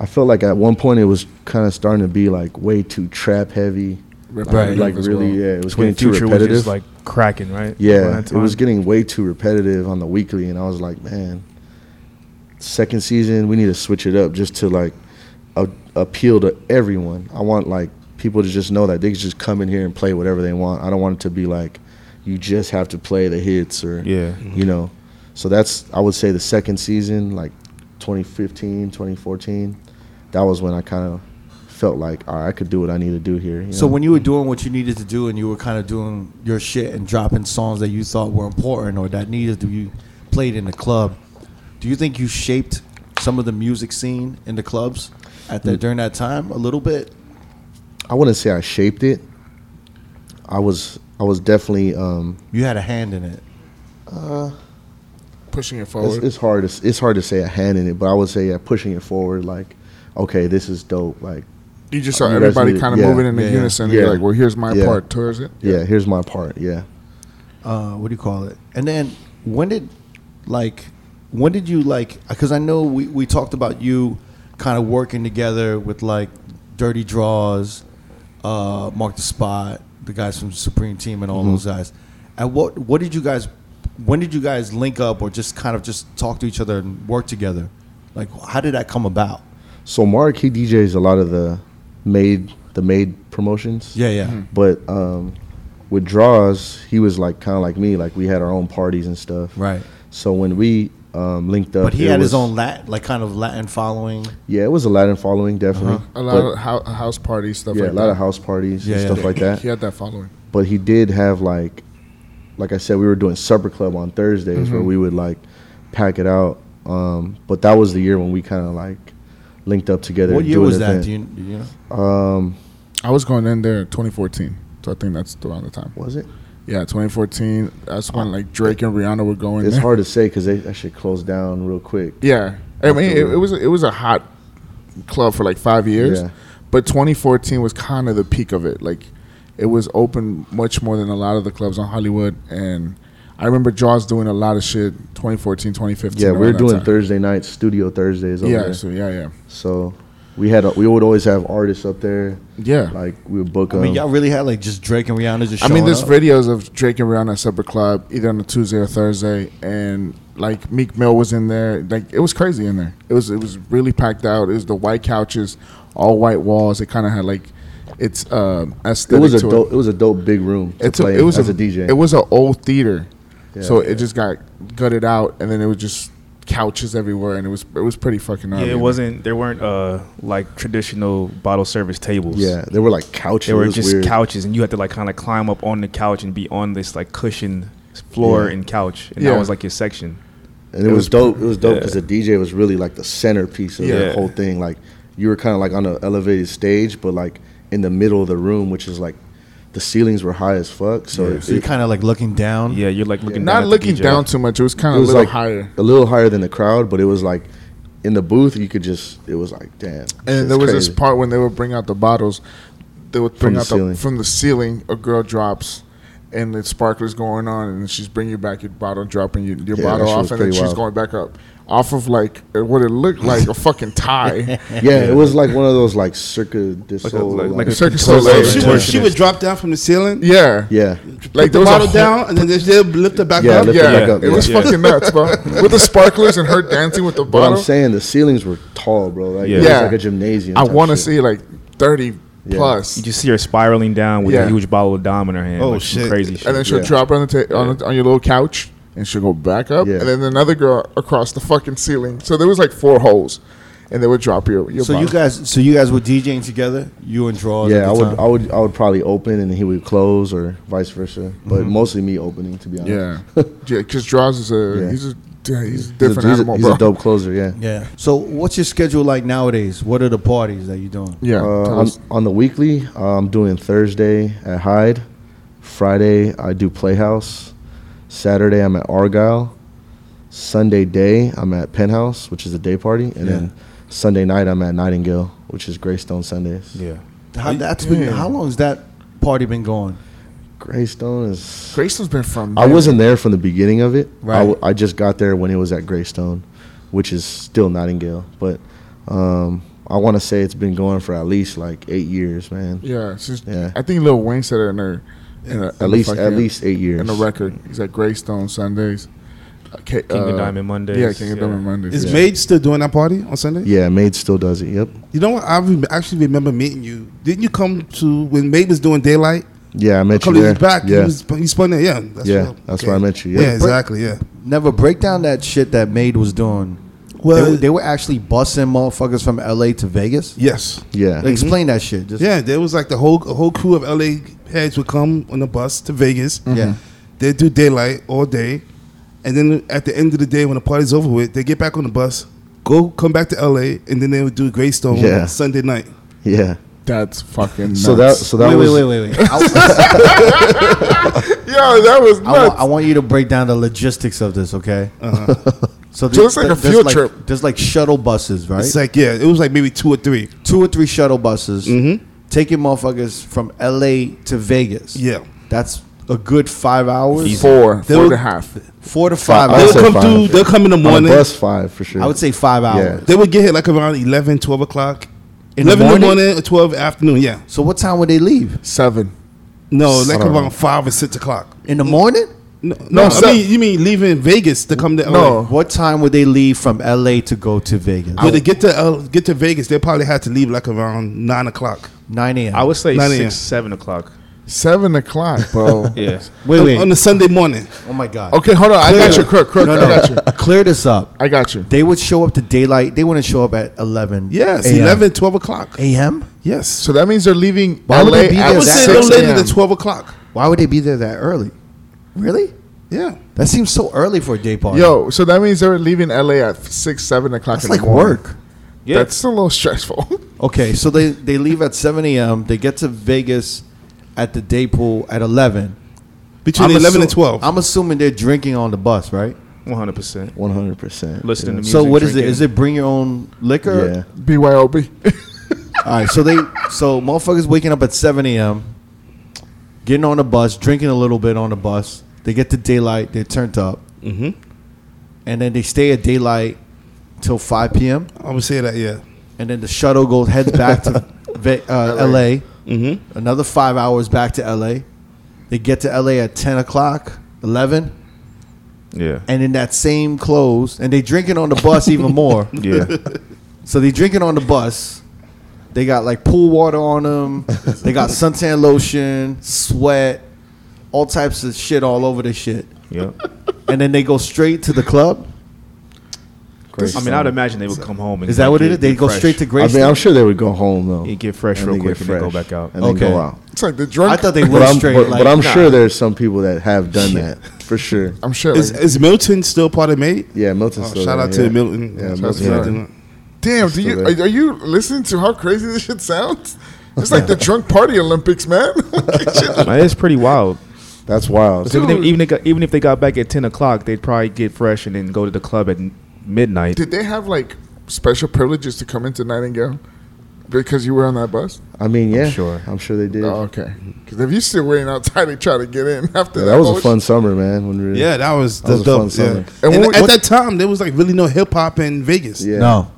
Speaker 4: I felt like at one point it was kind of starting to be like way too trap heavy.
Speaker 1: Right.
Speaker 4: Like really, yeah, it was
Speaker 3: When
Speaker 4: getting too
Speaker 3: Future was
Speaker 4: repetitive.
Speaker 3: just like cracking, right? Around
Speaker 4: Yeah,
Speaker 3: that
Speaker 4: it was
Speaker 3: time.
Speaker 4: getting way too repetitive on the weekly, and I was like, man, second season, we need to switch it up just to like a- appeal to everyone. I want like people to just know that they can just come in here and play whatever they want. I don't want it to be like you just have to play the hits or
Speaker 3: Yeah.
Speaker 4: you know. So that's I would say the second season, like 2015, 2014. That was when I kind of felt like, all right, I could do what I need to do here. you
Speaker 1: So
Speaker 4: know?
Speaker 1: when you were doing what you needed to do, and you were kind of doing your shit and dropping songs that you thought were important or that needed to be played in the club, do you think you shaped some of the music scene in the clubs at
Speaker 2: Mm.
Speaker 1: that during that time a little bit?
Speaker 4: I wouldn't say I shaped it. I was I was definitely um,
Speaker 1: You had a hand in it.
Speaker 2: Pushing it
Speaker 4: it's,
Speaker 2: forward.
Speaker 4: it's hard to, it's hard to say a hand in it, but I would say yeah, pushing it forward. Like, okay, this is dope. Like,
Speaker 2: you just saw
Speaker 4: you guys
Speaker 2: everybody
Speaker 4: need it.
Speaker 2: kind of
Speaker 4: Yeah.
Speaker 2: moving in
Speaker 1: Yeah.
Speaker 2: unison. And
Speaker 4: Yeah.
Speaker 2: you're like, well, here's my
Speaker 4: Yeah.
Speaker 2: part towards it.
Speaker 4: yeah, here's my part. Yeah,
Speaker 1: uh, what do you call it? And then when did like when did you like because I know we, we talked about you kind of working together with like Dirty Draws, uh, Mark the Spot, the guys from Supreme Team, and all those guys. And what what did you guys when did you guys link up or just kind of just talk to each other and work together? Like how did that come about?
Speaker 4: so Mark he DJs a lot of the made the made promotions.
Speaker 1: Yeah, yeah,
Speaker 4: but um, with draws he was like kind of like me. Like we had our own parties and stuff.
Speaker 1: right.
Speaker 4: So when we um, linked up,
Speaker 1: But he
Speaker 4: it
Speaker 1: had his
Speaker 4: was-
Speaker 1: own Latin, like kind of Latin following.
Speaker 4: Yeah, it was a Latin following definitely.
Speaker 1: Uh-huh.
Speaker 2: A lot
Speaker 4: But,
Speaker 2: of hou- house parties stuff.
Speaker 4: yeah,
Speaker 2: like
Speaker 4: a lot
Speaker 2: that.
Speaker 4: of house parties
Speaker 1: Yeah,
Speaker 4: and
Speaker 1: *laughs* yeah.
Speaker 4: stuff like that.
Speaker 2: He had that following.
Speaker 4: but he did have like like i said we were doing supper club on thursdays where we would like pack it out um, but that was the year when we kind of like linked up together
Speaker 1: What
Speaker 4: and
Speaker 1: year
Speaker 4: doing
Speaker 1: was
Speaker 4: the
Speaker 1: that?
Speaker 4: thing.
Speaker 1: Do you, do you know?
Speaker 2: I was going in there in 2014, so I think that's around the time.
Speaker 4: was it
Speaker 2: Yeah, 2014. That's when like Drake and Rihanna were going.
Speaker 4: Ah. it's
Speaker 2: there.
Speaker 4: hard to say because they that shit closed down real quick
Speaker 2: Yeah, I mean, it, it was it was a hot club for like five years,
Speaker 4: Yeah.
Speaker 2: but 2014 was kind of the peak of it. Like, it was open much more than a lot of the clubs on Hollywood, and I remember Jaws doing a lot of shit 2014, 2015.
Speaker 4: yeah we were
Speaker 2: around that
Speaker 4: doing
Speaker 2: time.
Speaker 4: thursday nights studio thursdays over
Speaker 2: Yeah,
Speaker 4: there.
Speaker 2: so yeah, yeah,
Speaker 4: so we had a, we would always have artists up there
Speaker 2: yeah.
Speaker 4: like we would book
Speaker 1: I
Speaker 4: them
Speaker 1: mean, y'all really had like just Drake and Rihanna just.
Speaker 2: I
Speaker 1: showing
Speaker 2: mean, there's
Speaker 1: up?
Speaker 2: videos of Drake and Rihanna at Supper Club either on a Tuesday or Thursday, and like Meek Mill was in there. Like it was crazy in there. It was it was really packed out. It was the white couches, all white walls. It kind of had like its um,
Speaker 4: it
Speaker 2: aesthetic.
Speaker 4: was a
Speaker 2: to
Speaker 4: dope it was a dope big room to
Speaker 2: It's a-
Speaker 4: play
Speaker 2: it was
Speaker 4: as a, dj
Speaker 2: It was an old theater,
Speaker 4: Yeah.
Speaker 2: so it just got gutted out, and then it was just couches everywhere, and it was it was pretty fucking.
Speaker 3: Yeah,
Speaker 2: gnarly.
Speaker 3: it wasn't. There weren't uh like traditional bottle service tables.
Speaker 4: yeah there were like couches
Speaker 3: They were
Speaker 4: It was
Speaker 3: just
Speaker 4: weird.
Speaker 3: couches, and you had to like kind of climb up on the couch and be on this like cushioned floor
Speaker 4: Yeah.
Speaker 3: and couch, and
Speaker 2: Yeah.
Speaker 3: that was like your section.
Speaker 4: And it,
Speaker 3: It
Speaker 4: was,
Speaker 3: was
Speaker 4: dope. It was dope
Speaker 3: yeah.
Speaker 4: because the DJ was really like the centerpiece of the
Speaker 3: Yeah.
Speaker 4: whole thing. Like you were kind of like on an elevated stage, but like in the middle of the room, which is like the ceilings were high as fuck. So it,
Speaker 1: So you're kind of like looking down.
Speaker 3: Yeah, you're like looking down
Speaker 2: not
Speaker 3: at the
Speaker 2: looking
Speaker 3: DJ.
Speaker 2: down too much. It was kind
Speaker 4: it
Speaker 2: of a
Speaker 4: was
Speaker 2: little
Speaker 4: like
Speaker 2: higher.
Speaker 4: a little higher than the crowd, but it was like in the booth you could just. It was like damn. shit's
Speaker 2: And there was
Speaker 4: crazy.
Speaker 2: this part when they would bring out the bottles, they would bring
Speaker 4: the
Speaker 2: out the,
Speaker 4: ceiling.
Speaker 2: from the ceiling. A girl drops, and the sparklers going on, and she's bringing you back your bottle, dropping you,
Speaker 4: Yeah,
Speaker 2: your
Speaker 4: that
Speaker 2: bottle
Speaker 4: shit
Speaker 2: off,
Speaker 4: was
Speaker 2: and then
Speaker 4: pretty
Speaker 2: she's
Speaker 4: wild.
Speaker 2: going back up off of like uh, what
Speaker 4: *laughs*
Speaker 2: it looked like a fucking tie. *laughs*
Speaker 4: Yeah, it was like one of those like circa this
Speaker 3: Like a- like- like a
Speaker 2: Circus
Speaker 3: contortionist.
Speaker 2: Soleil.
Speaker 5: she, would, she would drop down from the ceiling,
Speaker 2: yeah,
Speaker 4: yeah,
Speaker 2: Like
Speaker 5: like
Speaker 2: there
Speaker 5: the
Speaker 2: was a
Speaker 5: bottle
Speaker 2: whole-
Speaker 5: down, and then they they'll lift it back
Speaker 4: Yeah,
Speaker 5: up.
Speaker 4: lift
Speaker 2: Yeah,
Speaker 4: back up,
Speaker 2: it
Speaker 4: yeah.
Speaker 2: was
Speaker 5: Yeah.
Speaker 2: fucking nuts,
Speaker 4: *laughs*
Speaker 2: bro. With the sparklers and her dancing with the
Speaker 4: but I'm
Speaker 2: bottle.
Speaker 4: saying the ceilings were tall, bro. Like, it was
Speaker 2: Yeah.
Speaker 4: like a gymnasium.
Speaker 2: I
Speaker 4: type
Speaker 2: want to
Speaker 4: shit.
Speaker 2: see like thirty
Speaker 4: Yeah.
Speaker 2: plus,
Speaker 3: You just see her spiraling down with
Speaker 2: Yeah.
Speaker 3: a huge bottle of Dom in her hand.
Speaker 5: Oh,
Speaker 3: like some
Speaker 5: shit.
Speaker 3: Crazy shit.
Speaker 2: and then she'll
Speaker 4: Yeah.
Speaker 2: drop on the ta- on, the- on your little couch, and she'll go back up,
Speaker 4: Yeah.
Speaker 2: and then another girl across the fucking ceiling. So there was like four holes, and they would drop your. your
Speaker 1: So you
Speaker 2: bottle.
Speaker 1: guys, so you guys were DJing together, you and Draws. at
Speaker 4: Yeah,
Speaker 1: the
Speaker 4: I would,
Speaker 1: time?
Speaker 4: I would, I would probably open and he would close or vice versa, but mostly me opening to be honest. *laughs*
Speaker 2: Yeah, yeah, because Draws is a
Speaker 4: Yeah.
Speaker 2: he's a yeah, he's a
Speaker 4: He's a-
Speaker 2: different
Speaker 4: he's a,
Speaker 2: animal,
Speaker 4: he's
Speaker 2: bro.
Speaker 4: a dope closer. Yeah.
Speaker 1: yeah. So what's your schedule like nowadays? What are the parties that you're doing?
Speaker 2: Yeah,
Speaker 4: Uh,
Speaker 2: tell
Speaker 4: on,
Speaker 2: us.
Speaker 4: on the weekly, uh, I'm doing Thursday at Hyde. Friday, I do Playhouse. Saturday, I'm at Argyle. Sunday day, I'm at Penthouse, which is a day party, and then Sunday night, I'm at Nightingale, which is Greystone Sundays.
Speaker 3: yeah.
Speaker 1: How, that's been,
Speaker 2: Yeah.
Speaker 1: how long has that party been going?
Speaker 4: Greystone is.
Speaker 2: Grayson's been from.
Speaker 4: I wasn't there from the beginning of it.
Speaker 1: Right.
Speaker 4: I, w- I just got there when it was at Greystone, which is still Nightingale, but um, I want to say it's been going for at least like eight years, man.
Speaker 2: Yeah, since,
Speaker 4: Yeah.
Speaker 2: I think Lil Wayne said it in her. In a, in a
Speaker 4: At least, at
Speaker 2: fucking-
Speaker 4: least eight years.
Speaker 2: in the record. He's at Greystone Sundays. Uh, K-
Speaker 3: King of
Speaker 2: uh,
Speaker 3: Diamond Mondays.
Speaker 2: Yeah, King of
Speaker 3: yeah.
Speaker 2: Diamond Mondays.
Speaker 5: Is
Speaker 2: yeah.
Speaker 5: Maid still doing that party on Sunday?
Speaker 4: Yeah, Maid still does it. Yep.
Speaker 5: You know what? I re- actually remember meeting you. Didn't you come to when Maid was doing daylight?
Speaker 4: Yeah, I met you
Speaker 5: Because
Speaker 4: there.
Speaker 5: he's back.
Speaker 4: Yeah,
Speaker 5: He was he spun it. Yeah, that's
Speaker 4: yeah,
Speaker 5: what-
Speaker 4: that's
Speaker 5: okay.
Speaker 4: where I met you.
Speaker 5: Yeah,
Speaker 4: Yeah.
Speaker 5: exactly. Yeah.
Speaker 1: Never break down that shit that Maid was doing. Well,
Speaker 5: Well-
Speaker 1: they, were- they were actually busing motherfuckers from LA to Vegas.
Speaker 5: Yes.
Speaker 4: yeah, Mm-hmm.
Speaker 1: Explain that shit. Just,
Speaker 5: Yeah. There was like the whole a whole crew of LA heads would come on the bus to Vegas.
Speaker 1: Yeah.
Speaker 5: They do daylight all day, and then at the end of the day, when the party's over with, they get back on the bus, go come back to LA, and then they would do Greystone
Speaker 4: Yeah.
Speaker 5: Sunday night.
Speaker 4: yeah.
Speaker 2: That's fucking nuts.
Speaker 4: So that, so that
Speaker 1: wait,
Speaker 4: was
Speaker 1: wait, wait, wait, wait. *laughs* I,
Speaker 2: Yo, that was
Speaker 1: I
Speaker 4: *laughs*
Speaker 1: wa-
Speaker 2: nuts.
Speaker 1: I want you to break down the logistics of this, okay?
Speaker 4: Uh-huh.
Speaker 1: *laughs* so,
Speaker 2: So it's like a
Speaker 1: there's
Speaker 2: field
Speaker 1: like-
Speaker 2: trip.
Speaker 1: There's like shuttle buses, right?
Speaker 5: It's like yeah, it was like maybe two or three.
Speaker 1: two or three shuttle buses taking motherfuckers from LA to Vegas.
Speaker 5: Yeah.
Speaker 1: That's a good five hours.
Speaker 2: four,
Speaker 5: They
Speaker 2: four
Speaker 5: were-
Speaker 2: and a half.
Speaker 1: Four to five
Speaker 4: I
Speaker 5: They'll
Speaker 1: hours.
Speaker 4: would say
Speaker 5: come
Speaker 4: five.
Speaker 5: through. They'll come in the
Speaker 4: on a
Speaker 5: morning.
Speaker 4: bus five for sure.
Speaker 1: I would say five hours.
Speaker 5: They would get here like around 11, 12 o'clock.
Speaker 1: In the
Speaker 5: 11 in the
Speaker 1: morning?
Speaker 5: morning or 12 afternoon, yeah.
Speaker 1: So what time would they leave?
Speaker 2: Seven.
Speaker 5: No, like
Speaker 4: Son.
Speaker 5: around 5 or 6 o'clock.
Speaker 1: In the morning?
Speaker 5: No, no,
Speaker 2: so-
Speaker 5: I mean, you mean leaving Vegas to come to LA?
Speaker 2: No.
Speaker 1: What time would they leave from LA to go to Vegas?
Speaker 5: When they get to L- get to Vegas, they probably had to leave like around 9 o'clock.
Speaker 1: 9 a.m.
Speaker 3: I would say
Speaker 5: 9 a.m.
Speaker 3: six, seven o'clock.
Speaker 2: Seven o'clock,
Speaker 1: *laughs*
Speaker 2: bro.
Speaker 3: Yeah.
Speaker 1: wait,
Speaker 5: On-
Speaker 1: wait.
Speaker 5: On the Sunday morning.
Speaker 1: oh my God.
Speaker 2: Okay, hold on. I got you, Crook. Crook,
Speaker 1: No,
Speaker 2: I got you.
Speaker 1: no. Clear this up.
Speaker 2: I got you.
Speaker 1: They would show up to daylight. They wouldn't show up at 11.
Speaker 5: Yes,
Speaker 1: a.m.
Speaker 5: 11, 12 o'clock.
Speaker 1: a.m.
Speaker 5: Yes.
Speaker 2: So that means they're leaving
Speaker 1: Why would
Speaker 2: LA
Speaker 1: they be
Speaker 2: at
Speaker 1: there
Speaker 5: I would
Speaker 1: that
Speaker 5: say no
Speaker 2: 6
Speaker 5: later
Speaker 2: a.m.
Speaker 5: than 12 o'clock.
Speaker 1: Why would they be there that early? Really?
Speaker 5: Yeah.
Speaker 1: That seems so early for a day party.
Speaker 2: Yo, so that means they're leaving LA at six, seven o'clock.
Speaker 1: that's
Speaker 2: in the
Speaker 1: like
Speaker 2: morning.
Speaker 1: work.
Speaker 3: Yeah.
Speaker 2: That's a little stressful. *laughs*
Speaker 1: Okay, so they, they leave at 7 a.m. They get to Vegas at the day pool at 11.
Speaker 5: Between
Speaker 1: I'm
Speaker 5: 11 and
Speaker 1: assu-
Speaker 5: 12.
Speaker 1: I'm assuming they're drinking on the bus, right?
Speaker 3: 100%.
Speaker 4: one hundred percent.
Speaker 3: Listening to music.
Speaker 1: so what is
Speaker 3: drinking.
Speaker 1: it? Is it bring your own liquor?
Speaker 4: Yeah,
Speaker 2: BYOB.
Speaker 1: All right. So they so motherfuckers waking up at 7 a.m. Getting on the bus, drinking a little bit on the bus. They get to daylight. They're turned up,
Speaker 5: Mhm.
Speaker 1: and then they stay at daylight till 5 p.m.
Speaker 5: I would say that, yeah.
Speaker 1: And then the shuttle goes heads back to Ve- uh, L.A.
Speaker 5: Mm-hmm.
Speaker 1: Another five hours back to L.A. They get to L.A. at 10 o'clock, 11,
Speaker 3: Yeah.
Speaker 1: and in that same clothes, and they drinking on the bus even more.
Speaker 3: Yeah.
Speaker 1: So they drinking on the bus. They got like pool water on them. they got suntan lotion, sweat, all types of shit all over the shit.
Speaker 3: yeah.
Speaker 1: And then they go straight to the club.
Speaker 4: crazy.
Speaker 3: I mean, I'd imagine they would come home. And
Speaker 1: Is that
Speaker 3: like,
Speaker 1: what it
Speaker 3: get-
Speaker 1: is? They
Speaker 3: get
Speaker 1: go
Speaker 3: fresh.
Speaker 1: straight to
Speaker 4: I
Speaker 1: Grace.
Speaker 4: mean, I'm sure they would go home though.
Speaker 3: You get fresh
Speaker 4: and
Speaker 3: real
Speaker 4: they
Speaker 3: quick
Speaker 4: get
Speaker 3: and then go
Speaker 4: fresh,
Speaker 3: back out.
Speaker 4: and then
Speaker 1: Okay.
Speaker 4: go out.
Speaker 2: *laughs* it's like the drunk.
Speaker 1: I thought they
Speaker 4: But
Speaker 1: went
Speaker 4: I'm,
Speaker 1: straight.
Speaker 4: but,
Speaker 1: like,
Speaker 4: but I'm sure there's some people that have done that for sure.
Speaker 2: I'm sure.
Speaker 5: Is,
Speaker 2: like-
Speaker 5: is Milton still part of Mate?
Speaker 4: Yeah, Milton.
Speaker 5: Oh,
Speaker 4: still
Speaker 5: shout
Speaker 4: there,
Speaker 5: out
Speaker 4: yeah.
Speaker 5: to Milton.
Speaker 4: Yeah,
Speaker 5: Shout out
Speaker 4: Milton's
Speaker 5: to
Speaker 4: there.
Speaker 5: Milton.
Speaker 2: Damn, do you
Speaker 4: still
Speaker 2: are,
Speaker 4: there.
Speaker 2: are you listening to how crazy this shit sounds?
Speaker 1: *laughs*
Speaker 2: It's like the drunk party Olympics, man.
Speaker 3: *laughs*
Speaker 2: *laughs*
Speaker 3: Man, it's pretty wild.
Speaker 4: That's wild.
Speaker 3: 'Cause Even if, even, if, even if they got back at 10 o'clock, they'd probably get fresh and then go to the club at n- midnight.
Speaker 2: Did they have like special privileges to come into Nightingale? because you were on that bus?
Speaker 4: I mean, yeah,
Speaker 3: sure.
Speaker 4: I'm sure they did.
Speaker 2: Oh, okay. Because if you still waiting outside, they try to get in *laughs* after
Speaker 4: Yeah,
Speaker 2: that.
Speaker 4: that was
Speaker 2: whole
Speaker 4: a fun summer, man. When we were,
Speaker 5: Yeah, that was
Speaker 4: That
Speaker 5: the
Speaker 4: was a fun
Speaker 5: dope.
Speaker 4: summer.
Speaker 2: And
Speaker 5: Yeah. And,
Speaker 2: what-
Speaker 5: at
Speaker 2: what-
Speaker 5: that time, there was like really no hip hop in Vegas.
Speaker 4: Yeah.
Speaker 1: No,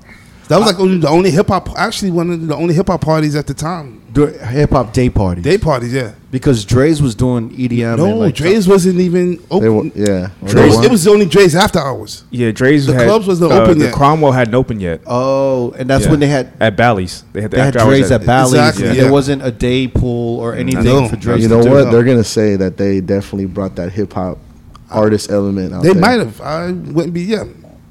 Speaker 5: That was like only the only hip hop, actually one of the only hip hop parties at the time.
Speaker 1: hip hop day party.
Speaker 5: Day parties, yeah. because
Speaker 1: because Dre's was doing EDM.
Speaker 5: no,
Speaker 1: and like uh,
Speaker 5: Dre's wasn't even
Speaker 4: they were,
Speaker 5: open.
Speaker 4: yeah.
Speaker 5: Dre's-
Speaker 4: They weren't.
Speaker 5: it was only Dre's after hours.
Speaker 3: Yeah, Dre's.
Speaker 5: The
Speaker 3: had-
Speaker 5: clubs wasn't
Speaker 3: uh,
Speaker 5: open
Speaker 3: the
Speaker 5: yet.
Speaker 3: Cromwell hadn't opened yet.
Speaker 1: Oh, and that's
Speaker 3: Yeah.
Speaker 1: when they had
Speaker 3: at Bally's. They had the
Speaker 1: they had
Speaker 3: after hours
Speaker 1: Dre's at Bally's.
Speaker 5: Exactly,
Speaker 1: and
Speaker 5: yeah.
Speaker 1: There wasn't a day pool or anything
Speaker 5: No.
Speaker 1: for Dre's.
Speaker 4: you
Speaker 1: to
Speaker 4: know
Speaker 1: do.
Speaker 4: what? They're gonna say that they definitely brought that hip hop artist element out.
Speaker 5: They
Speaker 4: there.
Speaker 5: might have. I wouldn't be. Yeah,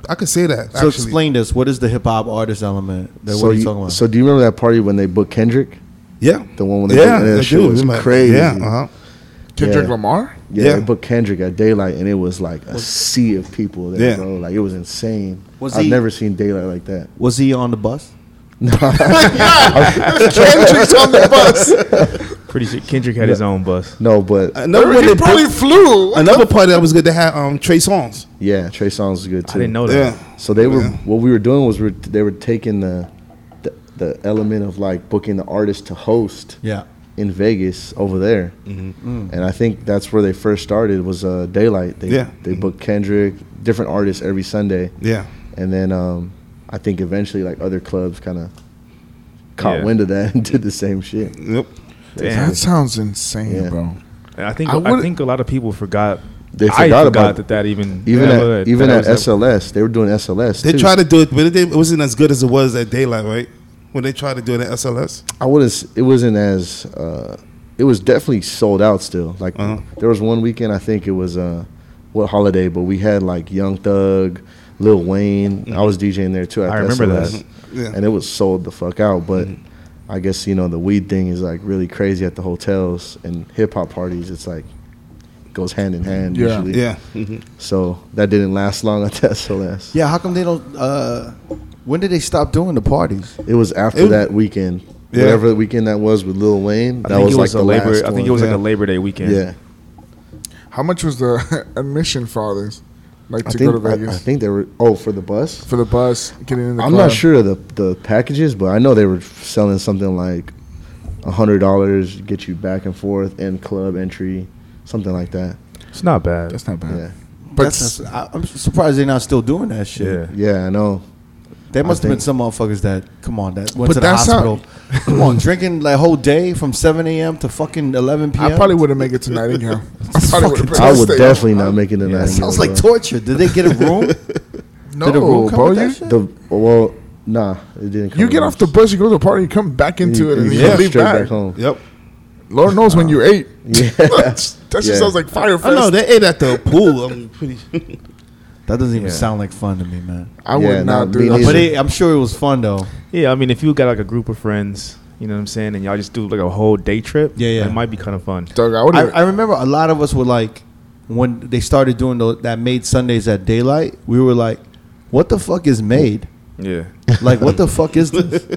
Speaker 5: I could say that.
Speaker 1: So
Speaker 5: actually.
Speaker 1: explain this. What is the hip hop artist element? That
Speaker 4: So,
Speaker 1: what are you
Speaker 4: you-
Speaker 1: talking about?
Speaker 4: so do you remember that party when they booked Kendrick?
Speaker 5: Yeah,
Speaker 4: The one when they
Speaker 5: yeah,
Speaker 4: did- that
Speaker 5: I
Speaker 4: shit
Speaker 5: do
Speaker 4: was
Speaker 5: remember.
Speaker 4: crazy.
Speaker 5: Yeah, uh-huh. *laughs*
Speaker 2: Kendrick
Speaker 4: Yeah.
Speaker 2: Lamar.
Speaker 4: Yeah,
Speaker 5: Yeah.
Speaker 4: they booked Kendrick at daylight, and it was like a sea of people there,
Speaker 5: Yeah.
Speaker 4: bro. Like it was insane.
Speaker 1: Was
Speaker 4: I've
Speaker 1: he-
Speaker 4: never seen daylight like that.
Speaker 1: was he on the bus?
Speaker 2: Kendrick's on the bus.
Speaker 4: *laughs*
Speaker 3: Pretty sure Kendrick had his own bus.
Speaker 4: No, but
Speaker 5: another one
Speaker 2: he
Speaker 5: they
Speaker 2: probably
Speaker 5: booked-
Speaker 2: flew.
Speaker 5: another party that was good. They had um Trey Songz.
Speaker 4: yeah, Trey Songz was good too.
Speaker 3: I didn't know
Speaker 5: Yeah,
Speaker 3: that.
Speaker 4: So they were
Speaker 5: Yeah.
Speaker 4: what we were doing was we were, they were taking the, the the element of like booking the artist to host
Speaker 1: Yeah.
Speaker 4: in Vegas over there,
Speaker 5: Mm-hmm.
Speaker 3: Mm.
Speaker 4: and I think that's where they first started was uh, Daylight. They,
Speaker 5: Yeah.
Speaker 4: they booked Kendrick, different artists every Sunday,
Speaker 5: yeah.
Speaker 4: and then um, I think eventually like other clubs kind of caught
Speaker 3: Yeah.
Speaker 4: wind of that *laughs* and did the same shit.
Speaker 5: Yep.
Speaker 3: Damn.
Speaker 2: That sounds insane,
Speaker 4: Yeah.
Speaker 2: bro.
Speaker 3: And I think
Speaker 2: I
Speaker 3: I,
Speaker 2: wouldn't-
Speaker 3: think a lot of people forgot.
Speaker 4: They
Speaker 3: I
Speaker 4: forgot
Speaker 3: forgot
Speaker 4: about-
Speaker 3: that that even
Speaker 4: Even
Speaker 3: yeah,
Speaker 4: at
Speaker 3: that-
Speaker 4: even
Speaker 3: that
Speaker 4: at
Speaker 3: was a-
Speaker 4: SLS, they were doing SLS.
Speaker 5: They
Speaker 4: too.
Speaker 5: tried to do it, but it, didn't- it wasn't as good as it was at daylight, right? When they tried to do it at SLS.
Speaker 4: I wouldn't. s- It wasn't as. Uh, it was definitely sold out still. Like
Speaker 5: Uh-huh.
Speaker 4: there was one weekend I think it was uh, what holiday, but we had like Young Thug, Lil Wayne. I was DJing there too. At
Speaker 3: I
Speaker 4: the
Speaker 3: remember that. Mm-hmm.
Speaker 4: SLS,
Speaker 5: Yeah.
Speaker 4: and it was sold the fuck out. But I guess you know the weed thing is like really crazy at the hotels and hip hop parties. It's like goes hand in hand
Speaker 2: Yeah,
Speaker 4: usually.
Speaker 5: Yeah. Mhm.
Speaker 4: So that didn't last long *laughs* at the SLS.
Speaker 1: Yeah. How come they don't? Uh, when did they stop doing the parties?
Speaker 4: It was after
Speaker 5: It was-
Speaker 4: that weekend.
Speaker 5: Yeah.
Speaker 4: Whatever the weekend that was with Lil Wayne,
Speaker 3: I
Speaker 4: that
Speaker 3: think
Speaker 4: was,
Speaker 3: it was
Speaker 4: like
Speaker 3: a
Speaker 4: the
Speaker 3: labor.
Speaker 4: last
Speaker 3: I think
Speaker 4: one.
Speaker 3: it was like
Speaker 5: Yeah.
Speaker 3: a Labor Day weekend.
Speaker 4: yeah.
Speaker 2: How much was the *laughs* admission for all this? Like
Speaker 4: I
Speaker 2: to
Speaker 4: think,
Speaker 2: go to
Speaker 4: I-
Speaker 2: Vegas
Speaker 4: I, think they were. Oh, for the bus.
Speaker 2: for the bus, getting in the.
Speaker 4: I'm
Speaker 2: club?
Speaker 4: not sure of the the packages, but I know they were selling something like hundred dollars get you back and forth and club entry, something like that.
Speaker 3: it's not bad.
Speaker 2: That's not bad.
Speaker 4: Yeah,
Speaker 2: But
Speaker 1: That's, I, I'm surprised they're not still doing that shit.
Speaker 3: Yeah.
Speaker 4: yeah, I
Speaker 2: *laughs*
Speaker 4: know.
Speaker 1: There
Speaker 4: I
Speaker 1: must have been
Speaker 4: think-
Speaker 1: some motherfuckers that come on that went to
Speaker 2: But
Speaker 1: the
Speaker 2: that's how-
Speaker 1: hospital. come on, drinking like whole day from 7 a.m. to fucking 11 p.m.
Speaker 2: I probably wouldn't make it
Speaker 4: *laughs*
Speaker 2: to Nottingham. I probably would've been
Speaker 4: I would
Speaker 2: staying.
Speaker 4: definitely not make it in
Speaker 3: Yeah,
Speaker 2: *laughs*
Speaker 4: that. uh,
Speaker 3: it
Speaker 1: sounds like torture. Did they get a room?
Speaker 2: No,
Speaker 1: Did a room come
Speaker 2: bro.
Speaker 1: with that
Speaker 2: You,
Speaker 1: shit?
Speaker 4: the well, nah, it didn't. Come
Speaker 2: you get
Speaker 4: with
Speaker 2: off
Speaker 4: us.
Speaker 2: the bus, you go to the party, you come back
Speaker 4: And
Speaker 2: into
Speaker 4: you-
Speaker 2: it,
Speaker 4: and
Speaker 2: and
Speaker 4: you
Speaker 2: you
Speaker 4: come
Speaker 2: leave
Speaker 4: straight
Speaker 2: back.
Speaker 4: back home.
Speaker 5: Yep.
Speaker 2: Lord knows when you ate.
Speaker 4: *laughs* Yeah.
Speaker 2: *laughs* that just
Speaker 4: Yeah.
Speaker 2: sounds like fire
Speaker 5: I
Speaker 2: fest.
Speaker 5: know Oh, they ate at the pool. Um, I'm pretty.
Speaker 1: That doesn't even
Speaker 3: Yeah.
Speaker 1: sound like fun to me, man.
Speaker 2: I
Speaker 4: Yeah,
Speaker 2: would
Speaker 4: no,
Speaker 2: not
Speaker 4: me
Speaker 2: do that.
Speaker 4: neither.
Speaker 1: But it, I'm sure it was fun though.
Speaker 3: Yeah, I mean, if you got like a group of friends, you know what I'm saying, and y'all just do like a whole day trip,
Speaker 1: Yeah, yeah.
Speaker 3: it might be kind of fun.
Speaker 2: Doug, I would.
Speaker 1: I, I remember a lot of us were like, when they started doing the, that made Sundays at daylight, we were like, "What the fuck is made?
Speaker 3: Yeah,
Speaker 1: Like, what the fuck is *laughs* this?"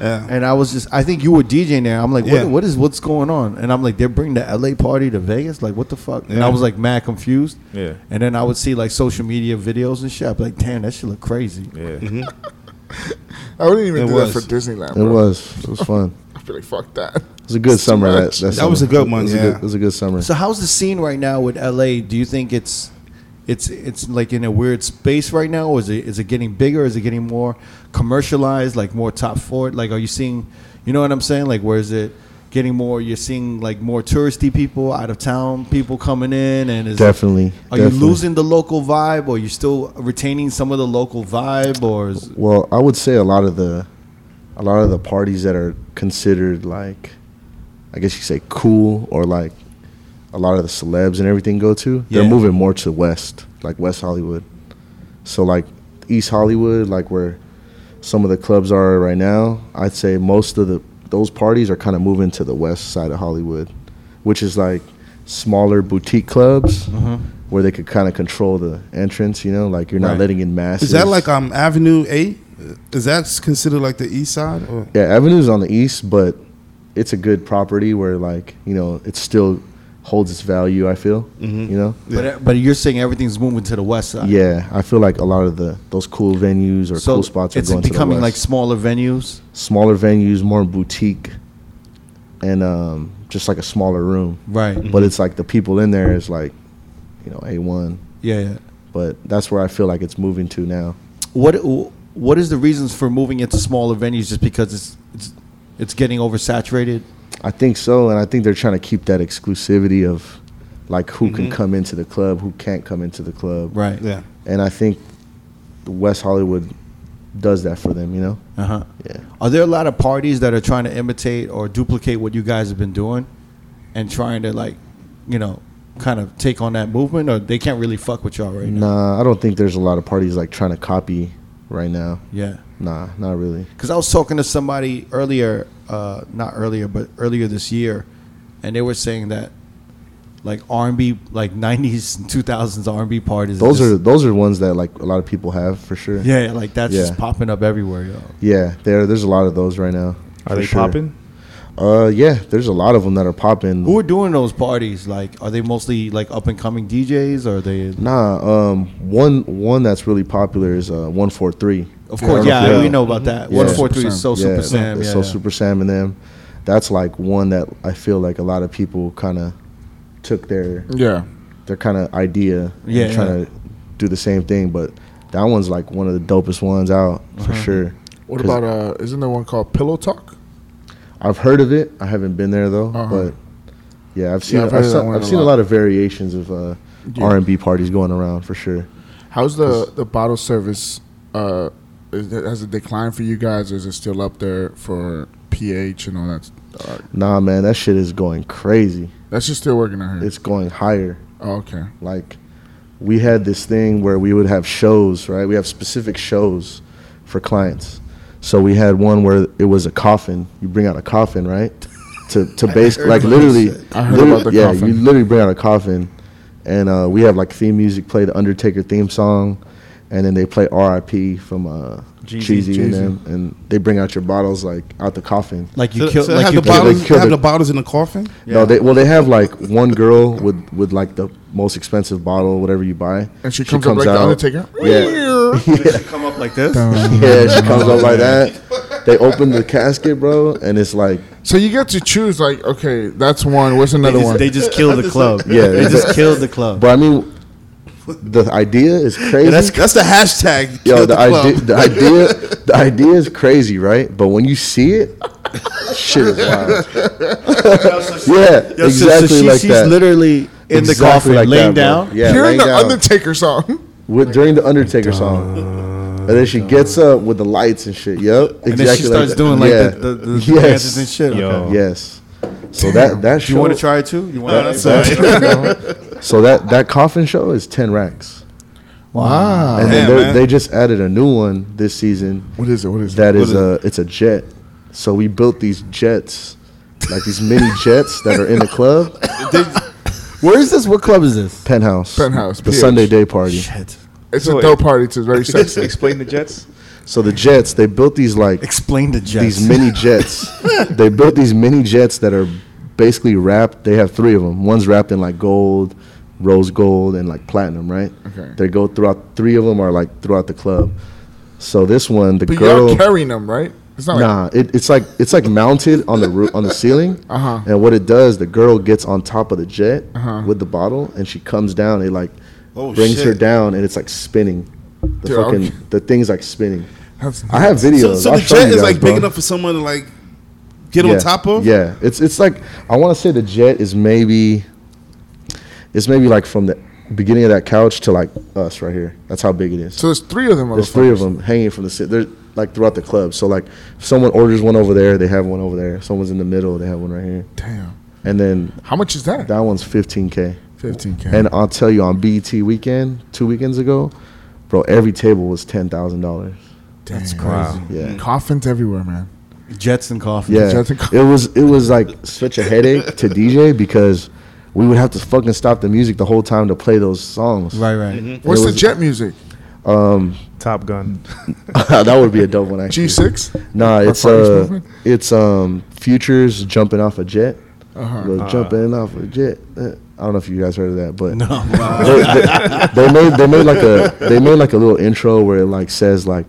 Speaker 5: Yeah.
Speaker 1: And I was just, I think you were DJing there. I'm like,
Speaker 5: Yeah.
Speaker 1: what, what is what's going on? And I'm like, they're bringing the LA party to Vegas. Like, what the fuck? And
Speaker 5: Yeah.
Speaker 1: I was like, mad confused.
Speaker 3: Yeah.
Speaker 1: And then I would see like social media videos and shit. I'd be like, damn, that shit look crazy.
Speaker 3: yeah.
Speaker 2: I wouldn't even
Speaker 5: It
Speaker 2: do
Speaker 5: was.
Speaker 2: that for Disneyland.
Speaker 4: It
Speaker 2: bro. *laughs*
Speaker 4: was. It was fun.
Speaker 2: I'd be like, fuck that.
Speaker 4: It was a good
Speaker 2: It's too
Speaker 4: summer. That,
Speaker 2: much.
Speaker 4: that,
Speaker 5: That was
Speaker 4: summer.
Speaker 5: a good one,
Speaker 4: It was a
Speaker 5: yeah.
Speaker 4: good- it was a good summer.
Speaker 1: So how's the scene right now with LA? Do you think it's it's it's like in a weird space right now, or is it is it getting bigger? Is it getting more commercialized? Like more top forward? Like are you seeing? You know what I'm saying? Like where is it getting more? You're seeing like more touristy people, out of town people coming in, and is
Speaker 4: Definitely.
Speaker 1: Are you
Speaker 4: definitely.
Speaker 1: losing the local vibe, or you still retaining some of the local vibe, or is,
Speaker 4: Well, I would say a lot of the a lot of the parties that are considered like I guess you say cool or like a lot of the celebs and everything go to,
Speaker 1: Yeah.
Speaker 4: they're moving more to west, like West Hollywood. So like East Hollywood, like where some of the clubs are right now, I'd say most of the those parties are kind of moving to the west side of Hollywood, which is like smaller boutique clubs
Speaker 5: Mm-hmm.
Speaker 4: where they could kind of control the entrance, you know, like you're not
Speaker 1: Right.
Speaker 4: letting in masses.
Speaker 5: Is that like um Avenue A? Is that considered like the East Side? Or?
Speaker 4: Yeah, Avenue's on the east, but it's a good property where like you know it's still holds its value. I feel,
Speaker 1: Mm-hmm.
Speaker 4: you know.
Speaker 1: But but you're saying everything's moving to the west side.
Speaker 4: Yeah, I feel like a lot of the those cool venues or
Speaker 1: So
Speaker 4: cool spots are
Speaker 1: it's
Speaker 4: going
Speaker 1: becoming
Speaker 4: to the
Speaker 1: like
Speaker 4: west.
Speaker 1: smaller venues.
Speaker 4: like smaller venues, more boutique, and um, just like a smaller room.
Speaker 1: Right.
Speaker 4: But it's like the people in there is like, you know, a one.
Speaker 1: Yeah. yeah.
Speaker 4: But that's where I feel like it's moving to now.
Speaker 1: What what is the reasons for moving it to smaller venues? Just because it's it's it's getting oversaturated.
Speaker 4: I think so, and I think they're trying to keep that exclusivity of like who can come into the club, who can't come into the club.
Speaker 1: Mm-hmm. Right.
Speaker 5: Yeah.
Speaker 4: And I think West Hollywood does that for them, you know?
Speaker 1: Uh huh.
Speaker 4: Yeah.
Speaker 1: Are there a lot of parties that are trying to imitate or duplicate what you guys have been doing, and trying to like, you know, kind of take on that movement, or they can't really fuck with y'all right now?
Speaker 4: Nah, I don't think there's a lot of parties like trying to copy right now.
Speaker 1: Yeah.
Speaker 4: Nah, not really.
Speaker 1: Because I was talking to somebody earlier, uh, not earlier, but earlier this year, and they were saying that like R&B, like 90s and 2000s R&B parties.
Speaker 4: Those
Speaker 1: just-
Speaker 4: are those are ones that like a lot of people have for sure.
Speaker 1: yeah, yeah, like that's just
Speaker 4: Yeah.
Speaker 1: popping up everywhere, yo.
Speaker 4: Yeah, there there's a lot of those right
Speaker 3: Are
Speaker 4: now. for
Speaker 3: they
Speaker 4: sure.
Speaker 3: popping?
Speaker 4: Uh yeah, there's a lot of them that are popping.
Speaker 1: Who are doing those parties? Like, are they mostly like up and coming DJs, or are they?
Speaker 4: Nah, um one one that's really popular is uh 143.
Speaker 1: Of
Speaker 4: I
Speaker 1: course,
Speaker 4: don't
Speaker 1: yeah,
Speaker 4: if you
Speaker 1: we know about that.
Speaker 4: Yeah.
Speaker 1: One four three is so
Speaker 4: yeah,
Speaker 1: super Sam.
Speaker 4: it's
Speaker 1: yeah,
Speaker 4: so
Speaker 1: yeah.
Speaker 4: super Sam and them. That's like one that I feel like a lot of people kind of took their
Speaker 2: Yeah.
Speaker 4: their kind of idea
Speaker 1: Yeah,
Speaker 4: and trying to do the same thing, but that one's like one of the dopest ones out for
Speaker 2: Uh-huh.
Speaker 4: sure.
Speaker 2: What
Speaker 4: 'Cause
Speaker 2: about uh? Isn't there one called Pillow Talk?
Speaker 4: I've heard of it. I haven't been there though,
Speaker 2: Uh-huh.
Speaker 4: but yeah, I've seen
Speaker 2: I've
Speaker 4: I've,
Speaker 2: heard of that
Speaker 4: seen,
Speaker 2: one
Speaker 4: I've
Speaker 2: a
Speaker 4: seen a
Speaker 2: lot.
Speaker 4: lot of variations of uh, R and B parties going around for sure.
Speaker 2: How's the the bottle service? Uh, is it, has it declined for you guys, or is it still up there for pH and all that? Uh,
Speaker 4: Nah, man, that shit is going crazy.
Speaker 2: that's just still working out here.
Speaker 4: It's going higher.
Speaker 2: oh, okay.
Speaker 4: like we had this thing where we would have shows right we have specific shows for clients so we had one where it was a coffin you bring out a coffin
Speaker 2: *laughs*
Speaker 4: right to to base like literally
Speaker 2: I heard
Speaker 4: literally-
Speaker 2: about the
Speaker 4: yeah
Speaker 2: coffin.
Speaker 4: you literally bring out a coffin and uh, we have like theme music play the undertaker theme song and then they play rip from uh
Speaker 3: Jeezy.
Speaker 4: Cheesy and
Speaker 2: Jeezy.
Speaker 4: them, and they bring out your bottles like out the coffin.
Speaker 1: Like you
Speaker 5: So,
Speaker 1: kill,
Speaker 5: so
Speaker 1: like
Speaker 5: have
Speaker 1: you
Speaker 5: the
Speaker 1: kill,
Speaker 4: bottle-
Speaker 5: bottles,
Speaker 4: kill
Speaker 5: have
Speaker 4: the-
Speaker 5: the bottles in the coffin.
Speaker 4: No, they well they have like one girl with with like the most expensive bottle, whatever you buy,
Speaker 2: And she comes, up like the Undertaker.
Speaker 4: Yeah,
Speaker 1: come up like this.
Speaker 4: Yeah, she comes up like that. They open the casket, bro, and it's like,
Speaker 2: *laughs* So you get to choose. Like, okay, that's one. What's
Speaker 1: They
Speaker 2: another
Speaker 1: just,
Speaker 2: one?
Speaker 1: they just killed the *laughs* club.
Speaker 4: Yeah,
Speaker 1: they
Speaker 4: they
Speaker 1: just killed the club.
Speaker 4: but I mean, the idea is crazy.
Speaker 5: Yeah, that's that's the hashtag.
Speaker 4: Yo, the,
Speaker 5: kill the club.
Speaker 4: idea, the idea, the idea is crazy, right? But when you see it, shit
Speaker 1: *laughs*
Speaker 4: is wild. yeah,
Speaker 1: Yo, so- so
Speaker 4: exactly
Speaker 1: she-
Speaker 4: like
Speaker 1: she's
Speaker 4: that.
Speaker 1: literally in
Speaker 4: Exactly
Speaker 1: the coffin,
Speaker 4: like
Speaker 1: laying
Speaker 4: that, bro.
Speaker 1: down.
Speaker 4: Yeah,
Speaker 2: Hearing
Speaker 4: laying
Speaker 2: the
Speaker 4: down.
Speaker 2: Undertaker song. *laughs*
Speaker 4: with, during the Undertaker song. And then she gets up with the lights and shit. Yep, exactly.
Speaker 1: And then she starts
Speaker 4: that.
Speaker 1: doing like
Speaker 4: Yeah.
Speaker 1: the, the, the
Speaker 4: *laughs* Yes.
Speaker 1: dances and shit.
Speaker 3: Yo.
Speaker 1: Okay.
Speaker 3: *laughs*
Speaker 4: Yes. So that that
Speaker 1: Do you want
Speaker 4: show,
Speaker 1: to try it too? You want
Speaker 5: that's
Speaker 1: to?
Speaker 2: *laughs*
Speaker 5: all
Speaker 4: so that that coffin show is ten racks.
Speaker 2: Wow.
Speaker 4: and then
Speaker 5: Yeah,
Speaker 4: they're-
Speaker 5: man.
Speaker 4: they just added a new one this season.
Speaker 2: What is it? What is
Speaker 4: That
Speaker 2: it?
Speaker 4: is a it's a jet. So we built these jets, like
Speaker 1: *laughs*
Speaker 4: these mini jets that are in the club
Speaker 1: Where is this? What club is this?
Speaker 4: penthouse.
Speaker 2: Penthouse,
Speaker 4: The
Speaker 2: PH.
Speaker 4: Sunday day party.
Speaker 1: Shit.
Speaker 2: It's
Speaker 3: So
Speaker 2: a
Speaker 3: it-
Speaker 2: dope party. It's very sexy.
Speaker 3: Explain the Jets.
Speaker 4: So the jets they built these like
Speaker 1: Explain the jets.
Speaker 4: these mini jets.
Speaker 5: *laughs*
Speaker 4: they built these mini jets that are basically wrapped. They have three of them. One's wrapped in like gold, rose gold, and like platinum. Right.
Speaker 2: Okay.
Speaker 4: They go throughout. Three of them are like throughout the club. So this one, the
Speaker 2: But
Speaker 4: girl.
Speaker 2: y'all carrying them, right? It's not like
Speaker 4: Nah, it, it's like it's like mounted on the roof on the ceiling,
Speaker 2: Uh-huh.
Speaker 4: and what it does, the girl gets on top of the jet with the bottle, and she comes down. It like
Speaker 5: Uh-huh. Oh,
Speaker 4: brings her
Speaker 5: shit.
Speaker 4: down, and it's like spinning. The
Speaker 2: Dude,
Speaker 4: fucking
Speaker 2: okay.
Speaker 4: the thing's like spinning.
Speaker 2: That's-
Speaker 4: I have videos.
Speaker 5: So, so
Speaker 4: I'll
Speaker 5: the
Speaker 4: show you
Speaker 5: jet is
Speaker 4: guys,
Speaker 5: like
Speaker 4: bro.
Speaker 5: big enough for someone to like get
Speaker 4: yeah.
Speaker 5: on top of.
Speaker 4: Yeah, it's it's like I want to say the jet is maybe it's maybe like from the beginning of that couch to like us right here. That's how big it is.
Speaker 2: So there's three of them.
Speaker 4: There's three of them hanging from the sit. They're like throughout the club. So like, if someone orders one over there, they have one over there. Someone's in the middle, they have one right here.
Speaker 2: Damn.
Speaker 4: And then
Speaker 2: How much is that?
Speaker 4: that one's 15k.
Speaker 2: 15K.
Speaker 4: And I'll tell you, on BET weekend, two weekends ago, bro, every table was ten thousand dollars.
Speaker 2: That's
Speaker 3: Wow.
Speaker 4: Yeah,
Speaker 2: Coffins everywhere, man.
Speaker 1: jets and coffee.
Speaker 4: yeah.
Speaker 2: Just a co-
Speaker 4: It was it was like such a
Speaker 1: *laughs*
Speaker 4: headache to DJ because we would have to fucking stop the music the whole time to play those songs.
Speaker 1: Right, right.
Speaker 2: What's the
Speaker 4: was-
Speaker 2: jet music?
Speaker 3: Top Gun.
Speaker 4: *laughs* that would be a dope one. Actually,
Speaker 2: G six.
Speaker 4: Nah, it's
Speaker 2: Party's
Speaker 4: uh,
Speaker 2: movement?
Speaker 4: it's um, futures jumping off a jet.
Speaker 2: Uh-huh.
Speaker 4: Go jump in and off a jet. Uh, I don't know if you guys heard of that, but
Speaker 1: No.
Speaker 4: they, *laughs* they- they made they made like a they made like a little intro where it like says like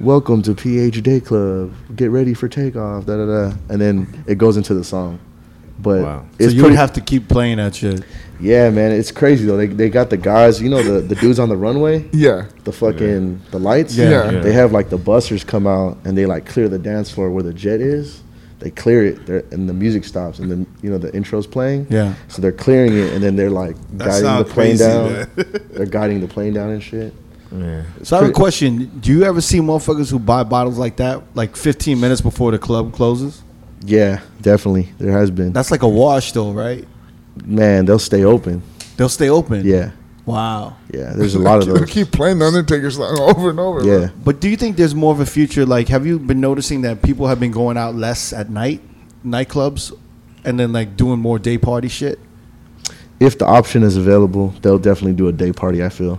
Speaker 4: welcome to ph day club get ready for takeoff da da da and then it goes into the song but
Speaker 3: Wow.
Speaker 1: so
Speaker 4: it's
Speaker 1: you would
Speaker 4: pretty,
Speaker 1: have to keep playing that shit.
Speaker 4: yeah man it's crazy though they, they got the guys you know the, the dudes on the runway
Speaker 2: Yeah.
Speaker 4: the fucking the lights
Speaker 2: Yeah. Yeah.
Speaker 3: Yeah.
Speaker 4: they have like the busters come out and they like clear the dance floor where the jet is they clear it there and the music stops and then you know the intro's playing
Speaker 1: Yeah.
Speaker 4: so they're clearing it and then they're like guiding
Speaker 5: That
Speaker 4: the
Speaker 5: sound
Speaker 4: plane
Speaker 5: crazy,
Speaker 4: down
Speaker 5: man.
Speaker 4: they're guiding the plane down and shit
Speaker 3: Yeah.
Speaker 1: So I have a question. Do you ever see motherfuckers who buy bottles like that, like 15 minutes before the club closes?
Speaker 4: yeah definitely there has been
Speaker 1: That's like a wash, though, right?
Speaker 4: man they'll stay open
Speaker 1: They'll stay open.
Speaker 4: yeah
Speaker 1: Wow.
Speaker 4: yeah
Speaker 2: *laughs*
Speaker 4: there's a lot of
Speaker 2: They'll
Speaker 4: those
Speaker 2: keep playing the Undertaker song *laughs* over and over.
Speaker 4: yeah
Speaker 1: But do you think there's more of a future? Like, have you been noticing that people have been going out less at night, nightclubs, and then like doing more day party shit?
Speaker 4: if the option is available they'll definitely do a day party i feel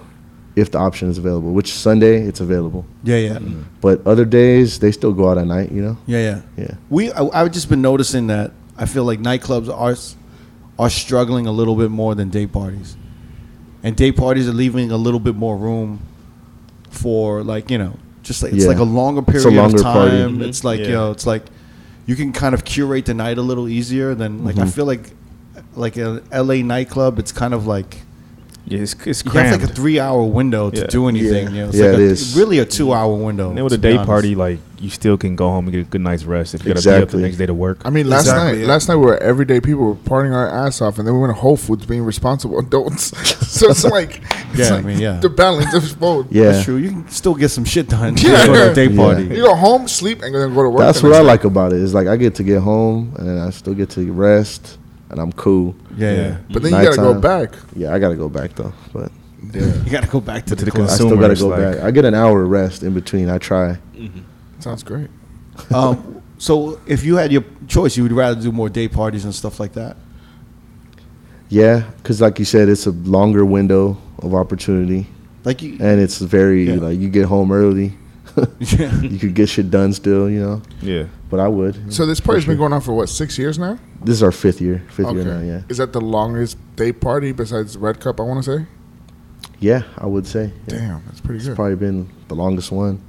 Speaker 4: if the option is available which sunday it's available
Speaker 1: Yeah, yeah,
Speaker 4: but other days they still go out at night you know
Speaker 1: yeah, yeah.
Speaker 4: yeah
Speaker 1: We, I, I've just been noticing that. I feel like nightclubs are s- are struggling a little bit more than day parties, and day parties are leaving a little bit more room for like you know, just like it's
Speaker 4: Yeah.
Speaker 1: like a longer
Speaker 4: It's a
Speaker 1: period
Speaker 4: longer
Speaker 1: of
Speaker 4: party.
Speaker 1: time. It's like
Speaker 3: Mm-hmm. Yeah.
Speaker 1: you know, it's like you can kind of curate the night a little easier than
Speaker 4: Mm-hmm.
Speaker 1: like I feel like like a LA nightclub. It's kind of like
Speaker 3: Yeah, it's, it's
Speaker 1: you have
Speaker 3: crammed.
Speaker 1: like a three hour window to
Speaker 3: Yeah.
Speaker 1: do anything.
Speaker 4: Yeah.
Speaker 1: You know, it's
Speaker 4: Yeah,
Speaker 1: like
Speaker 4: it
Speaker 1: a,
Speaker 4: is.
Speaker 1: really a two hour window.
Speaker 3: and then with a
Speaker 1: to be
Speaker 3: day
Speaker 1: honest.
Speaker 3: party, like you still can go home and get a good night's rest if you got to be up the
Speaker 4: Exactly.
Speaker 3: next day to work.
Speaker 2: I mean, last
Speaker 5: Exactly,
Speaker 2: night,
Speaker 5: yeah.
Speaker 2: last night we were everyday people, we were partying our ass off, and then we went to Whole Foods being responsible *laughs* adults. so it's like, it's
Speaker 1: Yeah, I
Speaker 2: like
Speaker 1: mean, yeah.
Speaker 2: the balance of both.
Speaker 1: That's
Speaker 4: yeah
Speaker 1: true. You can still get some shit done
Speaker 2: Yeah.
Speaker 1: for a day
Speaker 4: Yeah.
Speaker 1: party.
Speaker 2: You go home, sleep, and then go to work.
Speaker 4: That's
Speaker 2: the
Speaker 4: what I
Speaker 2: next
Speaker 4: like about it. Is like I get to get home and I still get to rest and I'm cool.
Speaker 1: Yeah, yeah.
Speaker 2: day. But then you gotta go
Speaker 4: Nighttime.
Speaker 2: back.
Speaker 4: Yeah, I gotta go back though, but
Speaker 1: *laughs* You gotta go back to
Speaker 3: But
Speaker 1: the,
Speaker 3: to the
Speaker 1: club.
Speaker 4: I still gotta
Speaker 3: Consumers,
Speaker 4: go
Speaker 3: like-
Speaker 4: back. I get an hour of rest in between. I try.
Speaker 2: Sounds great.
Speaker 1: um, so if you had your choice, you would rather do more day parties and stuff like that.
Speaker 4: Yeah, because like you said, it's a longer window of opportunity,
Speaker 1: Like you,
Speaker 4: and it's very
Speaker 1: Yeah.
Speaker 4: like you get home early. *laughs*
Speaker 1: yeah.
Speaker 4: You could get shit done still, you know.
Speaker 3: yeah.
Speaker 4: But I would.
Speaker 2: So this party's been going on for what six years now?
Speaker 4: This is our fifth year. Fifth year now. Yeah.
Speaker 2: Is that the longest day party besides Red Cup? I want to say.
Speaker 4: Yeah, I would say. Yeah.
Speaker 2: Damn, that's pretty
Speaker 4: It's
Speaker 2: good. Yeah,
Speaker 4: probably been the longest one,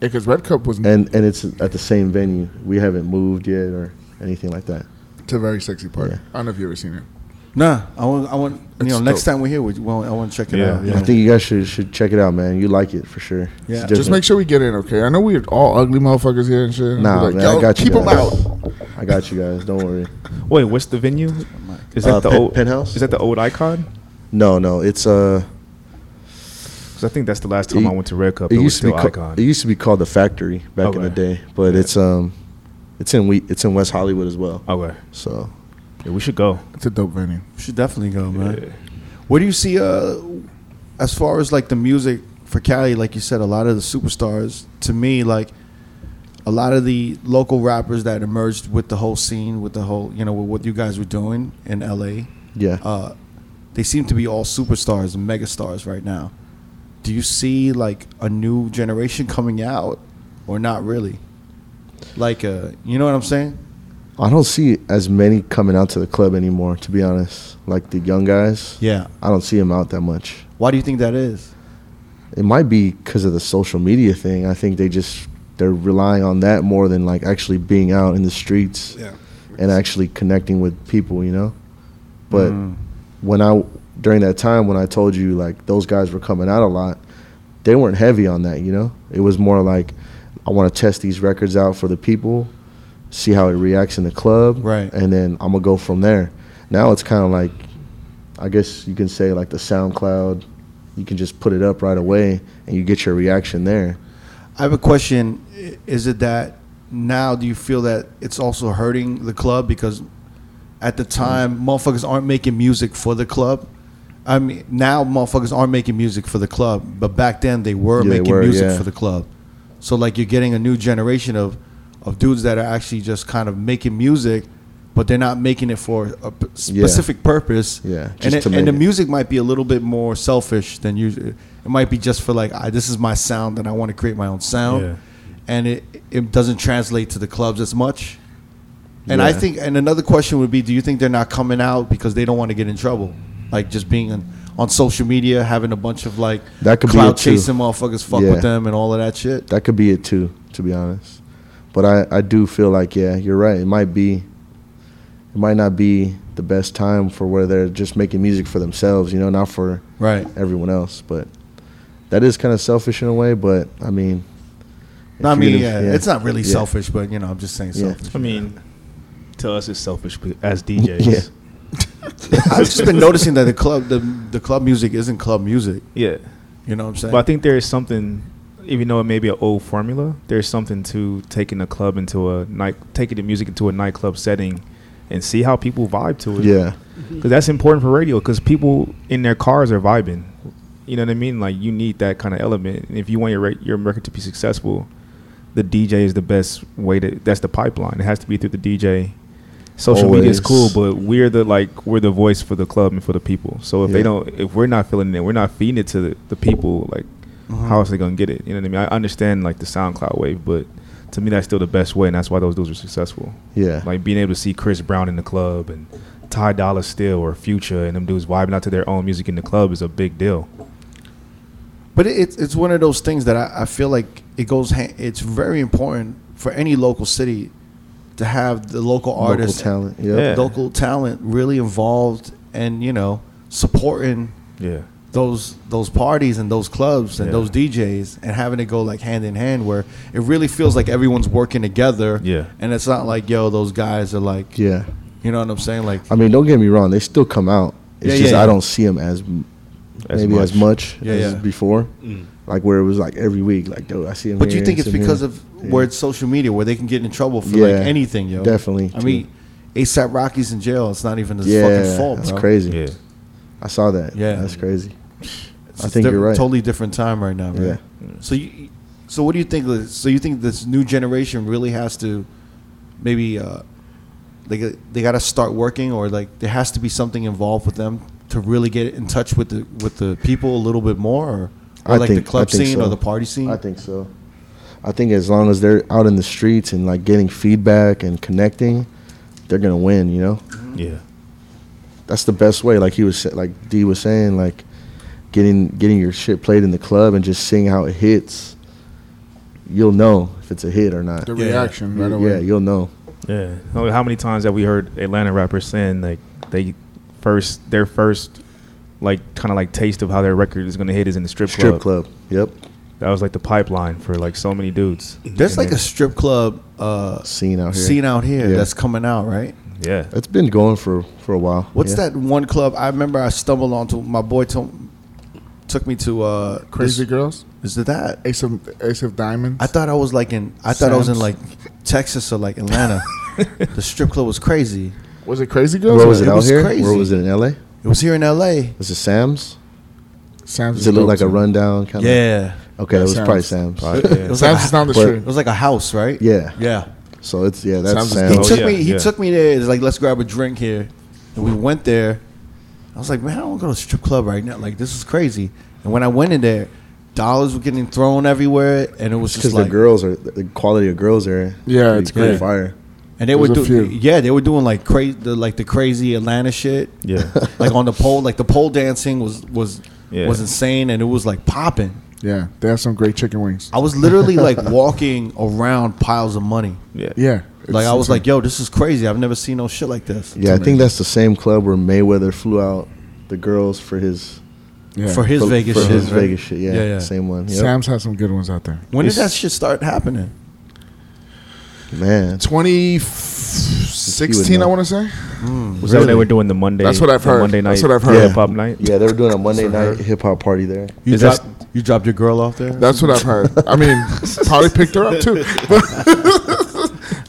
Speaker 2: because Red Cup was
Speaker 4: and and it's at the same venue. We haven't moved yet or anything like that.
Speaker 2: it's a very sexy party.
Speaker 4: Yeah.
Speaker 2: I don't know if you ever seen it.
Speaker 1: *laughs* Nah, I want, I want. You
Speaker 2: It's
Speaker 1: know, next
Speaker 2: dope.
Speaker 1: time we're here, we, well, I want to check it
Speaker 3: Yeah.
Speaker 1: out.
Speaker 4: I think you guys should should check it out, man. You like it for sure.
Speaker 1: Yeah.
Speaker 4: It's
Speaker 2: Just
Speaker 4: different.
Speaker 2: make sure we get in, okay? I know we're all ugly motherfuckers here and shit. I'll be
Speaker 4: Nah, man, I
Speaker 2: "Yo,
Speaker 4: got you
Speaker 2: Keep them
Speaker 4: guys."
Speaker 2: out.
Speaker 4: I got you guys. Don't worry.
Speaker 3: Wait, what's the venue? Is that
Speaker 4: Uh,
Speaker 3: the
Speaker 4: Pen-
Speaker 3: old
Speaker 4: Penthouse?
Speaker 3: Is that the old Icon?
Speaker 4: No, no. It's uh.
Speaker 3: Because I think that's the last time
Speaker 4: It-
Speaker 3: I went to Red Cup.
Speaker 4: It
Speaker 3: It, was
Speaker 4: used to be
Speaker 3: still
Speaker 4: ca-
Speaker 3: Icon.
Speaker 4: it used to be called the Factory back in the
Speaker 3: Okay.
Speaker 4: day, but it's um, it's in we it's in West Hollywood as well.
Speaker 3: okay,
Speaker 4: So
Speaker 3: yeah, we should go.
Speaker 2: It's a dope venue.
Speaker 1: We should definitely go, man. What do you see uh, as far as like the music for Cali? Like you said, a lot of the superstars. To me, like a lot of the local rappers that emerged with the whole scene, with the whole you know with what you guys were doing in LA,
Speaker 4: yeah,
Speaker 1: uh, they seem to be all superstars and megastars right now. Do you see like a new generation coming out, or not really? Like, uh, you know what I'm saying?
Speaker 4: I don't see as many coming out to the club anymore. To be honest, like the young guys,
Speaker 1: Yeah.
Speaker 4: I don't see them out that much.
Speaker 1: Why do you think that is?
Speaker 4: It might be because of the social media thing. I think they just they're relying on that more than like actually being out in the streets.
Speaker 5: Yeah.
Speaker 4: and actually connecting with people, you know. But
Speaker 1: Mm.
Speaker 4: when I during that time when I told you like those guys were coming out a lot, they weren't heavy on that, you know. It was more like I want to test these records out for the people, see how it reacts in the club,
Speaker 1: Right.
Speaker 4: And then I'm gonna go from there. Now it's kind of like, I guess you can say like the SoundCloud. You can just put it up right away, and you get your reaction there.
Speaker 1: I have a question. I- Is it that now do you feel that it's also hurting the club because at the time motherfuckers aren't making music for the club? I mean, now motherfuckers aren't making music for the club, but back then they were
Speaker 4: Yeah, they
Speaker 1: making
Speaker 4: were,
Speaker 1: music
Speaker 4: yeah.
Speaker 1: for the club. So like you're getting a new generation of of dudes that are actually just kind of making music, but they're not making it for a p-
Speaker 4: Yeah.
Speaker 1: specific purpose.
Speaker 4: Yeah,
Speaker 1: and
Speaker 4: just
Speaker 1: it-
Speaker 4: to
Speaker 1: and
Speaker 4: make
Speaker 1: the
Speaker 4: it.
Speaker 1: music might be a little bit more selfish than usual. It might be just for like, I, this is my sound, and I want to create my own sound,
Speaker 3: Yeah.
Speaker 1: and it it doesn't translate to the clubs as much. And I
Speaker 4: Yeah.
Speaker 1: think, and another question would be, do you think they're not coming out because they don't want to get in trouble, like just being on, on social media, having a bunch of like
Speaker 4: That could be
Speaker 1: clout
Speaker 4: it, too.
Speaker 1: chasing motherfuckers, fuck
Speaker 4: Yeah.
Speaker 1: with them and all of that shit.
Speaker 4: That could be it too, to be honest. But I, I do feel like yeah, you're right. It might be it might not be the best time for where they're just making music for themselves, you know, not for
Speaker 1: Right.
Speaker 4: everyone else. But that is kind of selfish in a way, but I mean
Speaker 1: No, I
Speaker 4: if you're
Speaker 1: mean, yeah,
Speaker 4: gonna-
Speaker 1: it's not really
Speaker 4: Yeah.
Speaker 1: selfish, but you know, I'm just saying
Speaker 4: Yeah.
Speaker 1: selfish. *laughs*
Speaker 3: I mean, to us, it's selfish but as DJs.
Speaker 4: *laughs* Yeah.
Speaker 1: I've just been noticing that the club, the the club music isn't club music.
Speaker 3: Yeah.
Speaker 1: You know what I'm saying?
Speaker 3: But I think there is something, even though it may be an old formula, there's something to taking a club into a night, taking the music into a nightclub setting, and see how people vibe to it.
Speaker 4: Yeah.
Speaker 3: because that's important for radio. Because people in their cars are vibing. You know what I mean? Like you need that kind of element. And if you want your re- your record to be successful, the DJ is the best way to. That's the pipeline. It has to be through the DJ. Social media is cool,
Speaker 4: Always.
Speaker 3: but we're the like we're the voice for the club and for the people. So if they
Speaker 4: Yeah.
Speaker 3: don't, if we're not feeling it, we're not feeding it to the, the people. Like
Speaker 1: Mm-hmm.
Speaker 4: Uh-huh.
Speaker 3: how else they gonna get it? You know what I mean? I understand like the SoundCloud wave, but to me that's still the best way, and that's why those dudes are successful.
Speaker 4: Yeah.
Speaker 3: Like being able to see Chris Brown in the club and Ty Dolla Still or Future and them dudes vibing out to their own music in the club is a big deal.
Speaker 1: But it, it's- it's one of those things that I, I feel like it goes. hand- It's very important for any local city to have the local artists,
Speaker 4: Local talent. Yep.
Speaker 3: Yeah.
Speaker 1: local talent really involved, and you know, supporting
Speaker 3: Yeah.
Speaker 1: those those parties and those clubs and
Speaker 3: Yeah.
Speaker 1: those DJs, and having it go like hand in hand, where it really feels like everyone's working together.
Speaker 3: Yeah.
Speaker 1: and it's not like yo, those guys are like,
Speaker 4: Yeah.
Speaker 1: you know what I'm saying, like.
Speaker 4: I mean, don't get me wrong, they still come out. It's
Speaker 1: Yeah,
Speaker 4: just
Speaker 1: yeah, yeah.
Speaker 4: I don't see them as m-
Speaker 3: As
Speaker 4: maybe as much
Speaker 1: Yeah,
Speaker 4: as
Speaker 1: yeah.
Speaker 4: before. Like where it was like every week, like yo, I see him.
Speaker 1: But do you
Speaker 4: here,
Speaker 1: think
Speaker 4: I see
Speaker 1: it's
Speaker 4: him
Speaker 1: because
Speaker 4: here.
Speaker 1: of
Speaker 4: Yeah.
Speaker 1: where it's social media, where they can get in trouble for
Speaker 4: Yeah,
Speaker 1: like anything, yo?
Speaker 4: definitely,
Speaker 1: I mean, ASAP Rocky's in jail. It's not even his
Speaker 4: yeah,
Speaker 1: fucking fault.
Speaker 4: that's
Speaker 1: bro.
Speaker 4: crazy.
Speaker 3: Yeah.
Speaker 4: I saw that.
Speaker 1: Yeah.
Speaker 4: that's crazy.
Speaker 1: It's
Speaker 4: I think
Speaker 1: diff-
Speaker 4: you're right.
Speaker 1: Totally different time right now, right? So you, so what do you think? So you think this new generation really has to, maybe, uh, they g- they got to start working, or like there has to be something involved with them to really get in touch with the with the people a little bit more, or, or
Speaker 4: I
Speaker 1: like
Speaker 4: think-
Speaker 1: the club
Speaker 4: I think
Speaker 1: scene
Speaker 4: so.
Speaker 1: or the party scene.
Speaker 4: I think so. I think as long as they're out in the streets and like getting feedback and connecting, they're gonna win. You know,
Speaker 3: Yeah.
Speaker 4: that's the best way. Like he was, sa- like D was saying, like getting getting your shit played in the club and just seeing how it hits. You'll know if it's a hit or not.
Speaker 2: The
Speaker 1: Yeah.
Speaker 2: reaction right
Speaker 4: yeah,
Speaker 2: away.
Speaker 4: you'll know.
Speaker 3: Yeah. Oh, How many times have we heard Atlanta rappers saying like they first their first like kind of like taste of how their record is gonna hit is in the strip,
Speaker 4: Strip
Speaker 3: club.
Speaker 4: club. Yep.
Speaker 3: That was like the pipeline for like so many dudes.
Speaker 1: There's
Speaker 3: And
Speaker 1: like
Speaker 3: then-
Speaker 1: a strip club uh,
Speaker 4: Scene out here.
Speaker 1: scene out here
Speaker 4: Yeah.
Speaker 1: that's coming out, right?
Speaker 3: *laughs*
Speaker 2: *laughs*
Speaker 3: yeah.
Speaker 4: It's been going for for a while.
Speaker 1: What's
Speaker 4: yeah.
Speaker 1: that one club? I remember I stumbled onto. My boy told, took me to uh,
Speaker 2: Crazy
Speaker 1: this-
Speaker 2: Girls,
Speaker 1: Is it that?
Speaker 2: Ace of Ace of Diamonds.
Speaker 1: I thought I was like in. I thought I was in
Speaker 2: Sam's.
Speaker 1: like Texas or like Atlanta. the strip club was crazy.
Speaker 2: was it Crazy Girls?
Speaker 4: Where was
Speaker 1: It
Speaker 4: it, out
Speaker 1: was
Speaker 4: here?
Speaker 1: crazy.
Speaker 4: Where was it in L.A.?
Speaker 1: It was here in L.A.
Speaker 4: Was it Sam's?
Speaker 2: Sam's
Speaker 4: Does it look
Speaker 2: dope,
Speaker 4: like a
Speaker 2: too.
Speaker 4: rundown kind of?
Speaker 1: Yeah,
Speaker 4: Okay,
Speaker 2: Yeah,
Speaker 4: that was probably Sam's.
Speaker 2: Sam's.
Speaker 1: it
Speaker 3: Yeah.
Speaker 1: was like
Speaker 2: Sam's
Speaker 1: a,
Speaker 2: is down the
Speaker 4: But-
Speaker 2: street.
Speaker 1: It was like a house, right?
Speaker 4: Yeah.
Speaker 1: yeah.
Speaker 4: So it's yeah, that's
Speaker 2: Sam's is
Speaker 1: He
Speaker 4: Sam's.
Speaker 3: Oh,
Speaker 1: took
Speaker 3: yeah,
Speaker 1: me. He
Speaker 3: yeah.
Speaker 1: took me there. He's like, let's grab a drink here, and we went there. I was like, man, I don't want to go to a strip club right now. Like, this is crazy. And when I went in there, dollars were getting thrown everywhere, and it was
Speaker 4: Because
Speaker 1: just
Speaker 4: the
Speaker 1: like,
Speaker 4: girls are the quality of girls are
Speaker 2: Yeah, it's
Speaker 4: pretty
Speaker 1: great.
Speaker 4: fire.
Speaker 1: and they were
Speaker 2: There's a
Speaker 1: doing,
Speaker 2: few.
Speaker 1: yeah, they were doing like crazy, the, like the crazy Atlanta shit.
Speaker 3: Yeah.
Speaker 1: *laughs* like on the pole, like the pole dancing was was
Speaker 3: Yeah.
Speaker 1: was insane, and it was like popping.
Speaker 2: Yeah, they have some great chicken wings.
Speaker 1: I was literally
Speaker 4: *laughs*
Speaker 1: like walking around piles of money.
Speaker 3: Yeah.
Speaker 2: Yeah,
Speaker 1: Like I was like, yo, this is crazy. I've never seen no shit like this.
Speaker 4: Yeah, I think that's the same club where Mayweather flew out the girls for his
Speaker 1: for his
Speaker 4: for,
Speaker 1: Vegas
Speaker 4: for
Speaker 1: shit.
Speaker 4: his
Speaker 1: right?
Speaker 4: Vegas shit. Yeah,
Speaker 1: Yeah, yeah.
Speaker 4: same one. Yep.
Speaker 2: Sam's has some good ones out there.
Speaker 1: When did
Speaker 4: It's-
Speaker 1: that shit start happening?
Speaker 4: man.
Speaker 2: 2016, I
Speaker 4: know.
Speaker 2: want to say.
Speaker 3: *laughs* Was that when they were doing the Monday?
Speaker 2: That's what I've
Speaker 3: the
Speaker 2: heard.
Speaker 3: Monday night.
Speaker 2: That's what I've heard.
Speaker 3: Hip hop night.
Speaker 4: Yeah, they were doing a Monday night hip hop party
Speaker 1: *laughs*
Speaker 4: there.
Speaker 1: You
Speaker 3: Is that-
Speaker 1: dropped, you dropped your girl off there.
Speaker 2: That's what I've heard. I mean,
Speaker 1: *laughs*
Speaker 2: probably picked her up too.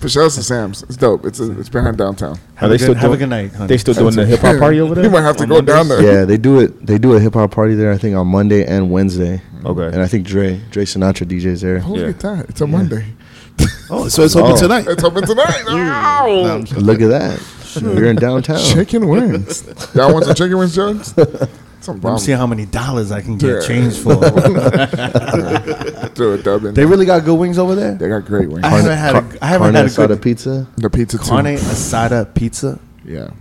Speaker 2: But *laughs* shout out to Sam's. It's dope. It's it's behind downtown.
Speaker 1: have
Speaker 3: Are they
Speaker 1: a good,
Speaker 3: still
Speaker 1: have a good
Speaker 3: doing-
Speaker 1: night. Honey.
Speaker 3: They still doing the hip hop party over there.
Speaker 2: *laughs* You might have to
Speaker 3: On
Speaker 2: go down
Speaker 3: Mondays?
Speaker 2: there.
Speaker 4: Yeah, they do it. They do a hip hop party there. I think on Monday and Wednesday.
Speaker 3: Okay.
Speaker 4: And I think Dre, Dre Sinatra DJs there.
Speaker 2: Oh,
Speaker 3: Yeah.
Speaker 2: look at that. It's a Monday.
Speaker 5: Oh, so it's open
Speaker 4: Oh.
Speaker 5: tonight.
Speaker 2: It's open tonight.
Speaker 1: *laughs* Mm.
Speaker 2: Ow.
Speaker 4: Look at that. We're in
Speaker 1: *laughs*
Speaker 4: downtown.
Speaker 2: Chicken wings. Y'all want some chicken wings, Jones? Some
Speaker 1: Let me see
Speaker 2: problem.
Speaker 1: how many dollars I can get
Speaker 2: Yeah.
Speaker 1: change for.
Speaker 2: Throw a dub in.
Speaker 1: *laughs* they really got good wings over there.
Speaker 2: They got great wings.
Speaker 1: I haven't had a, I haven't had
Speaker 4: carne
Speaker 1: a
Speaker 4: asada
Speaker 1: good *laughs*
Speaker 4: pizza.
Speaker 2: The pizza too.
Speaker 1: carne asada pizza.
Speaker 2: Yeah.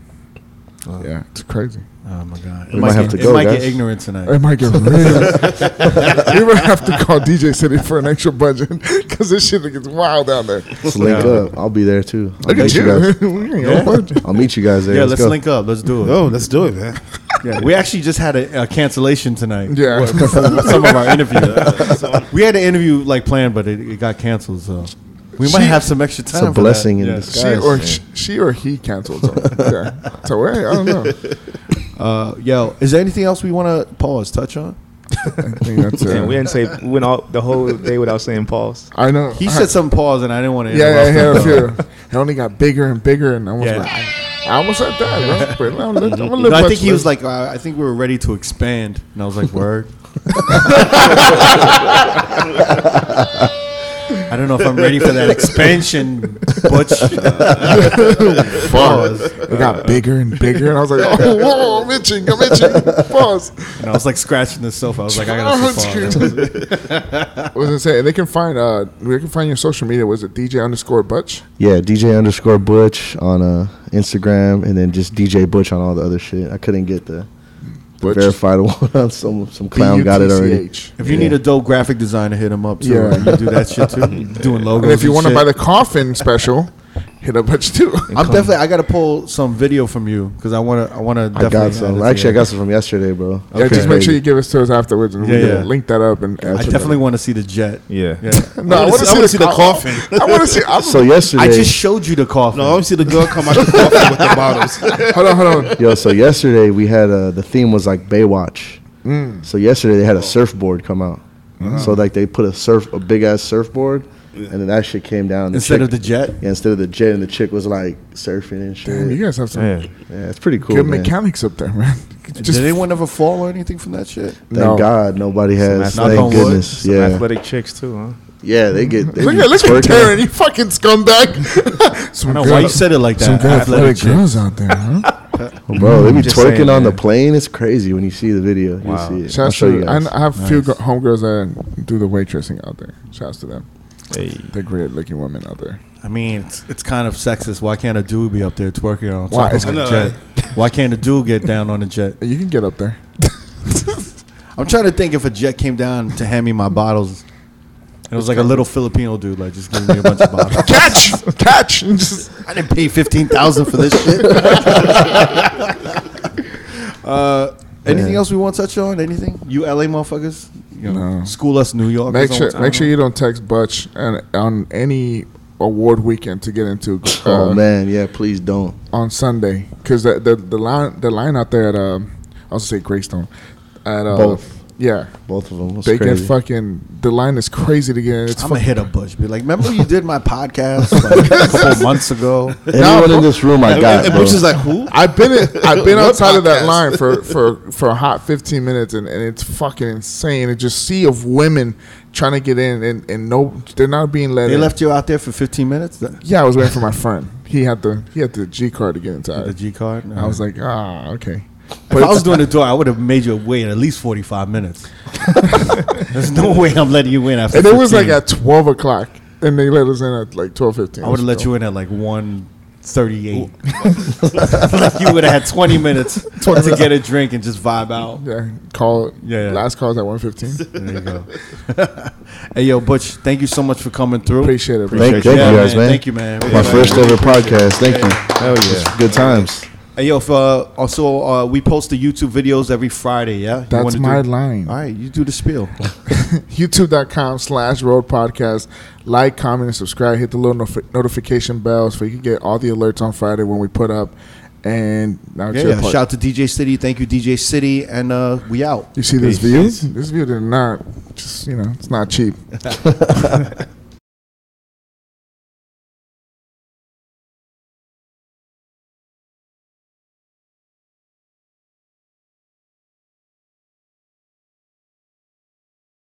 Speaker 2: yeah, it's crazy.
Speaker 1: Oh my god! It
Speaker 4: We might have
Speaker 1: get,
Speaker 4: to
Speaker 1: it
Speaker 4: go,
Speaker 1: might get
Speaker 4: guys.
Speaker 1: ignorant
Speaker 2: It
Speaker 1: tonight.
Speaker 2: might get real.
Speaker 1: *laughs*
Speaker 2: we might have to call DJ City for an extra budget because this shit gets wild down there.
Speaker 4: Let's link up. I'll be there too. I'll
Speaker 2: Look at
Speaker 4: meet
Speaker 2: you.
Speaker 1: *laughs*
Speaker 4: guys.
Speaker 2: We ain't on budget.
Speaker 4: I'll meet you guys there.
Speaker 1: Yeah,
Speaker 4: Let's
Speaker 1: let's
Speaker 4: go.
Speaker 1: link up. Let's do it.
Speaker 5: Oh, let's do it, man.
Speaker 1: Yeah, we actually just had a, a cancellation tonight.
Speaker 2: Yeah.
Speaker 1: Well, for *laughs* some of our *laughs* interviews.
Speaker 2: *laughs*
Speaker 1: we had an interview like planned, but it, it got canceled. So we might
Speaker 2: She-
Speaker 1: have some extra time.
Speaker 4: a
Speaker 1: for that.
Speaker 4: blessing in
Speaker 1: Yeah.
Speaker 4: disguise.
Speaker 2: She
Speaker 4: Guys,
Speaker 2: or
Speaker 4: man.
Speaker 2: she, she or he canceled something. yeah. So hey, I don't know.
Speaker 1: Uh, yo, is there anything else we want to pause touch on?
Speaker 2: I think that's it.
Speaker 3: Damn, we didn't say we went all the whole day without saying pause.
Speaker 2: I know.
Speaker 1: He
Speaker 2: I-
Speaker 1: said some pause, and I didn't want to.
Speaker 2: Yeah, yeah, I had a
Speaker 1: interrupt him.
Speaker 2: few. It only got bigger and bigger, and I was
Speaker 1: Yeah.
Speaker 2: like, I almost said that,
Speaker 1: *laughs*
Speaker 2: bro. But I'm, I'm a
Speaker 1: You
Speaker 2: little
Speaker 1: know, I
Speaker 2: much
Speaker 1: think he was
Speaker 2: later.
Speaker 1: like, uh, I think we were ready to expand, and I was like, word. I don't know if I'm ready for that expansion, Butch. Pause.
Speaker 2: it got bigger and bigger, and I was like,
Speaker 1: *laughs*
Speaker 2: oh, whoa, I'm itching, I'm itching. Pause.
Speaker 1: And I was like scratching the sofa. I was like, I gotta sit down.
Speaker 2: was gonna say they can find uh they can find your social media. Was it DJ underscore Butch?
Speaker 4: Yeah, DJ underscore Butch on uh, Instagram, and then just DJ Butch on all the other shit. I couldn't get the, the
Speaker 2: Butch.
Speaker 4: verified *laughs* one. on Some some clown got it already.
Speaker 2: B-U-T-C-H.
Speaker 1: If you need a dope graphic designer, hit him up too.
Speaker 2: Yeah.
Speaker 1: You do that shit too. You Doing logos.
Speaker 2: And if you want to
Speaker 1: shit.
Speaker 2: buy the coffin special, hit up
Speaker 1: *laughs*
Speaker 2: Butch too.
Speaker 1: I'm definitely. I gotta pull some video from you because I wanna. I wanna.
Speaker 4: I
Speaker 1: Definitely
Speaker 4: got some.
Speaker 1: add it to
Speaker 4: Actually, I
Speaker 1: your-
Speaker 4: got some from yesterday, bro.
Speaker 2: Yeah, just make sure
Speaker 4: Crazy.
Speaker 2: you give us to us afterwards, and we
Speaker 1: Yeah,
Speaker 2: can
Speaker 1: yeah.
Speaker 2: link that up. And
Speaker 1: I definitely want to see the jet.
Speaker 3: Yeah. *laughs*
Speaker 1: Yeah.
Speaker 2: No, I
Speaker 5: wanna
Speaker 2: want to
Speaker 5: see- I wanna see the coffin.
Speaker 2: *laughs* I want to see. I'm,
Speaker 4: So yesterday,
Speaker 1: I just showed you the coffin.
Speaker 5: No, I always see the girl come out the coffee with the bottles.
Speaker 2: hold on, hold on.
Speaker 4: yo, so yesterday we had uh, the theme was like Baywatch.
Speaker 2: Mm.
Speaker 4: So yesterday they had a surfboard come out.
Speaker 2: Uh-huh.
Speaker 4: So like they put a surf, a big ass surfboard, and then that shit came down. The
Speaker 1: Instead of the
Speaker 4: chick-
Speaker 1: jet.
Speaker 4: yeah, instead of the jet, and the chick was like surfing and shit.
Speaker 2: Damn, you guys have some
Speaker 3: Yeah.
Speaker 4: yeah, it's pretty cool.
Speaker 2: good
Speaker 4: man.
Speaker 2: mechanics up there, man. *laughs*
Speaker 1: Did
Speaker 2: Just
Speaker 1: anyone ever fall or anything from that shit?
Speaker 4: Thank
Speaker 2: No.
Speaker 4: God nobody has.
Speaker 1: athletic- Knock
Speaker 4: Thank
Speaker 1: on wood.
Speaker 4: goodness.
Speaker 3: Some
Speaker 4: yeah,
Speaker 3: athletic chicks too, huh?
Speaker 4: yeah, they get. They
Speaker 2: look
Speaker 4: be
Speaker 2: at look at
Speaker 4: twerking.
Speaker 2: Taryn, you fucking
Speaker 4: *laughs*
Speaker 2: scumbag. some
Speaker 1: I don't
Speaker 2: good-
Speaker 1: know why you said it like that.
Speaker 2: some good athletic
Speaker 1: chick.
Speaker 2: girls out
Speaker 1: *laughs*
Speaker 2: there, huh?
Speaker 4: Bro, they be
Speaker 3: Just
Speaker 4: twerking
Speaker 3: saying,
Speaker 4: on the
Speaker 3: man.
Speaker 4: plane. It's crazy when you see the video. You
Speaker 3: Wow.
Speaker 4: see it. I'll
Speaker 2: Shouts
Speaker 4: show you
Speaker 2: to I,
Speaker 4: guys.
Speaker 2: kn- I have a few gr- homegirls that do the waitressing out there. Shouts to them.
Speaker 3: Hey.
Speaker 2: They're great looking women out there.
Speaker 1: I mean, it's, it's kind of sexist. Why can't a dude be up there twerking on
Speaker 2: Why?
Speaker 1: top of
Speaker 2: It's
Speaker 1: a
Speaker 5: gonna-
Speaker 1: jet? Why can't a dude get down on a jet?
Speaker 2: You can get
Speaker 4: *laughs*
Speaker 2: up there.
Speaker 1: I'm trying to think if a jet came down to hand me my bottles. and It was like a little Filipino dude, like just giving me a bunch of *laughs* bottles.
Speaker 2: Catch, catch. *laughs* And just,
Speaker 1: I didn't pay fifteen thousand for this shit. *laughs* uh, anything
Speaker 4: Yeah.
Speaker 1: else we want to touch on? Anything? You LA motherfuckers, you know,
Speaker 2: No.
Speaker 1: school us New York.
Speaker 2: make sure make sure you don't text Butch and on any award weekend to get into
Speaker 4: oh
Speaker 2: uh,
Speaker 4: man, yeah. Please don't.
Speaker 2: on Sunday because the, the the line the line out there at um I was gonna say Greystone at uh,
Speaker 4: Both.
Speaker 2: yeah
Speaker 4: Both of them. It's
Speaker 2: they
Speaker 4: crazy.
Speaker 2: get fucking the line is crazy to get in. It's
Speaker 1: I'm gonna
Speaker 2: fucking,
Speaker 1: hit up Bush. Be like, remember you did my podcast
Speaker 4: *laughs*
Speaker 1: like, a couple months ago?
Speaker 4: Anyone in this room, I got.
Speaker 5: and
Speaker 4: bro.
Speaker 5: Butch is like,
Speaker 4: *laughs*
Speaker 5: who?
Speaker 2: I've been in,
Speaker 1: *laughs*
Speaker 2: I've been
Speaker 5: What
Speaker 2: outside of that
Speaker 5: podcast?
Speaker 2: line for, for, for a hot 15 minutes and, and it's fucking insane. It's just sea of women trying to get in and, and no they're not being let
Speaker 1: They
Speaker 2: in.
Speaker 1: left you out there for 15 minutes. The,
Speaker 2: Yeah, I was waiting for my friend. He had the he had the G card to get inside.
Speaker 1: the G card. No.
Speaker 2: I was like, ah, okay.
Speaker 1: if I was doing the door, I would have made you wait at least 45
Speaker 4: *laughs*
Speaker 1: minutes. There's no way I'm letting you in after.
Speaker 2: And it was like
Speaker 1: 15.
Speaker 2: at 12 o'clock and they let us in at like 12.15.
Speaker 1: I would have let you in at like 138. *laughs*
Speaker 4: *laughs*
Speaker 1: like you would have had 20 minutes to get a drink and just vibe out.
Speaker 2: Yeah, call.
Speaker 1: Yeah,
Speaker 2: Yeah,
Speaker 1: yeah.
Speaker 2: last call's
Speaker 1: *laughs*
Speaker 2: at 1.15.
Speaker 1: There you go. hey, yo, Butch, thank you so much for coming through.
Speaker 2: Appreciate it, bro.
Speaker 4: Thank, thank
Speaker 1: Yeah,
Speaker 4: you guys,
Speaker 1: man.
Speaker 4: man.
Speaker 1: Thank you, man.
Speaker 4: My
Speaker 1: Yeah, man.
Speaker 4: first ever podcast. Thank you.
Speaker 3: Hell yeah.
Speaker 4: Good times.
Speaker 1: Hey, yo, if, uh, also, uh, we post the YouTube videos every Friday, yeah? You
Speaker 2: That's
Speaker 1: wanna
Speaker 2: my
Speaker 1: do-
Speaker 2: line.
Speaker 1: All right, you do the spiel.
Speaker 2: youtube.com slash road podcast like comment and subscribe hit the little nof- notification bell so you can get all the alerts on friday when we put up and now it's
Speaker 1: Yeah,
Speaker 2: your
Speaker 1: yeah.
Speaker 2: part.
Speaker 1: Shout out to DJ City. Thank you, DJ City. And uh, we out.
Speaker 2: you see this view this view did not just you know it's not cheap